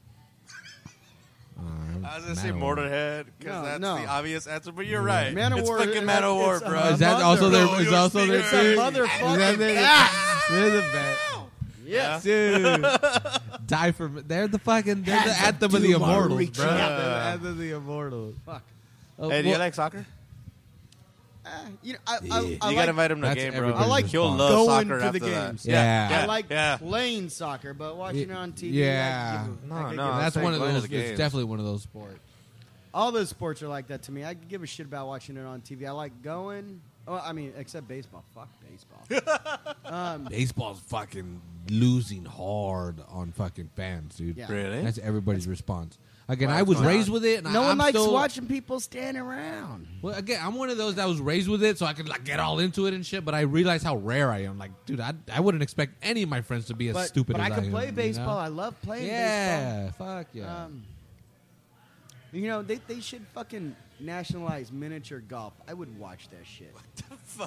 Speaker 4: Uh, I was gonna say
Speaker 2: Manowar.
Speaker 4: Motorhead
Speaker 3: No,
Speaker 4: because that's
Speaker 3: no.
Speaker 4: the obvious answer, but you're right. it's
Speaker 3: Manowar,
Speaker 4: fucking Manowar,
Speaker 3: it's a-
Speaker 4: bro.
Speaker 2: Is that
Speaker 3: Mother-
Speaker 2: also their?
Speaker 4: No,
Speaker 2: is
Speaker 4: you're
Speaker 2: also their
Speaker 4: speaking
Speaker 2: thing?
Speaker 4: right.
Speaker 3: Motherfucking
Speaker 2: Is that their- They're the best.
Speaker 3: Yes.
Speaker 2: Dude, die for me. They're the fucking. They're the anthem of the immortals, bro.
Speaker 4: out.
Speaker 2: They're the anthem of the immortals.
Speaker 3: Fuck.
Speaker 2: Oh,
Speaker 4: Hey, do you
Speaker 2: well,
Speaker 4: like soccer?
Speaker 3: Ah, you know, I, I, I
Speaker 4: you
Speaker 3: like,
Speaker 4: gotta invite him to a
Speaker 2: That's
Speaker 4: game, bro.
Speaker 2: everybody's I like
Speaker 4: he'll
Speaker 2: response.
Speaker 4: love
Speaker 3: going
Speaker 4: soccer
Speaker 3: to the
Speaker 4: after that.
Speaker 3: games.
Speaker 2: Yeah.
Speaker 3: I like
Speaker 4: yeah.
Speaker 3: playing soccer, but watching it on TV.
Speaker 2: Yeah.
Speaker 3: I could give a- I
Speaker 4: No,
Speaker 3: could
Speaker 4: no,
Speaker 3: give a-
Speaker 4: I
Speaker 2: that's
Speaker 4: think
Speaker 2: one of
Speaker 4: one of
Speaker 2: those.
Speaker 4: the
Speaker 2: It's
Speaker 4: games.
Speaker 2: definitely one of those sports.
Speaker 3: all those sports are like that to me. I could give a shit about watching it on TV. I like going. Well, I mean, except baseball. Fuck baseball.
Speaker 2: Baseball's fucking losing hard on fucking fans, dude.
Speaker 3: Yeah.
Speaker 4: Really?
Speaker 2: That's everybody's response. Again, I
Speaker 4: that's
Speaker 2: was
Speaker 4: going
Speaker 2: raised
Speaker 4: on.
Speaker 2: with it. And
Speaker 3: no
Speaker 2: I,
Speaker 3: one
Speaker 2: I'm
Speaker 3: likes
Speaker 2: still-
Speaker 3: watching people stand around.
Speaker 2: Well, again, I'm one of those that was raised with it, so I could like get all into it and shit. But I realize how rare I am. Like, dude, I, I wouldn't expect any of my friends to be as
Speaker 3: but
Speaker 2: stupid.
Speaker 3: but
Speaker 2: as
Speaker 3: I can
Speaker 2: am,
Speaker 3: play
Speaker 2: you know?
Speaker 3: baseball. I love playing
Speaker 2: yeah, fuck
Speaker 3: baseball.
Speaker 2: yeah.
Speaker 3: Um, you know, they, they should fucking nationalize miniature golf. I would watch that shit.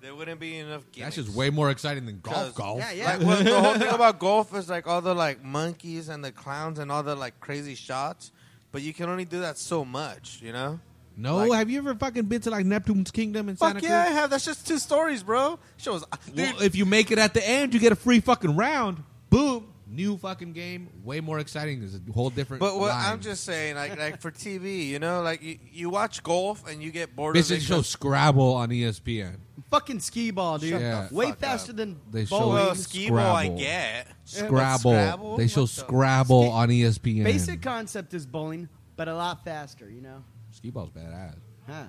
Speaker 4: there wouldn't be enough games.
Speaker 2: That's just way more exciting than golf.
Speaker 4: 'Cause-
Speaker 2: Golf.
Speaker 3: Yeah, yeah.
Speaker 4: Like, well, the whole thing about golf is like all the like monkeys and the clowns and all the like crazy shots, but you can only do that so much, you know.
Speaker 2: No,
Speaker 4: Like-
Speaker 2: have you ever fucking been to like Neptune's Kingdom in Santa
Speaker 4: Fuck yeah, I
Speaker 2: Cruz?
Speaker 4: have. That's just two stories, bro. Shows, uh, dude.
Speaker 2: Well, if you make it at the end, you get a free fucking round. Boom, new fucking game. Way more exciting. There's a whole different.
Speaker 4: but what
Speaker 2: line.
Speaker 4: I'm just saying, like, like for TV, you know, like you, you watch golf and you get bored.
Speaker 2: This
Speaker 4: of it
Speaker 2: is show Scrabble on E ESPN.
Speaker 3: Fucking skee ball, dude.
Speaker 2: Shut the
Speaker 3: Way
Speaker 4: fuck up.
Speaker 3: faster than
Speaker 2: They show
Speaker 3: bowling.
Speaker 4: well, uh, skee ball, I
Speaker 2: Scrabble.
Speaker 4: get.
Speaker 2: Scrabble.
Speaker 4: Scrabble?
Speaker 2: They show
Speaker 4: What the-
Speaker 2: Scrabble
Speaker 3: Ski-
Speaker 2: on E ESPN.
Speaker 3: Basic concept is bowling, but a lot faster, you know?
Speaker 2: skee ball's badass.
Speaker 3: Huh.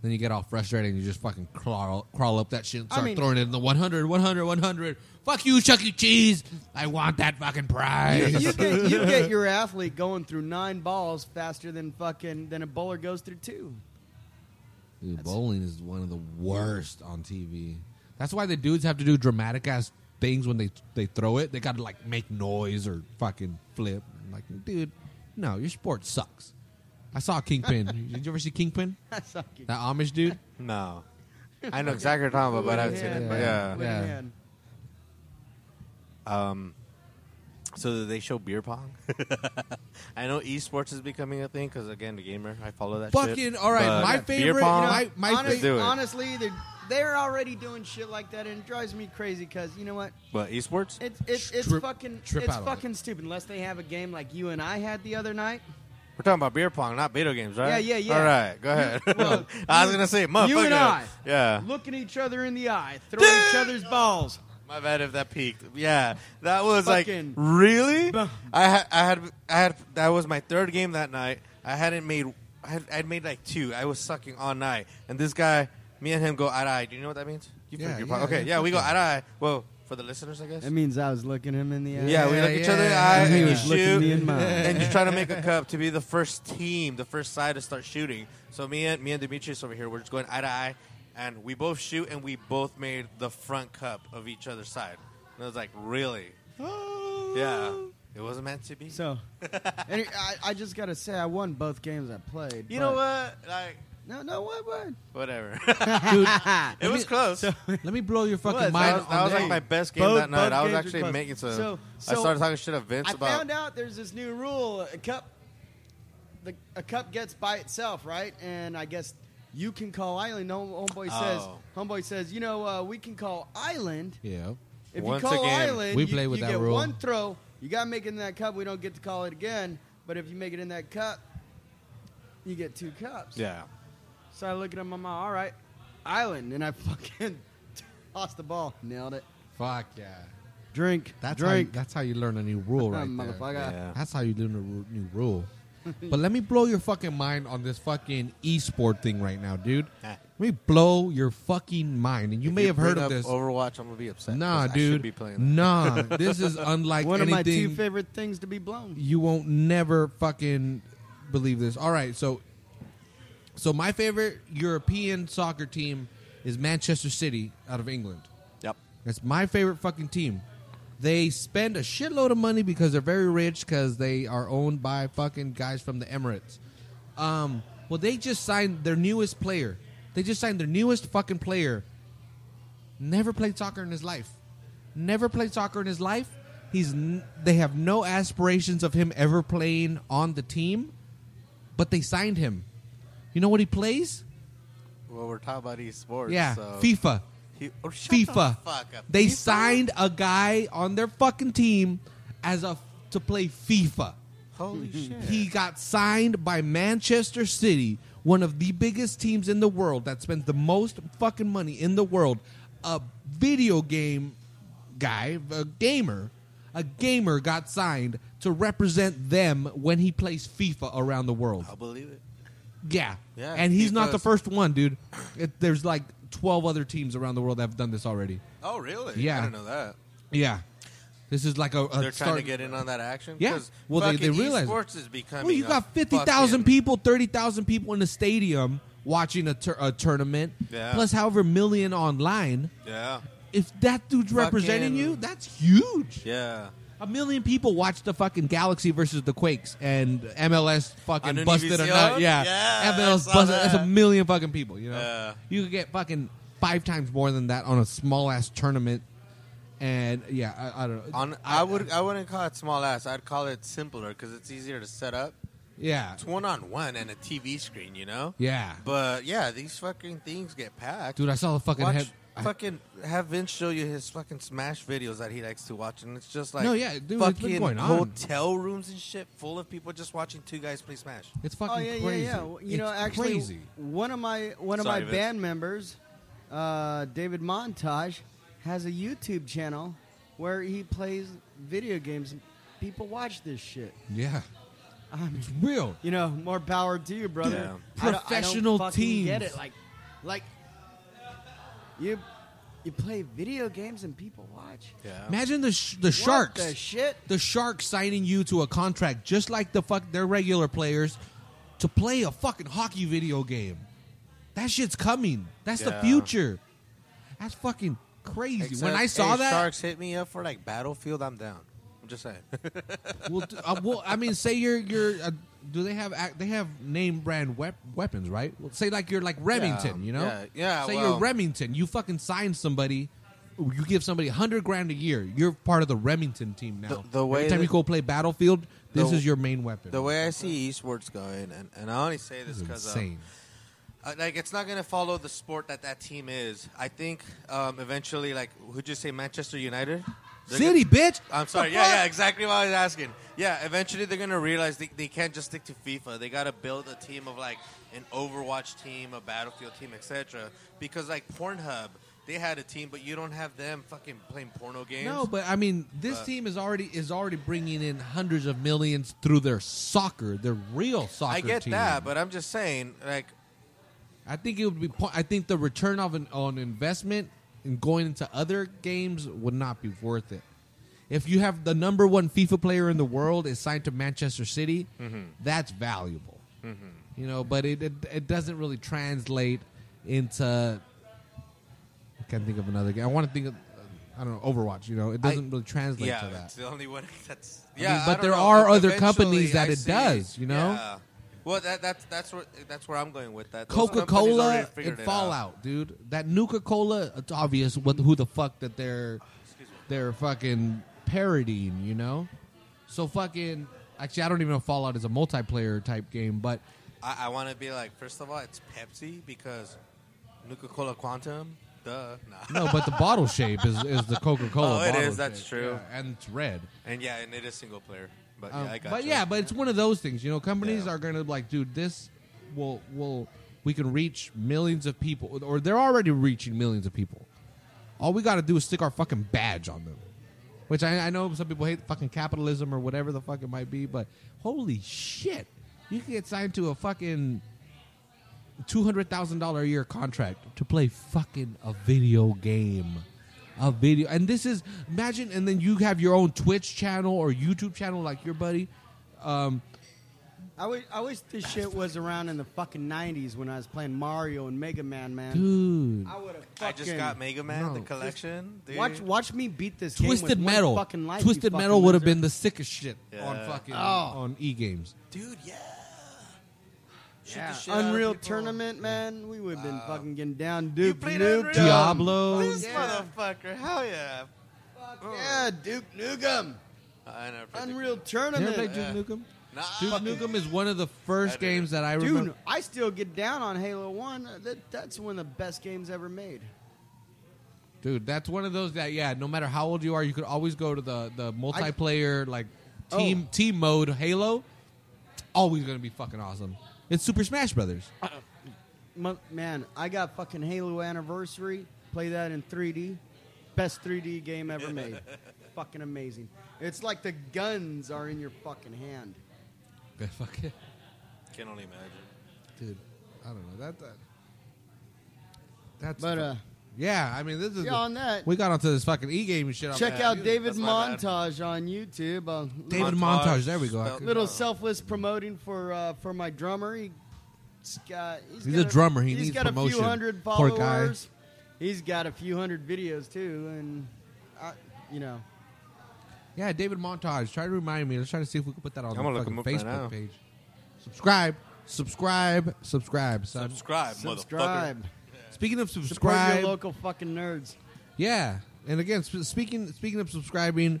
Speaker 2: Then you get all frustrated and you just fucking crawl, crawl up that shit and
Speaker 3: I
Speaker 2: start
Speaker 3: mean-
Speaker 2: throwing it in the 100, 100, 100. Fuck you, Chuck E. Cheese. I want that fucking
Speaker 3: You,
Speaker 2: prize.
Speaker 3: you get, you get your athlete going through nine balls faster than fucking than a bowler goes through two.
Speaker 2: Dude, bowling is one of the worst on TV. That's why the dudes have to do dramatic ass things when they they throw it. They got to like make noise or fucking flip. Like, dude, no, your sport sucks. I saw Kingpin. Did you ever see Kingpin?
Speaker 3: That's fucking
Speaker 2: That Amish dude.
Speaker 4: No, I know exactly what you're talking about, but I haven't seen it. But
Speaker 2: Yeah.
Speaker 4: yeah.
Speaker 3: What a
Speaker 2: Yeah.
Speaker 3: man.
Speaker 4: Um, so that they show beer pong. I know esports is becoming a thing because again, the gamer I follow that. shit.
Speaker 1: Uh,
Speaker 2: Fucking all right.
Speaker 4: But
Speaker 2: my
Speaker 4: beer
Speaker 2: favorite.
Speaker 4: pong,
Speaker 2: my my
Speaker 3: Honest-
Speaker 4: do it.
Speaker 3: honestly, they're- they're already doing shit like that, and it drives me crazy. Because you know what?
Speaker 1: But esports?
Speaker 3: It's it's it's
Speaker 2: Trip-
Speaker 3: fucking
Speaker 2: trip
Speaker 3: it's
Speaker 2: out on it.
Speaker 3: fucking stupid. Unless they have a game like you and I had the other night.
Speaker 1: We're talking about beer pong, not video games, right?
Speaker 3: Yeah, yeah, yeah.
Speaker 1: All right, go ahead.
Speaker 3: well,
Speaker 1: I was
Speaker 3: you-
Speaker 1: gonna say, motherfucker.
Speaker 3: you and I.
Speaker 1: Yeah.
Speaker 3: Looking each other in the eye, throwing each other's balls.
Speaker 1: My bad if that peaked. Yeah, that was like
Speaker 3: Fucking-
Speaker 1: really.
Speaker 3: Bah.
Speaker 1: I had, I had, I had. That was my third game that night. I hadn't made. I had, I'd made like two. I was sucking all night, and this guy, me and him go eye to eye. Do you know what that means? You
Speaker 2: Yeah,
Speaker 1: figure-
Speaker 2: yeah,
Speaker 1: okay,
Speaker 2: yeah,
Speaker 1: yeah, we go
Speaker 2: fuck
Speaker 1: eye to eye. Well, for the listeners, I guess.
Speaker 3: That means I was looking him in the eye.
Speaker 1: Yeah, we
Speaker 2: Yeah,
Speaker 1: look each other in the
Speaker 2: yeah.
Speaker 1: eye
Speaker 3: And he
Speaker 1: and you
Speaker 3: was looking
Speaker 1: shoot,
Speaker 3: me in mine.
Speaker 1: and you try to make a cup to be the first team, the first side to start shooting. So me and me and Demetrius over here, we're just going eye to eye, and we both shoot, and we both made the front cup of each other's side. And I was like, really? Yeah, it wasn't meant to be.
Speaker 3: So, and I, I just gotta say, I won both games I played.
Speaker 1: you know
Speaker 3: but-
Speaker 1: what? Like,
Speaker 3: No, no, what, what?
Speaker 1: whatever.
Speaker 2: Dude,
Speaker 1: it was close.
Speaker 2: let me blow your fucking
Speaker 1: It was.
Speaker 2: mind
Speaker 1: that was, that
Speaker 2: on
Speaker 1: was
Speaker 2: that.
Speaker 1: like my best game
Speaker 3: Both-
Speaker 1: that night.
Speaker 3: both
Speaker 1: I was
Speaker 3: games were
Speaker 1: actually
Speaker 3: close.
Speaker 1: making some.
Speaker 3: So-
Speaker 1: I
Speaker 3: so-
Speaker 1: started talking shit to Vince
Speaker 3: I
Speaker 1: about.
Speaker 3: found out there's this new rule: a cup, the a cup gets by itself, right? And I guess you can call Island. No, homeboy says,
Speaker 1: Oh.
Speaker 3: homeboy says, you know, uh, we can call Island.
Speaker 2: yeah.
Speaker 3: If
Speaker 1: Once
Speaker 3: you call
Speaker 1: again.
Speaker 3: Island,
Speaker 2: We
Speaker 3: you,
Speaker 2: play with
Speaker 3: you
Speaker 2: that
Speaker 3: get
Speaker 2: rule.
Speaker 3: one throw. You got to make it in that cup. We don't get to call it again. But if you make it in that cup, you get two cups.
Speaker 1: Yeah.
Speaker 3: So I look at him. I'm all, all right, Island, and I fucking tossed the ball, nailed it.
Speaker 2: Fuck yeah.
Speaker 3: Drink,
Speaker 2: That's how, you,
Speaker 3: drink,
Speaker 2: that's how you learn a new rule right there.
Speaker 3: motherfucker.
Speaker 1: Yeah.
Speaker 2: That's how you learn a ru- new rule. but let me blow your fucking mind on this fucking esport thing right now, dude.
Speaker 1: Ah.
Speaker 2: Let me blow your fucking mind. And you
Speaker 1: If
Speaker 2: may have heard
Speaker 1: bring up
Speaker 2: of this.
Speaker 1: Overwatch. I'm gonna be upset.
Speaker 2: nah,
Speaker 1: 'cause I
Speaker 2: dude.
Speaker 1: should be playing that.
Speaker 2: Nah, this is unlike
Speaker 3: One of my
Speaker 2: anything.
Speaker 3: two favorite things to be blown.
Speaker 2: you won't never fucking believe this. All right, so so my favorite European soccer team is Manchester City out of England.
Speaker 1: Yep.
Speaker 2: That's my favorite fucking team. They spend a shitload of money because they're very rich because they are owned by fucking guys from the Emirates. Um, well, they just signed their newest player. They just signed their newest fucking player. Never played soccer in his life. Never played soccer in his life. He's n- they have no aspirations of him ever playing on the team, but they signed him. You know what he plays?
Speaker 1: Well, we're talking about esports.
Speaker 2: yeah,
Speaker 1: so
Speaker 2: FIFA.
Speaker 1: He, oh, shut the
Speaker 2: FIFA.
Speaker 1: fuck up.
Speaker 2: They
Speaker 1: FIFA?
Speaker 2: signed a guy on their fucking team as a to play FIFA.
Speaker 1: Holy shit!
Speaker 2: He got signed by Manchester City, one of the biggest teams in the world that spends the most fucking money in the world. A video game guy, a gamer, a gamer got signed to represent them when he plays FIFA around the world.
Speaker 1: I believe it.
Speaker 2: Yeah.
Speaker 1: Oh. Yeah,
Speaker 2: and he's not the
Speaker 1: FIFA's-
Speaker 2: first one, dude. It, there's like 12 other teams around the world that have done this already.
Speaker 1: Oh, really?
Speaker 2: Yeah.
Speaker 1: I didn't know that.
Speaker 2: Yeah, this is like a, a
Speaker 1: They're trying
Speaker 2: start-
Speaker 1: to get in on that action.
Speaker 2: Yeah.
Speaker 1: 'Cause
Speaker 2: Well, they- they
Speaker 1: fucking
Speaker 2: realize it.
Speaker 1: esports is becoming.
Speaker 2: Well, you
Speaker 1: a
Speaker 2: got fifty thousand
Speaker 1: fucking-
Speaker 2: people, thirty thousand people in the stadium watching a, tur- a tournament,
Speaker 1: Yeah.
Speaker 2: plus however million online.
Speaker 1: Yeah,
Speaker 2: If that dude's representing
Speaker 1: Fucking-
Speaker 2: you, that's huge.
Speaker 1: yeah.
Speaker 2: A million people watched the fucking Galaxy versus the Quakes and MLS fucking
Speaker 1: On
Speaker 2: busted or
Speaker 1: Univision?
Speaker 2: not. Yeah,
Speaker 1: Yeah, I
Speaker 2: MLS
Speaker 1: saw
Speaker 2: busted. That's a
Speaker 1: that.
Speaker 2: million fucking people. You know,
Speaker 1: Yeah.
Speaker 2: you could get fucking five times more than that on a small ass tournament. And yeah, I, I don't know.
Speaker 1: On, I would, I wouldn't call it small ass. I'd call it simpler because it's easier to set up.
Speaker 2: yeah,
Speaker 1: It's one on one and a TV screen, you know.
Speaker 2: yeah.
Speaker 1: But yeah, these fucking things get packed.
Speaker 2: Dude, I saw the fucking
Speaker 1: Watch,
Speaker 2: head. I-
Speaker 1: fucking have Vince show you his fucking Smash videos that he likes to watch, and it's just like
Speaker 2: No, yeah, dude, it's been
Speaker 1: fucking
Speaker 2: going on.
Speaker 1: hotel rooms and shit full of people just watching two guys play Smash.
Speaker 2: It's fucking
Speaker 3: Oh yeah,
Speaker 2: crazy.
Speaker 3: yeah, yeah. You
Speaker 2: It's
Speaker 3: know, actually,
Speaker 2: crazy.
Speaker 3: one of my one of
Speaker 1: Sorry,
Speaker 3: my
Speaker 1: Vince.
Speaker 3: band members, uh, David Montage, has a YouTube channel where he plays video games. People watch this shit.
Speaker 2: Yeah,
Speaker 3: I mean,
Speaker 2: it's real.
Speaker 3: you know, more power to you, brother.
Speaker 2: Yeah.
Speaker 3: I don't- I don't
Speaker 2: Professional
Speaker 3: fucking
Speaker 2: teams.
Speaker 3: Get it? Like, like you you play video games and people watch.
Speaker 1: Yeah,
Speaker 2: Imagine the sh- the
Speaker 3: What
Speaker 2: sharks,
Speaker 3: the shit.
Speaker 2: the sharks signing you to a contract just like the fuck their regular players to play a fucking hockey video game. That shit's coming. That's the
Speaker 1: Yeah.
Speaker 2: future. That's fucking crazy. when
Speaker 1: Except,
Speaker 2: I saw
Speaker 1: hey,
Speaker 2: that,
Speaker 1: sharks hit me up for like Battlefield, I'm down. I'm just saying.
Speaker 2: well, d- uh, well, I mean, say you're you're. Uh, do they have ac- they have name brand wep- weapons, right? Well, say like you're like Remington,
Speaker 1: Yeah,
Speaker 2: you know?
Speaker 1: yeah, yeah,
Speaker 2: Say you're
Speaker 1: well-
Speaker 2: Remington. You fucking sign somebody. You give somebody a hundred grand a year. You're part of the Remington team now.
Speaker 1: The- the way
Speaker 2: Every time
Speaker 1: that-
Speaker 2: you go play Battlefield, this
Speaker 1: the- uh,
Speaker 2: is your main weapon.
Speaker 1: the way I see esports going, and, and I only say this
Speaker 2: This is
Speaker 1: because
Speaker 2: insane.
Speaker 1: uh, like it's not gonna follow the sport that that team is. I think um, eventually, like, would you say Manchester United? They're gonna-
Speaker 2: City, bitch.
Speaker 1: I'm sorry.
Speaker 2: The
Speaker 1: Yeah, yeah,
Speaker 2: fuck?
Speaker 1: exactly what I was asking. Yeah, eventually they're gonna realize they, they can't just stick to FIFA. They gotta build a team of like an Overwatch team, a Battlefield team, etc. Because like Pornhub, they had a team, but you don't have them fucking playing porno games.
Speaker 2: No, but I mean, this
Speaker 1: But-
Speaker 2: team is already is already bringing in hundreds of millions through their soccer, their real soccer.
Speaker 1: I get
Speaker 2: team.
Speaker 1: that, but I'm just saying, like,
Speaker 2: I think it would be. po- I think the return of an on investment and going into other games would not be worth it. If you have the number one FIFA player in the world is signed to Manchester City, that's valuable. You know, but it, it it doesn't really translate into. I can't think of another game. I want to think of. uh, I don't know Overwatch. You know, it doesn't really translate
Speaker 1: yeah,
Speaker 2: to that.
Speaker 1: it's the only one that's
Speaker 2: mean,
Speaker 1: yeah.
Speaker 2: but
Speaker 1: I don't
Speaker 2: there
Speaker 1: know.
Speaker 2: are other
Speaker 1: Eventually,
Speaker 2: companies that
Speaker 1: I
Speaker 2: it
Speaker 1: see.
Speaker 2: does, you know?
Speaker 1: Yeah. Well, that, that's that's where that's where I'm going with that. Those
Speaker 2: Coca
Speaker 1: companies already
Speaker 2: Cola
Speaker 1: figured
Speaker 2: and
Speaker 1: it out.
Speaker 2: Fallout, dude. That Nuka Cola, it's obvious what who the fuck that they're they're fucking parodying, you know? So fucking actually I don't even know if Fallout is a multiplayer type game, but
Speaker 1: I, I want to be like, first of all, it's Pepsi because Nuka Cola Quantum, duh, nah.
Speaker 2: no, but the bottle shape is, is the Coca Cola.
Speaker 1: Oh, it is, that's true.
Speaker 2: and it's red.
Speaker 1: And yeah, and it is single player. But
Speaker 2: Um,
Speaker 1: yeah, I got
Speaker 2: but
Speaker 1: you.
Speaker 2: yeah, but it's one of those things, you know. Companies
Speaker 1: Yeah.
Speaker 2: are going to be like, dude, this will will we can reach millions of people, or they're already reaching millions of people. All we got to do is stick our fucking badge on them, which I, I know some people hate fucking capitalism or whatever the fuck it might be, but holy shit, you can get signed to a fucking two hundred thousand dollar a year contract to play fucking a video game. A video, and this is imagine, and then you have your own Twitch channel or YouTube channel, like your buddy. Um,
Speaker 3: I wish, I wish this shit was around in the fucking 90s when I was playing Mario and Mega Man, man.
Speaker 2: dude,
Speaker 3: I would have fucking.
Speaker 1: I just got Mega Man
Speaker 2: No.
Speaker 1: the collection. Dude.
Speaker 3: Watch, watch me beat this game with
Speaker 2: Twisted
Speaker 3: one
Speaker 2: Metal,
Speaker 3: Fucking life, you
Speaker 2: Twisted
Speaker 3: fucking
Speaker 2: Metal would have
Speaker 3: loser.
Speaker 2: been the sickest shit on
Speaker 1: Yeah.
Speaker 2: fucking
Speaker 3: Oh.
Speaker 2: on e games.
Speaker 1: dude, yeah. Shoot the
Speaker 3: Yeah,
Speaker 1: shit out of
Speaker 3: Unreal
Speaker 1: people.
Speaker 3: Tournament, man. We would have been
Speaker 1: Wow.
Speaker 3: fucking getting down, dude.
Speaker 1: You played
Speaker 3: Nukem.
Speaker 1: Unreal?
Speaker 2: Diablo.
Speaker 1: This
Speaker 3: Yeah.
Speaker 1: motherfucker, hell yeah!
Speaker 3: Fuck yeah, Duke Nukem.
Speaker 1: I never played the
Speaker 3: Unreal
Speaker 1: game.
Speaker 2: You ever play Duke
Speaker 3: Tournament.
Speaker 1: Yeah.
Speaker 2: Nukem?
Speaker 1: Nah,
Speaker 2: Duke
Speaker 1: fucking-
Speaker 2: Nukem is one of the first
Speaker 1: I did.
Speaker 2: games that I remember.
Speaker 3: Dude, I still get down on Halo 1. Uh, That, that's one of the best games ever made.
Speaker 2: Dude, that's one of those that yeah. No matter how old you are, you could always go to the the multiplayer like
Speaker 3: Oh.
Speaker 2: team team mode Halo. It's always gonna be fucking awesome. It's Super Smash Brothers.
Speaker 3: Uh. Mo- Man, I got fucking Halo Anniversary. Play that in 3D. Best 3D game ever made. fucking amazing. It's like the guns are in your fucking hand.
Speaker 2: Yeah, Fuck it,
Speaker 1: Can only imagine.
Speaker 2: dude. I don't know that. that that's
Speaker 3: But,
Speaker 2: fu-
Speaker 3: uh,
Speaker 2: yeah. I mean, this is
Speaker 3: yeah,
Speaker 2: the-
Speaker 3: on that-
Speaker 2: we got onto this fucking e game and shit. on
Speaker 3: Check
Speaker 2: that.
Speaker 3: out
Speaker 1: Dude,
Speaker 3: David
Speaker 1: that's my bad.
Speaker 3: Montage on YouTube. Uh,
Speaker 2: David
Speaker 1: Montage,
Speaker 2: Montage. There we go. I
Speaker 1: spelled-
Speaker 2: could-
Speaker 3: little selfless promoting for uh, for my drummer. He, has got,
Speaker 2: He's
Speaker 3: got
Speaker 2: a drummer. He
Speaker 3: he's
Speaker 2: needs
Speaker 3: got a
Speaker 2: promotion.
Speaker 3: few hundred
Speaker 2: Poor guy.
Speaker 3: followers. He's got a few hundred videos too, and I, you know,
Speaker 2: Yeah, David Montage. Try to remind me. Let's try to see if we can put that on
Speaker 1: I'm gonna
Speaker 2: the
Speaker 1: look him
Speaker 2: fucking
Speaker 1: up right
Speaker 2: Facebook
Speaker 1: now.
Speaker 2: page. Subscribe, subscribe, subscribe. Son.
Speaker 1: Subscribe, motherfucker.
Speaker 3: subscribe.
Speaker 2: Speaking of
Speaker 3: Support
Speaker 2: subscribe,
Speaker 3: your local fucking nerds.
Speaker 2: Yeah, and again, sp- speaking speaking of subscribing,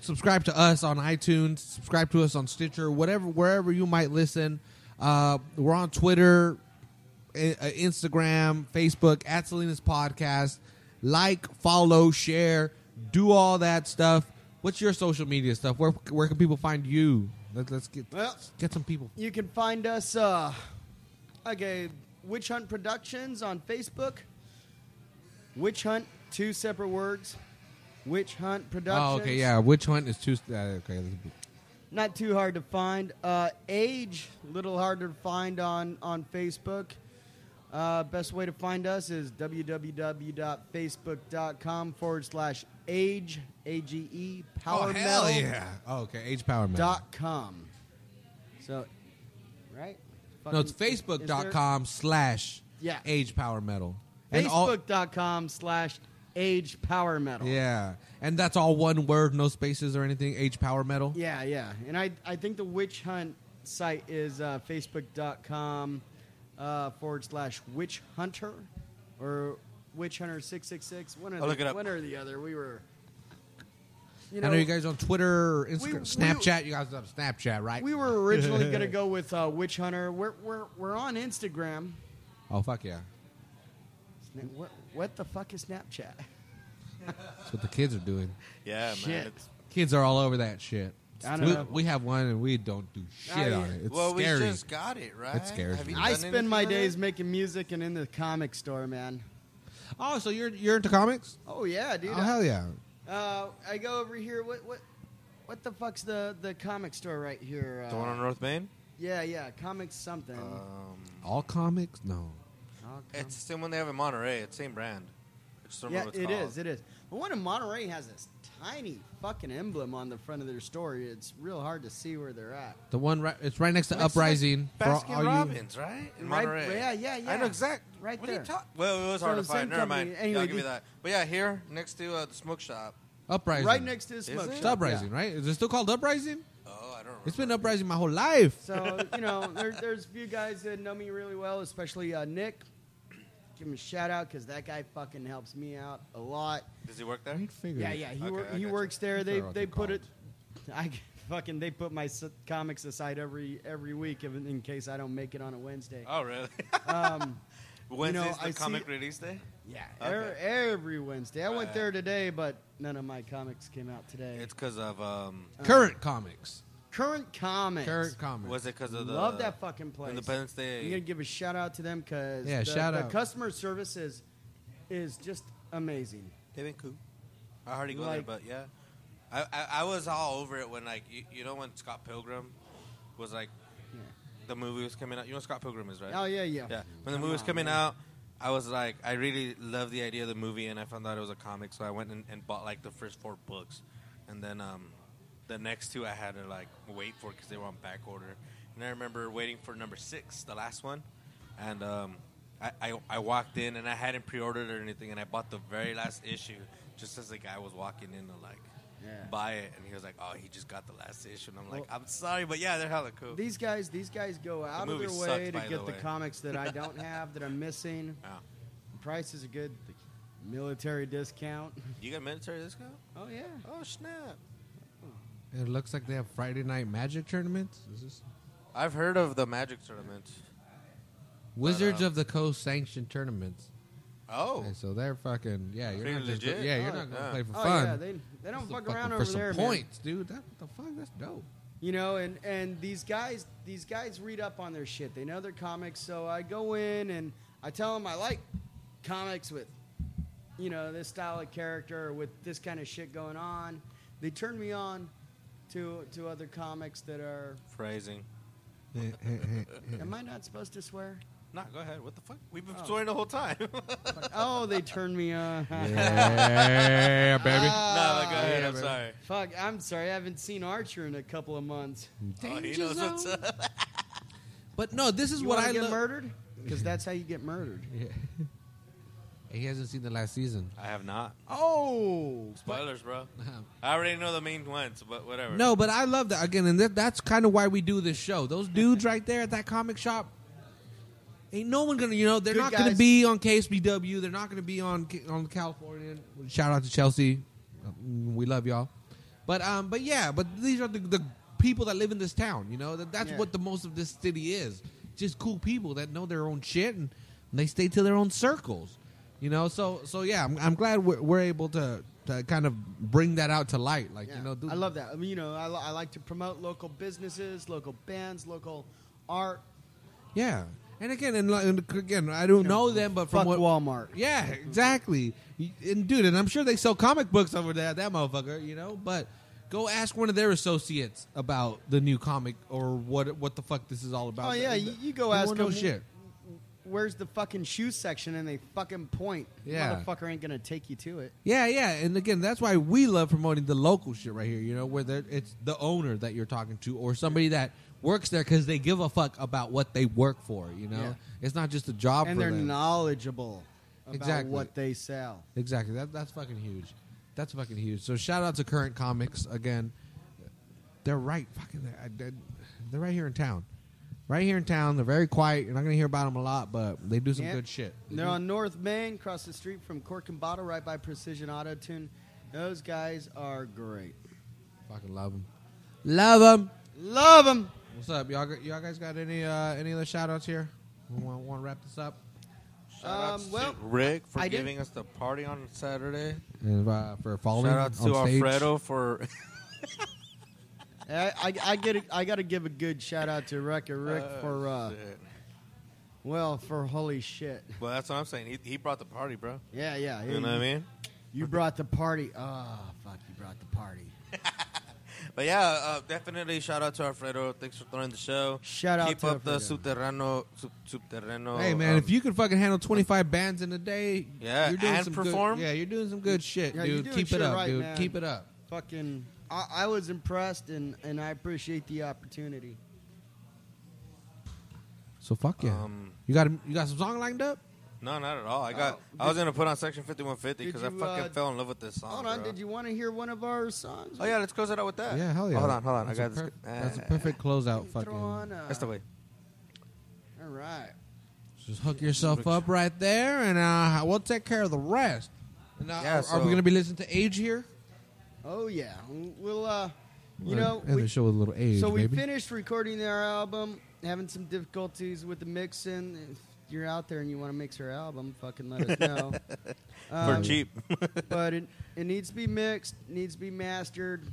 Speaker 2: subscribe to us on iTunes, subscribe to us on Stitcher, whatever wherever you might listen. Uh, we're on Twitter, I- uh, Instagram, Facebook at Salinas Podcast. Like, follow, share, do all that stuff. What's your social media stuff? Where where can people find you? Let, let's get
Speaker 3: Well-
Speaker 2: get some people.
Speaker 3: You can find us, uh, okay, Witch Hunt Productions on Facebook. Witch Hunt, two separate words. Witch Hunt
Speaker 2: Oh,
Speaker 3: Productions.
Speaker 2: okay, yeah. Which one is too? Uh, okay, this is-
Speaker 3: not too hard to find. Uh, age, little harder to find on on Facebook. Uh, best way to find us is www.facebook.com forward slash age a g e power
Speaker 2: oh hell
Speaker 3: metal
Speaker 2: yeah! Oh, okay, H Power Metal.
Speaker 3: dot com. So, right?
Speaker 2: No, it's
Speaker 3: Fucking- is there-
Speaker 2: facebook.com slash
Speaker 3: Yeah.
Speaker 2: age power metal. And all,
Speaker 3: Facebook.com slash age power metal.
Speaker 2: yeah. And that's all one word, no spaces or anything. Age power metal.
Speaker 3: Yeah, yeah. And I, I think the witch hunt site is uh, facebook.com uh, forward slash witch hunter or witch hunter 666. One or,
Speaker 1: I'll
Speaker 3: the,
Speaker 1: look it up.
Speaker 3: one or the other. We were. You
Speaker 2: I
Speaker 3: know-
Speaker 2: know you guys on Twitter, or Instagram,
Speaker 3: We- we-
Speaker 2: Snapchat. you guys have Snapchat, right?
Speaker 3: We were originally gonna go with uh, Witch Hunter. We're we're we're on Instagram.
Speaker 2: oh fuck yeah!
Speaker 3: Sna- What what the fuck is Snapchat?
Speaker 2: That's what the kids are doing.
Speaker 1: Yeah, man.
Speaker 3: Shit.
Speaker 1: it's-
Speaker 2: Kids are all over that shit.
Speaker 3: I don't
Speaker 2: we,
Speaker 3: know.
Speaker 2: we have one and we don't do shit
Speaker 3: I-
Speaker 2: on it. It's
Speaker 1: well,
Speaker 2: scary.
Speaker 1: we just got it right.
Speaker 2: It's scary.
Speaker 1: Have you
Speaker 3: I
Speaker 1: done
Speaker 3: spend my
Speaker 1: anything with
Speaker 3: days
Speaker 1: it?
Speaker 3: making music and in the comic store, man.
Speaker 2: Oh, so you're you're into comics?
Speaker 3: Oh yeah, dude.
Speaker 2: oh hell yeah!
Speaker 3: Uh, I go over here. What what what the fuck's the the comic store right here? Uh,
Speaker 1: The one on North Main.
Speaker 3: yeah, yeah, comics something.
Speaker 1: Um,
Speaker 2: All comics? No.
Speaker 3: I'll come-
Speaker 1: it's the same one they have in Monterey. It's same brand. I just don't
Speaker 3: yeah,
Speaker 1: remember what
Speaker 3: it
Speaker 1: it's called.
Speaker 3: is. It is. The one in Monterey has this tiny fucking emblem on the front of their store. It's real hard to see where they're at.
Speaker 2: The one right, it's right next to
Speaker 1: Next to, like,
Speaker 2: Uprising. for all- all
Speaker 1: Baskin
Speaker 2: you-
Speaker 1: Robbins, right? In
Speaker 3: Right-
Speaker 1: Monterey.
Speaker 3: yeah, yeah, yeah.
Speaker 1: I know exact.
Speaker 3: Right
Speaker 1: what Are
Speaker 3: there.
Speaker 1: you talk- well, it was
Speaker 3: So
Speaker 1: hard to
Speaker 3: the same
Speaker 1: find. Never
Speaker 3: company.
Speaker 1: mind.
Speaker 3: Anyway,
Speaker 1: I'll give
Speaker 3: the-
Speaker 1: you that. But yeah, here next to uh, the smoke shop.
Speaker 2: Uprising.
Speaker 3: Right next to the smoke
Speaker 1: it?
Speaker 3: shop.
Speaker 2: It's
Speaker 1: yeah.
Speaker 2: Uprising, right? Is it still called Uprising?
Speaker 1: Oh, I don't. Remember.
Speaker 2: It's been Uprising my whole life.
Speaker 3: So you know, there, there's a few guys that know me really well, especially uh, Nick. Give him a shout out because that guy fucking helps me out a lot.
Speaker 1: Does he work there?
Speaker 2: He'd figure
Speaker 3: Yeah,
Speaker 2: it.
Speaker 3: yeah, he,
Speaker 1: Okay,
Speaker 3: wor-
Speaker 1: I
Speaker 3: he
Speaker 1: gotcha.
Speaker 3: works there. They
Speaker 2: They're all
Speaker 3: they put
Speaker 2: good
Speaker 3: it. I fucking they put my s- comics aside every every week if, in case I don't make it on a Wednesday.
Speaker 1: Oh, really?
Speaker 3: Um,
Speaker 1: Wednesday's the
Speaker 3: I see-
Speaker 1: comic release day.
Speaker 3: yeah,
Speaker 1: Okay.
Speaker 3: er- every Wednesday. I went
Speaker 1: Right.
Speaker 3: there today, but none of my comics came out today.
Speaker 1: It's because of um.
Speaker 3: uh,
Speaker 2: Current comics.
Speaker 3: current comics.
Speaker 2: Current comics.
Speaker 1: Was it because of the
Speaker 3: Love that fucking place.
Speaker 1: Independence
Speaker 3: I'm gonna
Speaker 1: Day?
Speaker 3: give a shout out to them because
Speaker 2: Yeah,
Speaker 3: the,
Speaker 2: shout
Speaker 3: the
Speaker 2: out.
Speaker 3: customer service is is just amazing.
Speaker 1: They've been cool. I already go
Speaker 3: Like-
Speaker 1: there, but yeah, I, I I was all over it when like you, you know when Scott Pilgrim was like
Speaker 3: Yeah.
Speaker 1: the movie was coming out. You know what Scott Pilgrim is, right?
Speaker 3: Oh yeah, yeah.
Speaker 1: Yeah. When the movie was
Speaker 3: on,
Speaker 1: coming
Speaker 3: man.
Speaker 1: out, I was like, I really love the idea of the movie, and I found out it was a comic, so I went and, and bought like the first four books, and then um, the next two I had to like wait for because they were on back order. And I remember waiting for number six, the last one, and um, I, I I walked in and I hadn't pre-ordered or anything, and I bought the very last issue just as the guy was walking in to like.
Speaker 3: Yeah.
Speaker 1: Buy it, and he was like, "Oh, he just got the last issue." And I'm like,
Speaker 3: Well-
Speaker 1: "I'm sorry, but yeah, they're hella cool."
Speaker 3: These guys, these guys go out of
Speaker 1: movie
Speaker 3: their
Speaker 1: sucked,
Speaker 3: way to
Speaker 1: by
Speaker 3: get
Speaker 1: the
Speaker 3: the
Speaker 1: way.
Speaker 3: comics that I don't have that I'm missing.
Speaker 1: Yeah.
Speaker 3: The price is a good the military discount.
Speaker 1: You got military discount?
Speaker 3: Oh yeah,
Speaker 1: Oh snap!
Speaker 2: It looks like they have Friday night magic tournaments. Is this
Speaker 1: I've heard of the Magic tournament.
Speaker 2: Wizards of the Coast sanctioned tournaments?
Speaker 1: uh, Oh,
Speaker 2: Okay, so they're fucking yeah. You're
Speaker 1: Pretty
Speaker 2: not just
Speaker 1: legit.
Speaker 2: yeah. You're
Speaker 1: Oh,
Speaker 2: not gonna
Speaker 1: yeah.
Speaker 2: play for
Speaker 3: oh
Speaker 2: fun.
Speaker 3: yeah. They they
Speaker 2: This
Speaker 3: don't
Speaker 2: is
Speaker 3: fuck
Speaker 2: fucking
Speaker 3: around
Speaker 2: for
Speaker 3: over
Speaker 2: some
Speaker 3: there, man.
Speaker 2: points, dude. That, what the fuck? That's dope.
Speaker 3: You know, and and these guys, these guys read up on their shit. They know their comics, so I go in and I tell them I like comics with, you know, this style of character with this kind of shit going on. They turn me on to to other comics that are.
Speaker 1: phrasing.
Speaker 2: Hmm.
Speaker 3: Am I not supposed to swear?
Speaker 1: Nah, go ahead. What the fuck? We've been
Speaker 3: Oh.
Speaker 1: swearing the whole time. no,
Speaker 3: Oh, they turned me on.
Speaker 2: yeah, baby.
Speaker 1: but go ahead.
Speaker 2: yeah,
Speaker 1: I'm
Speaker 2: baby.
Speaker 1: sorry.
Speaker 3: Fuck, I'm sorry. I haven't seen Archer in a couple of months.
Speaker 1: Oh, he
Speaker 2: Danger
Speaker 1: knows what's
Speaker 2: zone.
Speaker 1: up.
Speaker 2: But no, this is
Speaker 3: You
Speaker 2: what
Speaker 3: want
Speaker 2: I
Speaker 3: to get
Speaker 2: love.
Speaker 3: murdered? Because that's how you get murdered.
Speaker 2: Yeah. he hasn't seen the last season.
Speaker 1: I have not.
Speaker 3: Oh,
Speaker 1: Spoilers, bro. I already know the main ones, but whatever.
Speaker 2: No, but I love that again, and that, that's kind of why we do this show. Those dudes right there at that comic shop, ain't no one gonna, you know, they're
Speaker 3: Good
Speaker 2: not gonna
Speaker 3: guys.
Speaker 2: be on KSBW. They're not gonna be on K- on Californian. Shout out to Chelsea, Mm, we love y'all. But um, but yeah, but these are the, the people that live in this town. You know, that, that's
Speaker 3: Yeah.
Speaker 2: what the most of this city is. Just cool people that know their own shit and they stay to their own circles. You know, so so yeah, I'm, I'm glad we're, we're able to. To kind of bring that out to light, like
Speaker 3: Yeah,
Speaker 2: you know, do,
Speaker 3: I love that. I mean, you know, I, li- I like to promote local businesses, local bands, local art.
Speaker 2: Yeah, and again, and, like- and again, I don't know, them, but
Speaker 3: Fuck
Speaker 2: from what,
Speaker 3: Walmart.
Speaker 2: yeah, exactly. Y- And dude, and I'm sure they sell comic books over there, that motherfucker, you know. But go ask one of their associates about the new comic or what what the fuck this is all about.
Speaker 3: Oh yeah,
Speaker 2: They-
Speaker 3: you, you go
Speaker 2: they
Speaker 3: ask
Speaker 2: won't know
Speaker 3: them.
Speaker 2: shit.
Speaker 3: Where's the fucking shoe section? And they fucking point.
Speaker 2: Yeah.
Speaker 3: motherfucker ain't gonna take you to it.
Speaker 2: Yeah, yeah, and again, that's why we love promoting the local shit right here. You know, where they're- it's the owner that you're talking to or somebody that works there because they give a fuck about what they work for. You know,
Speaker 3: Yeah.
Speaker 2: it's not just a job.
Speaker 3: and
Speaker 2: for
Speaker 3: they're
Speaker 2: them.
Speaker 3: knowledgeable about
Speaker 2: Exactly.
Speaker 3: what they sell.
Speaker 2: Exactly. That, that's fucking huge. That's fucking huge. So shout out to Current Comics again. They're right fucking there. I- They're, they're right here in town. Right here in town. They're very quiet. You're not gonna hear about them a lot, but they do some
Speaker 3: Yeah.
Speaker 2: good shit. They
Speaker 3: They're
Speaker 2: do-
Speaker 3: on North Main, across the street from Cork and Bottle, right by Precision Auto Tune. Those guys are great.
Speaker 2: Fucking love them. Love them.
Speaker 3: Love them.
Speaker 2: What's up, y'all? g- Y'all guys got any uh, any other shout outs here? Want want to wrap this up?
Speaker 1: Shout
Speaker 3: Um,
Speaker 1: out
Speaker 3: well,
Speaker 1: to Rick for
Speaker 3: I did-
Speaker 1: giving us the party on Saturday.
Speaker 2: And uh, for following
Speaker 1: Shout out
Speaker 2: on
Speaker 1: to
Speaker 2: stage.
Speaker 1: Alfredo for
Speaker 3: I, I, I get. it- I got to give a good shout out to Rick Rick for uh,
Speaker 1: Oh, Shit.
Speaker 3: well for holy shit.
Speaker 1: Well, that's what I'm saying. He, he brought the party, bro.
Speaker 3: Yeah, yeah.
Speaker 1: You know what I mean?
Speaker 3: You brought the party. Oh fuck, you brought the party.
Speaker 1: But yeah, uh, definitely shout out to Alfredo. Thanks for throwing the show.
Speaker 3: Shout out
Speaker 1: Keep
Speaker 3: to
Speaker 1: up the
Speaker 3: Alfredo.
Speaker 1: subterrano, sub, subterrano.
Speaker 2: Hey man,
Speaker 1: um,
Speaker 2: if you can fucking handle twenty five bands in a day,
Speaker 1: Yeah,
Speaker 2: you're doing
Speaker 1: and
Speaker 2: some
Speaker 1: perform.
Speaker 2: Good, yeah, you're doing some good shit,
Speaker 3: Yeah, you're
Speaker 2: dude.
Speaker 3: doing
Speaker 2: Keep
Speaker 3: shit
Speaker 2: it up,
Speaker 3: right,
Speaker 2: dude.
Speaker 3: man.
Speaker 2: Keep it up.
Speaker 3: Fucking, I, I was impressed and and I appreciate the opportunity.
Speaker 2: So fuck yeah.
Speaker 1: Um,
Speaker 2: you got a- you got some song lined up?
Speaker 1: no, not at all. I got.
Speaker 3: Oh,
Speaker 1: I was gonna put on section 5150
Speaker 3: Did
Speaker 1: because I
Speaker 3: you,
Speaker 1: fucking
Speaker 3: uh,
Speaker 1: fell in love with this song.
Speaker 3: Hold on,
Speaker 1: Oh, bro.
Speaker 3: did you want to hear one of our songs?
Speaker 1: Oh yeah, let's close it out with that.
Speaker 2: Yeah, hell yeah.
Speaker 1: Hold on, hold on.
Speaker 2: That's
Speaker 1: I
Speaker 2: a
Speaker 1: got this.
Speaker 2: perf- That's a
Speaker 1: Uh,
Speaker 2: perfect closeout.
Speaker 3: Throw on,
Speaker 2: Fucking.
Speaker 3: uh,
Speaker 1: That's the way.
Speaker 3: All right.
Speaker 2: Just hook yourself up right there, and uh, we'll take care of the rest. And, uh,
Speaker 1: Yeah,
Speaker 2: are, are
Speaker 1: so-
Speaker 2: we gonna be listening to Age here?
Speaker 3: Oh yeah. We'll uh, you
Speaker 2: We're gonna
Speaker 3: know,
Speaker 2: end
Speaker 3: we,
Speaker 2: the show with a little Age,
Speaker 3: so we
Speaker 2: baby.
Speaker 3: finished recording our album, having some difficulties with the mixing. If you're out there and you want to mix your album, fucking let us know.
Speaker 1: For
Speaker 3: Um,
Speaker 1: cheap.
Speaker 3: but it, it needs to be mixed, needs to be mastered.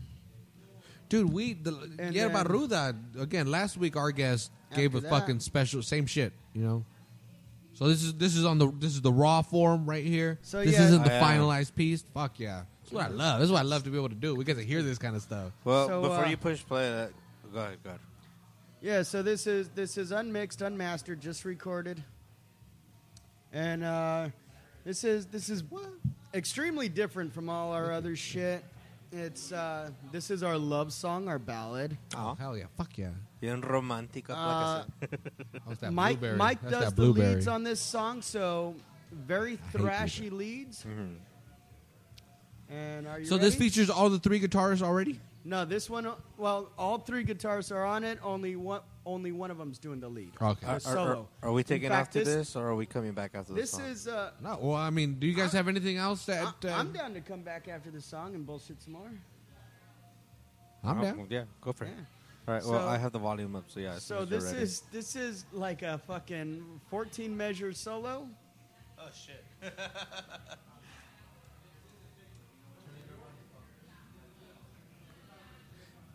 Speaker 2: Dude, we the
Speaker 3: And
Speaker 2: Yerba
Speaker 3: then-
Speaker 2: Ruda again. Last week, our guest gave
Speaker 3: After
Speaker 2: a
Speaker 3: that-
Speaker 2: fucking special, same shit, you know. So this is this is on the this is the raw form right here.
Speaker 3: So,
Speaker 2: this
Speaker 3: yeah.
Speaker 2: isn't the
Speaker 1: Oh, yeah.
Speaker 2: finalized piece. Fuck yeah, that's what I love. That's what I love to be able to do. We get to hear this kind of stuff.
Speaker 1: Well,
Speaker 3: So,
Speaker 1: before
Speaker 3: uh,
Speaker 1: you push play, that go ahead, go ahead.
Speaker 3: Yeah, so this is this is unmixed, unmastered, just recorded. And uh, this is this is extremely different from all our other shit. It's uh, this is our love song, our ballad.
Speaker 1: Oh,
Speaker 2: Hell yeah, fuck yeah.
Speaker 1: bien romántico.
Speaker 3: Uh,
Speaker 2: How's that
Speaker 3: Mike
Speaker 2: blueberry?
Speaker 3: Mike
Speaker 2: That's
Speaker 3: does
Speaker 2: that
Speaker 3: the
Speaker 2: blueberry.
Speaker 3: leads on this song, so very
Speaker 2: hate
Speaker 3: thrashy leads.
Speaker 1: Mm-hmm.
Speaker 3: And are you
Speaker 2: so this
Speaker 3: ready?
Speaker 2: features all the three guitarists already.
Speaker 3: No, this one. Well, all three guitars are on it. Only one. Only one of them's doing the lead.
Speaker 2: Okay.
Speaker 1: are, are, are,
Speaker 3: solo.
Speaker 1: are we
Speaker 3: In
Speaker 1: taking
Speaker 3: fact,
Speaker 1: after
Speaker 3: this-
Speaker 1: this, or are we coming back after
Speaker 3: This
Speaker 1: the song?
Speaker 3: is. Uh,
Speaker 2: No, well, I mean, do you guys have anything else that?
Speaker 3: I,
Speaker 2: uh,
Speaker 3: I'm down to come back after the song and bullshit some more.
Speaker 2: I'm
Speaker 1: Oh,
Speaker 2: down.
Speaker 1: Yeah, go for it.
Speaker 3: Yeah.
Speaker 1: All right. Well,
Speaker 3: So-
Speaker 1: I have the volume up, so yeah. as
Speaker 3: So
Speaker 1: soon as
Speaker 3: this
Speaker 1: you're ready.
Speaker 3: is this is like a fucking 14 measure solo.
Speaker 1: Oh shit.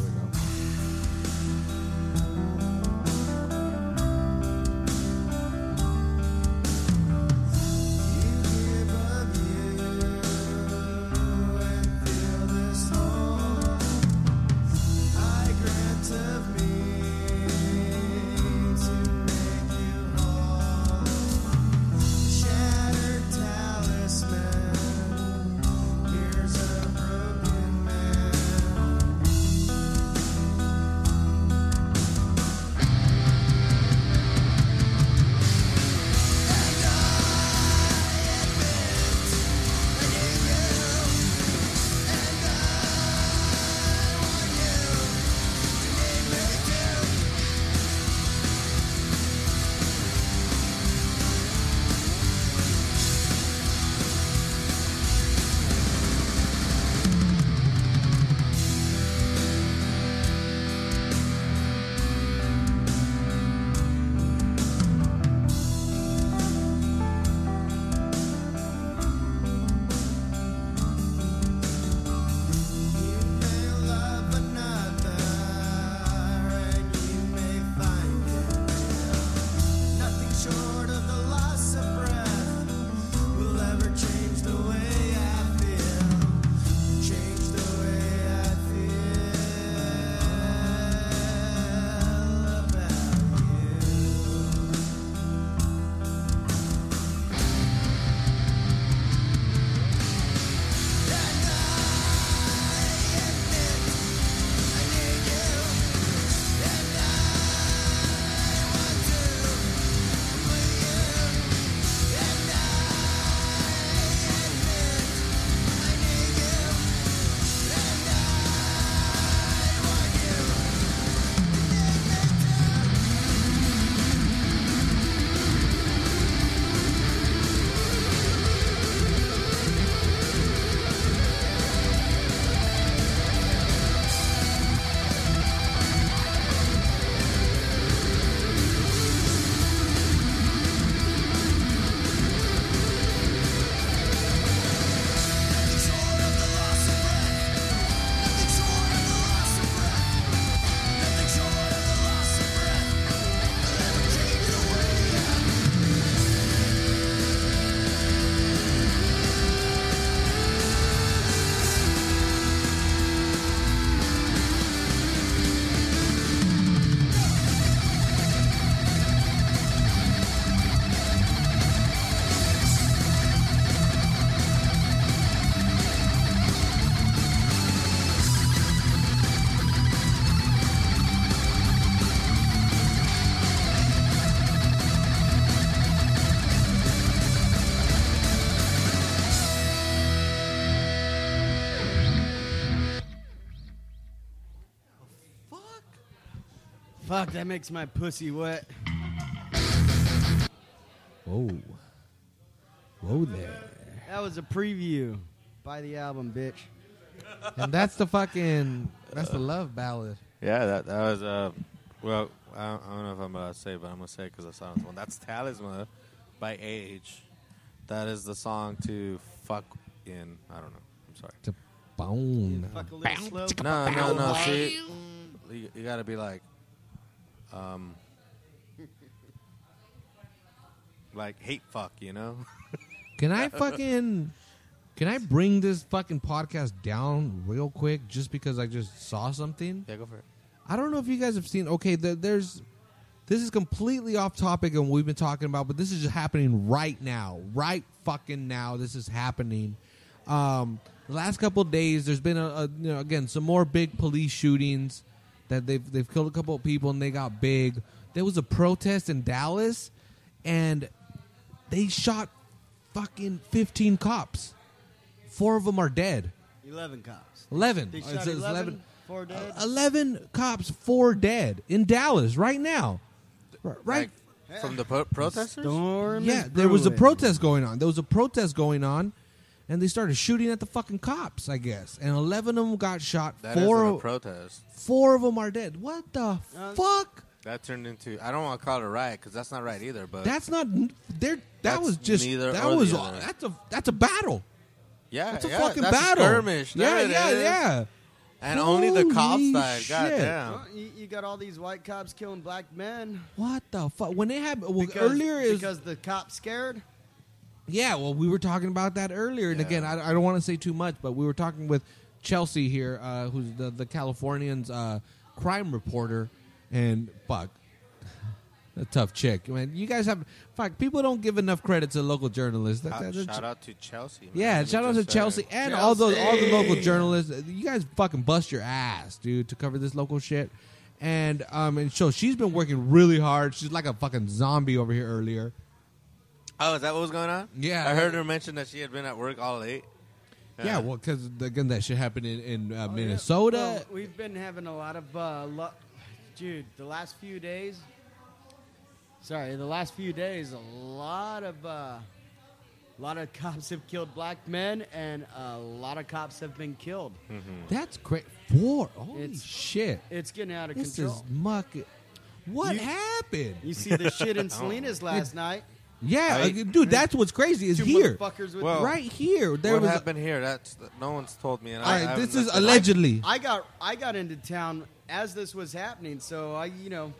Speaker 2: we go.
Speaker 5: Talisman, here's a broken man.
Speaker 3: Fuck, that makes my pussy wet.
Speaker 2: Whoa. Whoa there.
Speaker 3: That was a preview. Buy the album, bitch.
Speaker 2: And that's the fucking that's the love ballad.
Speaker 4: Yeah, that, that was, uh, well, I don't, I don't know if I'm allowed to say, but I'm going to say it because I saw this one. That's Talisman by Age. That is the song to fuck in. I don't know. I'm sorry.
Speaker 2: It's a bone.
Speaker 3: Fuck a little slow.
Speaker 4: No, no, no. See, you, you gotta be like, um, like hate fuck, you know?
Speaker 2: Can I fucking can I bring this fucking podcast down real quick just because I just saw something?
Speaker 4: Yeah, go for it.
Speaker 2: I don't know if you guys have seen. Okay, the, there's this is completely off topic and we've been talking about, but this is just happening right now, right fucking now. This is happening. Um, the last couple of days, there's been a, a you know again some more big police shootings that they've they've killed a couple of people and they got big. There was a protest in Dallas, and they shot fucking 15 cops. Four of them are dead.
Speaker 3: 11 cops.
Speaker 2: 11.
Speaker 3: They
Speaker 2: It
Speaker 3: shot
Speaker 2: says
Speaker 3: 11, Four dead.
Speaker 2: Uh, 11 cops, four dead in Dallas right now. R- Right.
Speaker 4: Like, from the pro- protesters?
Speaker 3: Storm
Speaker 2: uh, yeah,
Speaker 3: is
Speaker 2: there was a
Speaker 3: brewing.
Speaker 2: protest going on. There was a protest going on, and they started shooting at the fucking cops, I guess. And 11 of them got shot.
Speaker 4: That
Speaker 2: four,
Speaker 4: isn't a
Speaker 2: of-
Speaker 4: protest.
Speaker 2: four of them are dead. What the
Speaker 3: Uh,
Speaker 2: fuck?
Speaker 4: That turned into. I don't want to call it a riot because that's not right either. But
Speaker 2: That's not. There. That
Speaker 4: That's
Speaker 2: was just.
Speaker 4: neither
Speaker 2: That
Speaker 4: or the
Speaker 2: was.
Speaker 4: other.
Speaker 2: That's a. That's a battle.
Speaker 4: yeah,
Speaker 2: That's a
Speaker 4: yeah,
Speaker 2: fucking
Speaker 4: that's
Speaker 2: battle.
Speaker 4: skirmish.
Speaker 2: yeah,
Speaker 4: There it
Speaker 2: yeah,
Speaker 4: is.
Speaker 2: yeah.
Speaker 4: And only the cops
Speaker 2: Holy
Speaker 4: died. God
Speaker 2: shit.
Speaker 4: damn.
Speaker 3: Well, you, you got all these white cops killing black men.
Speaker 2: What the fuck? When it happened well,
Speaker 3: Because,
Speaker 2: earlier is
Speaker 3: because the cops scared.
Speaker 2: yeah. Well, we were talking about that earlier, and
Speaker 4: Yeah.
Speaker 2: again, I, I don't want to say too much, but we were talking with Chelsea here, uh, who's the the Californians uh, crime reporter, and fuck, a tough chick. Man, you guys have fuck. People don't give enough credit to local journalists. That- that-
Speaker 4: Shout,
Speaker 2: that-
Speaker 4: Uh, shout out to Chelsea. Man.
Speaker 2: Uh, yeah,
Speaker 4: Let me
Speaker 2: shout out to
Speaker 4: just say.
Speaker 2: Chelsea and all those all the local journalists. You guys fucking bust your ass, dude, to cover this local shit. And um, and so she's been working really hard. She's like a fucking zombie over here earlier.
Speaker 4: Oh, is that what was going on?
Speaker 2: Yeah.
Speaker 4: I heard her mention that she had been at work all late.
Speaker 2: Yeah, well, because again, that shit happened in, in
Speaker 3: Oh,
Speaker 2: uh, Minnesota.
Speaker 3: Well, we've been having a lot of, uh, lo- dude. The last few days. Sorry, the last few days, a lot of, uh, lot of cops have killed black men, and a lot of cops have been killed.
Speaker 2: Hmm. That's great. Four. Holy
Speaker 3: It's-
Speaker 2: shit!
Speaker 3: It's getting out of
Speaker 2: This is
Speaker 3: control.
Speaker 2: muck. What
Speaker 3: You-
Speaker 2: happened?
Speaker 3: You see the shit
Speaker 2: Oh.
Speaker 3: in Salinas last night.
Speaker 2: yeah,
Speaker 4: I-
Speaker 2: like, dude, that's what's crazy. Is
Speaker 3: Two
Speaker 2: here,
Speaker 3: motherfuckers with.
Speaker 4: Well,
Speaker 2: right here. There
Speaker 4: what
Speaker 2: was.
Speaker 4: happened here? That's no one's told me. And
Speaker 2: All
Speaker 4: I,
Speaker 2: right,
Speaker 4: I
Speaker 2: this
Speaker 4: haven't
Speaker 2: is
Speaker 4: looked it up.
Speaker 2: allegedly.
Speaker 3: I got I got into town as this was happening, so I you know,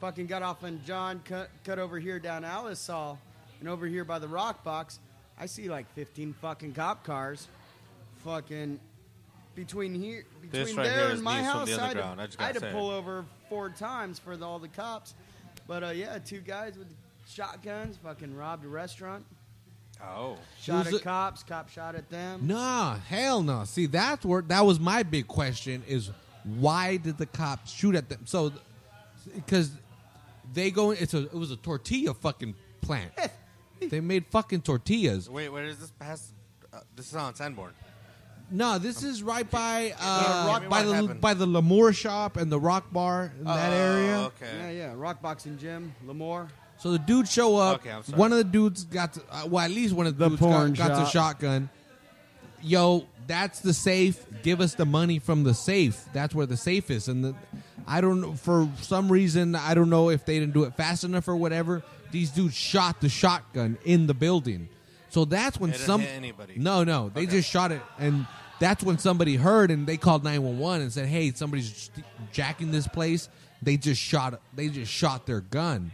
Speaker 3: fucking got off on John, cut cut over here down Alisal, and over here by the Rock Box, I see like fifteen fucking cop cars, fucking between here between
Speaker 4: right
Speaker 3: there
Speaker 4: here
Speaker 3: and
Speaker 4: is
Speaker 3: my
Speaker 4: news from
Speaker 3: house.
Speaker 4: the
Speaker 3: I had,
Speaker 4: underground, I
Speaker 3: to,
Speaker 4: just
Speaker 3: I had
Speaker 4: gotta
Speaker 3: to
Speaker 4: say.
Speaker 3: pull over four times for the, all the cops, but uh, yeah, two guys with shotguns fucking robbed a restaurant,
Speaker 4: Oh,
Speaker 3: shot
Speaker 2: was
Speaker 3: at
Speaker 2: a-
Speaker 3: cops, cop shot at them.
Speaker 2: Nah, hell no. See, that's where that was my big question: is why did the cops shoot at them? So, because they go, it's a it was a tortilla fucking plant. they made fucking tortillas.
Speaker 4: wait, where is this past? Uh, this is on Sanborn.
Speaker 2: No, this is right by
Speaker 3: Yeah,
Speaker 2: uh,
Speaker 4: Rock-
Speaker 2: by
Speaker 4: what
Speaker 2: the
Speaker 4: happened?
Speaker 2: by the Lemoore shop and the Rock Bar in that
Speaker 4: Oh,
Speaker 2: area.
Speaker 4: Okay.
Speaker 3: Yeah, yeah, Rock Boxing Gym, Lemoore.
Speaker 2: So the dude show up.
Speaker 4: Okay, I'm sorry.
Speaker 2: one of the dudes got to, uh, well, at least one of the,
Speaker 3: The
Speaker 2: dudes
Speaker 3: porn
Speaker 2: got, got the
Speaker 3: shop.
Speaker 2: shotgun. Yo, that's the safe. Give us the money from the safe. That's where the safe is. And the, I don't know for some reason I don't know if they didn't do it fast enough or whatever. These dudes shot the shotgun in the building. So that's when
Speaker 4: They didn't
Speaker 2: some
Speaker 4: hit anybody.
Speaker 2: No, no, they
Speaker 4: Okay.
Speaker 2: just shot it, and that's when somebody heard and they called nine one one and said, "Hey, somebody's j- jacking this place." They just shot. They just shot their gun.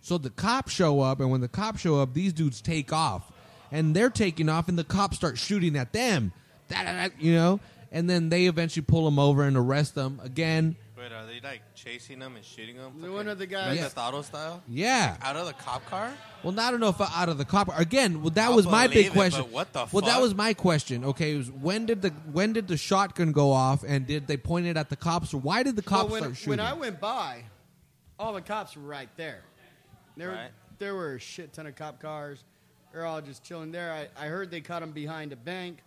Speaker 2: So the cops show up, and when the cops show up, these dudes take off, and they're taking off, and the cops start shooting at them. Da-da-da, you know, and then they eventually pull them over and arrest them again.
Speaker 4: Wait, are they like chasing them and shooting them?
Speaker 3: The one of the guys-
Speaker 4: Grand Theft Auto style,
Speaker 2: Yeah.
Speaker 4: out of the cop car.
Speaker 2: Well, I don't know if I- out of the cop. Again, well, that
Speaker 4: I'll
Speaker 2: was my
Speaker 4: believe
Speaker 2: big
Speaker 4: it,
Speaker 2: question.
Speaker 4: but what the
Speaker 2: Well, that
Speaker 4: fuck?
Speaker 2: was my question. Okay, was when did the when did the shotgun go off, and did they point it at the cops, or why did the cops
Speaker 3: Well, when,
Speaker 2: start shooting?
Speaker 3: when I went by, all the cops were right there. There,
Speaker 4: Right.
Speaker 3: there were a shit ton of cop cars. They're all just chilling there. I, I heard they caught him behind a bank.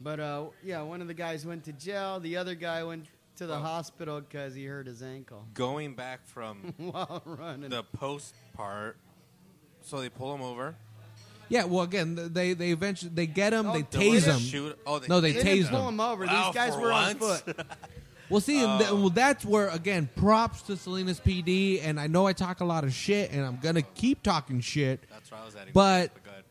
Speaker 3: But uh, yeah, one of the guys went to jail. The other guy went to the hospital because he hurt his ankle
Speaker 1: Going back from
Speaker 3: while running.
Speaker 1: the post part, so they pull him over.
Speaker 2: Yeah, well, again, th- they they eventually they get him,
Speaker 3: Oh,
Speaker 2: they
Speaker 1: They wanted
Speaker 2: tase
Speaker 1: to
Speaker 2: him.
Speaker 1: Shoot, oh, they
Speaker 2: No, they
Speaker 3: They
Speaker 2: tased
Speaker 3: didn't pull
Speaker 2: him.
Speaker 3: him over. These
Speaker 1: Wow,
Speaker 3: guys
Speaker 1: for
Speaker 3: were on
Speaker 1: once?
Speaker 3: foot.
Speaker 2: Well, see, and
Speaker 3: Oh.
Speaker 2: th- well, that's where again, props to Salinas PD, and I know I talk a lot of shit, and I'm gonna keep talking shit.
Speaker 1: That's where I was at.
Speaker 2: But-
Speaker 1: go ahead.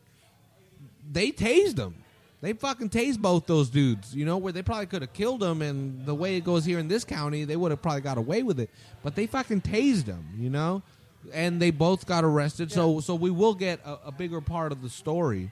Speaker 2: They tased him. They fucking tased both those dudes. You know where they probably could have killed them, and the way it goes here in this county, they would have probably got away with it. But they fucking tased them. You know, and they both got arrested. So so we will get a, a bigger part of the story.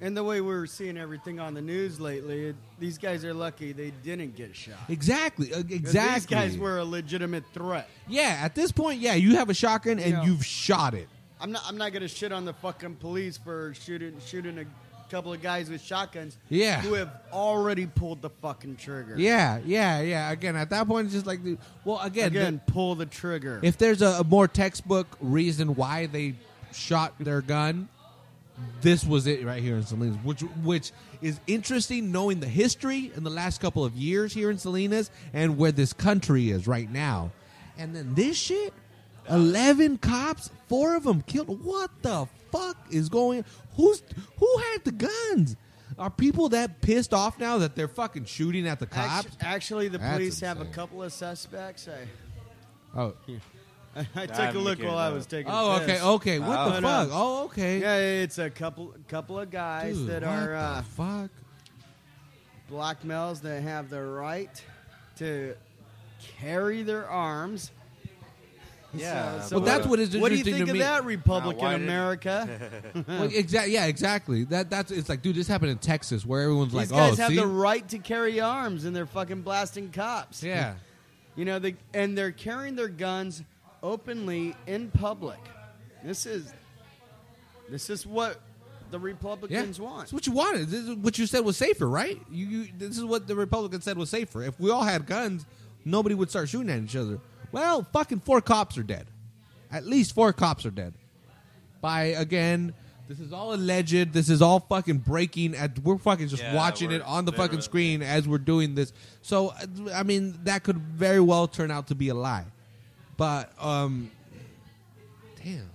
Speaker 3: And the way we were seeing everything on the news lately, it, these guys are lucky they didn't get shot. 'Cause
Speaker 2: Exactly. uh, Exactly.
Speaker 3: These guys were a legitimate threat.
Speaker 2: Yeah, at this point, yeah, you have a shotgun and
Speaker 3: Yeah.
Speaker 2: you've shot it.
Speaker 3: I'm not. I'm not gonna shit on the fucking police for shooting shooting a couple of guys with shotguns.
Speaker 2: Yeah.
Speaker 3: Who have already pulled the fucking trigger.
Speaker 2: Yeah, yeah, yeah. Again, at that point, it's just like, dude, well, again,
Speaker 3: Again, pull the trigger.
Speaker 2: th- if there's a, a more textbook reason why they shot their gun, this was it right here in Salinas, which which is interesting knowing the history in the last couple of years here in Salinas and where this country is right now. And then this shit, eleven cops, four of them killed. What the fuck is going? Who's who had the guns? Are people that pissed off now that they're fucking shooting at the cops?
Speaker 3: Actu- actually, the
Speaker 2: That's
Speaker 3: police have a
Speaker 2: insane.
Speaker 3: couple of suspects. I,
Speaker 2: Oh,
Speaker 3: I
Speaker 1: I'm
Speaker 3: took a look
Speaker 1: looking
Speaker 3: while
Speaker 1: it
Speaker 3: I
Speaker 1: up.
Speaker 3: was taking. a
Speaker 2: Oh, okay,
Speaker 3: piss.
Speaker 2: okay. What
Speaker 1: Oh,
Speaker 2: the
Speaker 3: no.
Speaker 2: fuck? Oh, okay.
Speaker 3: Yeah, it's a couple couple of guys
Speaker 2: Dude,
Speaker 3: that
Speaker 2: what
Speaker 3: are
Speaker 2: the
Speaker 3: uh,
Speaker 2: fuck?
Speaker 3: black males that have the right to carry their arms.
Speaker 1: Yeah,
Speaker 3: So- so
Speaker 1: but
Speaker 2: Well, that's what is
Speaker 3: What do you
Speaker 2: interesting
Speaker 3: think
Speaker 2: to
Speaker 3: of
Speaker 2: me.
Speaker 3: that, Republican
Speaker 1: why did-
Speaker 3: America?
Speaker 2: Well, exactly. Yeah, exactly. That that's it's like, dude, this happened in Texas where everyone's like,
Speaker 3: These guys
Speaker 2: oh,
Speaker 3: have
Speaker 2: see,
Speaker 3: the right to carry arms, and they're fucking blasting cops.
Speaker 2: yeah,
Speaker 3: you know, they, and they're carrying their guns openly in public. This is this is what the
Speaker 2: yeah.
Speaker 3: Republicans want.
Speaker 2: It's what you wanted. This is what you said was safer, right? You, you this is what the Republicans said was safer. If we all had guns, nobody would start shooting at each other. Well, fucking four cops are dead. At least four cops are dead. By again. This is all alleged. This is all fucking breaking. At we're fucking just
Speaker 1: Yeah,
Speaker 2: watching
Speaker 1: we're-
Speaker 2: it on the
Speaker 1: they're-
Speaker 2: fucking screen as we're doing this. So uh, I mean, that could very well turn out to be a lie. But um, damn,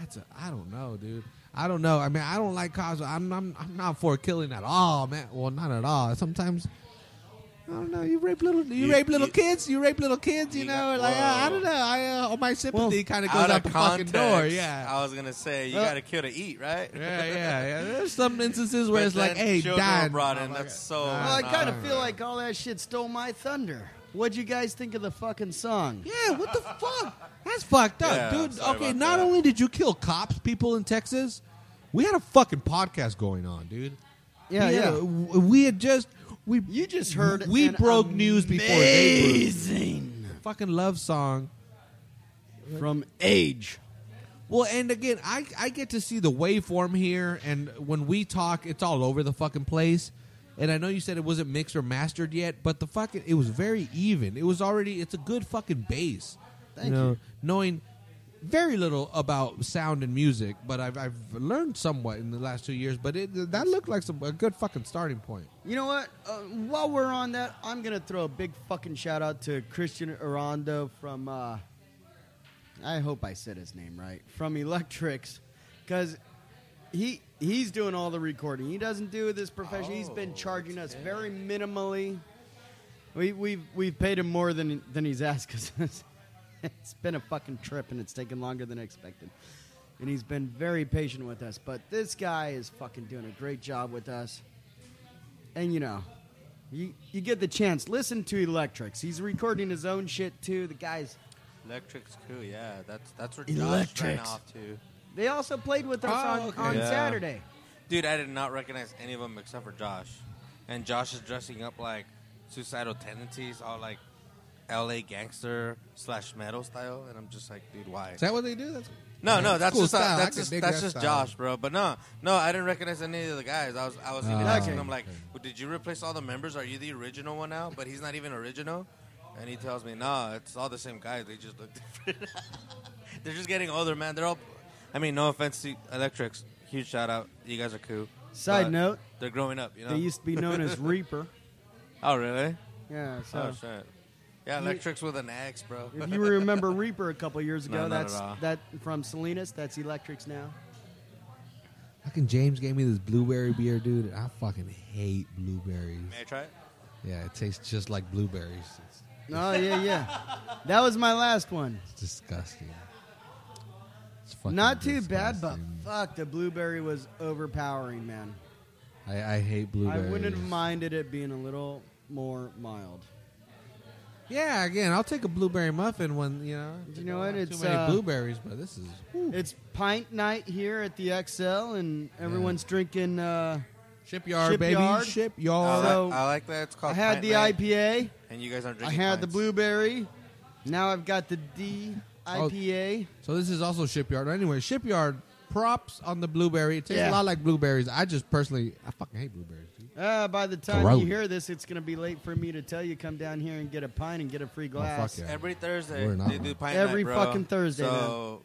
Speaker 2: that's a I don't know, dude. I don't know. I mean, I don't like cops. I'm I'm, I'm not for killing at all, man. Well, not at all. Sometimes. I don't know. You rape little, you,
Speaker 1: You-
Speaker 2: rape little
Speaker 1: you-
Speaker 2: kids. You rape little kids. You,
Speaker 1: you
Speaker 2: know,
Speaker 1: got-
Speaker 2: like uh, I
Speaker 1: whoa.
Speaker 2: don't know. I uh, all my sympathy kind of goes
Speaker 1: out
Speaker 2: out
Speaker 1: of
Speaker 2: the
Speaker 1: context,
Speaker 2: fucking door. Yeah,
Speaker 1: I was gonna say you
Speaker 3: Well-
Speaker 1: got to kill to eat, right?
Speaker 2: yeah, yeah, yeah. There's some instances
Speaker 1: But
Speaker 2: where it's like,
Speaker 1: then
Speaker 2: hey,
Speaker 1: children were
Speaker 2: dad.
Speaker 1: brought
Speaker 3: Oh
Speaker 1: in. That's
Speaker 2: Oh
Speaker 1: so.
Speaker 3: Well, I
Speaker 1: not-
Speaker 3: kind of feel like all that shit stole my thunder. What'd you guys think of the fucking song?
Speaker 2: Yeah, what the fuck? That's fucked up,
Speaker 1: Yeah,
Speaker 2: dude.
Speaker 1: sorry
Speaker 2: Okay,
Speaker 1: about
Speaker 2: not
Speaker 1: that.
Speaker 2: only did you kill cops, people in Texas, we had a fucking podcast going on, dude.
Speaker 3: Yeah,
Speaker 2: we
Speaker 3: yeah.
Speaker 2: Had, w- we had just we
Speaker 3: You just heard
Speaker 2: we
Speaker 3: an
Speaker 2: broke news before they broke.
Speaker 3: amazing
Speaker 2: Fucking love song.
Speaker 3: from Age.
Speaker 2: Well, and again, I I get to see the waveform here, and when we talk, it's all over the fucking place. And I know you said it wasn't mixed or mastered yet, but the fucking it was very even. It was already it's a good fucking base.
Speaker 3: Thank you.
Speaker 2: Knowing very little about sound and music, but I've I've learned somewhat in the last two years. But it that looked like some a good fucking starting point.
Speaker 3: You know what? Uh, while we're on that, I'm gonna throw a big fucking shout out to Christian Arondo from. Uh, I hope I said his name right. From Electrics, because he he's doing all the recording. He doesn't do this profession. he's been charging us very minimally. We we've we've paid him more than than he's asked us. it's been a fucking trip and it's taken longer than expected. And he's been very patient with us, but this guy is fucking doing a great job with us and you know, you you get the chance. Listen to Electrics. He's recording his own shit too. The guys.
Speaker 1: Electric's cool. Yeah, that's that's where Josh ran
Speaker 3: Electrics.
Speaker 1: off to.
Speaker 3: They also played with us
Speaker 2: Oh,
Speaker 3: on,
Speaker 2: okay.
Speaker 3: on
Speaker 1: Yeah.
Speaker 3: Saturday.
Speaker 1: Dude, I did not recognize any of them except for Josh. And Josh is dressing up like suicidal tendencies, all like L.A. gangster slash metal style, and I'm just like, dude, why?
Speaker 2: Is that what they do? That's
Speaker 1: No, no,
Speaker 2: It's
Speaker 1: that's
Speaker 2: cool
Speaker 1: just uh,
Speaker 2: style. I
Speaker 1: that's
Speaker 2: can
Speaker 1: just,
Speaker 2: dig
Speaker 1: that's
Speaker 2: that
Speaker 1: just
Speaker 2: style.
Speaker 1: Josh, bro. But no, no, I didn't recognize any of the guys. I was I was even
Speaker 2: Oh,
Speaker 1: asking
Speaker 3: Ah, okay.
Speaker 1: him like, well, "Did you replace all the members? Are you the original one now?" But he's not even original, and he tells me, "No, it's all the same guys. They just look different. They're just getting older, man. They're all. I mean, no offense to Electrics. Huge shout out. You guys are cool.
Speaker 3: Side
Speaker 1: But uh,
Speaker 3: note,
Speaker 1: they're growing up. You know.
Speaker 3: they used to be known as Reaper.
Speaker 1: oh, really?
Speaker 3: Yeah, so.
Speaker 1: Oh shit. Yeah,
Speaker 3: You-
Speaker 1: electrics with an X, bro.
Speaker 3: If you remember Reaper a couple years ago,
Speaker 1: No, not at
Speaker 3: that's
Speaker 1: all.
Speaker 3: that from Salinas. That's Electrics now.
Speaker 2: How can James gave me this blueberry beer, dude? and I fucking hate blueberries.
Speaker 1: May I try it?
Speaker 2: Yeah, it tastes just like blueberries. It's,
Speaker 3: Oh yeah, yeah. That was my last one.
Speaker 2: it's disgusting. It's fucking
Speaker 3: Not too bad, but
Speaker 2: disgusting.
Speaker 3: fuck, the blueberry was overpowering, man.
Speaker 2: I, I hate blueberries.
Speaker 3: I wouldn't have minded it being a little more mild.
Speaker 2: Yeah, again, I'll take a blueberry muffin when you know.
Speaker 3: You know what?
Speaker 2: Not
Speaker 3: It's,
Speaker 2: too many
Speaker 3: uh,
Speaker 2: blueberries, but this is whew.
Speaker 3: It's pint night here at the XL, and everyone's drinking. Uh,
Speaker 2: shipyard,
Speaker 3: Shipyard. Uh,
Speaker 2: baby,
Speaker 1: I,
Speaker 2: shipyard.
Speaker 3: So-
Speaker 1: like, I like that. It's
Speaker 2: Oh,
Speaker 3: I
Speaker 1: called.
Speaker 3: had
Speaker 1: Pint
Speaker 3: the
Speaker 1: Night,
Speaker 3: IPA.
Speaker 1: And you guys aren't
Speaker 3: I
Speaker 1: drinking.
Speaker 3: had the
Speaker 1: pints.
Speaker 3: blueberry. Now I've got the D
Speaker 2: Oh.
Speaker 3: IPA.
Speaker 2: So this is also shipyard. Anyway, shipyard props on the blueberry. It tastes a
Speaker 3: Yeah.
Speaker 2: lot like blueberries. I just personally, I fucking hate blueberries. Dude.
Speaker 3: Uh, by the time
Speaker 2: Gross.
Speaker 3: you hear this, it's going to be late for me to tell you come down here and get a pint and get a free glass.
Speaker 2: Oh, yeah.
Speaker 1: Every Thursday
Speaker 2: We're not
Speaker 1: they do
Speaker 2: one.
Speaker 1: pint
Speaker 3: Every
Speaker 1: night, bro.
Speaker 3: fucking Thursday,
Speaker 1: So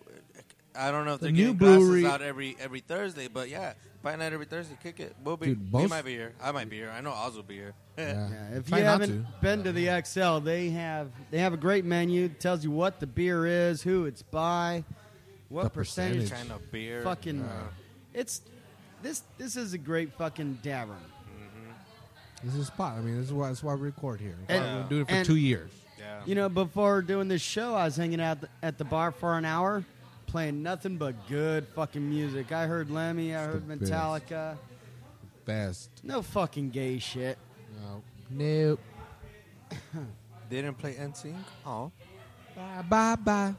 Speaker 1: I don't know if
Speaker 2: The
Speaker 1: they're
Speaker 2: new
Speaker 1: getting glasses
Speaker 2: brewery-
Speaker 1: out every every Thursday, but yeah, pint night every Thursday. Kick it. We'll be.
Speaker 2: Dude,
Speaker 1: we
Speaker 2: most-
Speaker 1: might be here. I might be here. I know Oz will be here.
Speaker 2: Yeah.
Speaker 3: Yeah, if
Speaker 2: Try
Speaker 3: you
Speaker 2: not
Speaker 3: haven't
Speaker 2: to.
Speaker 3: been to the XL, they have they have a great menu. It tells you what the beer is, who it's by, what
Speaker 2: The
Speaker 3: percentage.
Speaker 2: percentage.
Speaker 1: Kind of beer.
Speaker 3: Fucking,
Speaker 1: Uh,
Speaker 3: it's this this is a great fucking tavern.
Speaker 2: This is a spot. I mean, this is why, this is why we record here. That's why
Speaker 3: And-
Speaker 2: we've been doing it for
Speaker 3: and-
Speaker 2: two years.
Speaker 1: yeah.
Speaker 3: You know, before doing this show, I was hanging out th- at the bar for an hour, playing nothing but good fucking music. I heard Lemmy, I
Speaker 2: It's
Speaker 3: heard
Speaker 2: the
Speaker 3: Metallica.
Speaker 2: Best.
Speaker 3: No fucking gay shit.
Speaker 2: No. Nope.
Speaker 1: They didn't play NSYNC. Oh.
Speaker 2: Bye bye bye.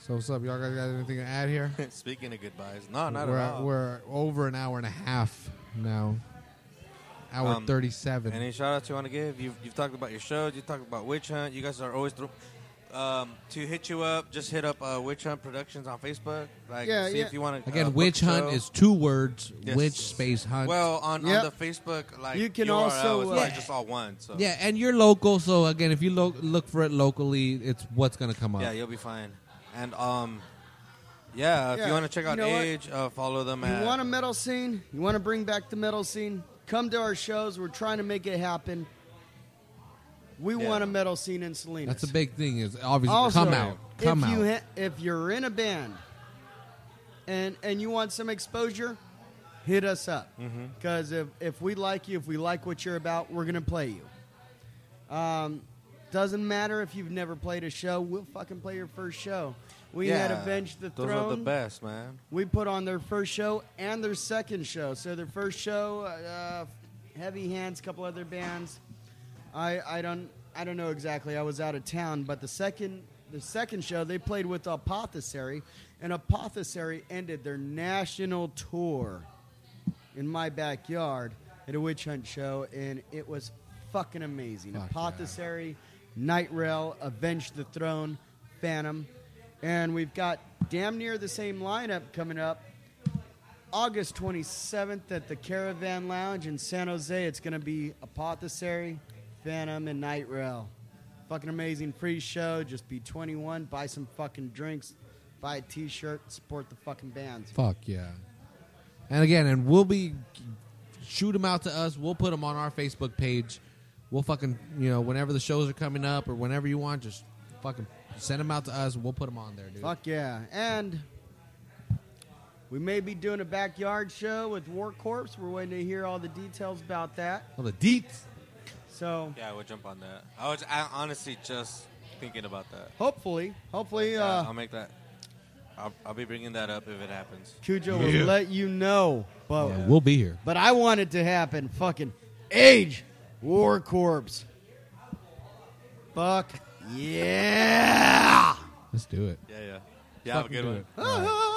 Speaker 2: So what's up, y'all? Guys got anything to add here?
Speaker 1: Speaking of goodbyes, no, not
Speaker 2: we're,
Speaker 1: at all.
Speaker 2: We're over an hour and a half now. Hour
Speaker 1: Um,
Speaker 2: thirty-seven.
Speaker 1: Any shout outs you want to give? You've, you've talked about your shows. You talked about Witch Hunt. You guys are always through. Um, to hit you up, just hit up uh, Witch Hunt Productions on Facebook. Like,
Speaker 3: Yeah,
Speaker 1: see
Speaker 3: yeah.
Speaker 1: if you want to.
Speaker 2: Again, witch hunt is two words.
Speaker 1: uh, Yes.
Speaker 2: Witch space hunt.
Speaker 1: Well, on,
Speaker 3: Yep.
Speaker 1: on the Facebook, like
Speaker 3: You can
Speaker 1: URL
Speaker 3: also,
Speaker 1: is
Speaker 3: uh,
Speaker 1: like
Speaker 2: Yeah.
Speaker 1: just all one. So
Speaker 2: yeah, and you're local, so again, if you lo- look for it locally, it's what's gonna come up.
Speaker 1: yeah, you'll be fine. And um, yeah, if
Speaker 3: Yeah,
Speaker 1: you want to check out
Speaker 3: you know what?
Speaker 1: Age, uh, follow them at.
Speaker 3: You want a metal scene? You want to bring back the metal scene? Come to our shows. We're trying to make it happen. We
Speaker 1: Yeah.
Speaker 3: want a metal scene in Salinas.
Speaker 2: That's a big thing. Is obviously
Speaker 3: also,
Speaker 2: come out,
Speaker 3: if
Speaker 2: come out.
Speaker 3: you ha- if you're in a band and and you want some exposure, hit us up because if if we like you, if we like what you're about, we're gonna play you. Um, doesn't matter if you've never played a show. We'll fucking play your first show. We
Speaker 1: yeah,
Speaker 3: had Avenge the
Speaker 1: those
Speaker 3: Throne
Speaker 1: are the best, man.
Speaker 3: we put on their first show and their second show. So their first show, uh, Heavy Hands, couple other bands. I I don't I don't know exactly. I was out of town, but the second the second show they played with Apothecary, and Apothecary ended their national tour in my backyard at a witch hunt show, and it was fucking amazing.
Speaker 2: Fuck
Speaker 3: Apothecary, Night Rail, Avenge the Throne, Phantom, and we've got damn near the same lineup coming up. August 27th at the Caravan Lounge in San Jose. It's going to be Apothecary, Phantom, and Night Rail. Fucking amazing free show. Just be 21, buy some fucking drinks, buy a t shirt, support the fucking bands.
Speaker 2: Fuck yeah. And again, and we'll be shoot them out to us. We'll put them on our Facebook page. We'll fucking you know whenever the shows are coming up or whenever you want, just fucking send them out to us. We'll put them on there, dude.
Speaker 3: Fuck yeah. And we may be doing a backyard show with War Corpse. We're waiting to hear all the details about that.
Speaker 2: All the deets.
Speaker 3: So
Speaker 1: Yeah, we'll jump on that. I was I honestly just thinking about that.
Speaker 3: hopefully, hopefully,
Speaker 1: Yeah,
Speaker 3: uh,
Speaker 1: I'll make that. I'll, I'll be bringing that up if it happens.
Speaker 3: Cujo will let you know. But,
Speaker 2: Yeah, we'll be here.
Speaker 3: but I want it to happen. Fucking age War Corpse. Fuck yeah.
Speaker 2: Let's do it.
Speaker 1: Yeah, yeah. Yeah, have a
Speaker 2: Fucking
Speaker 1: good
Speaker 2: do
Speaker 1: one.
Speaker 2: it.
Speaker 3: Ah.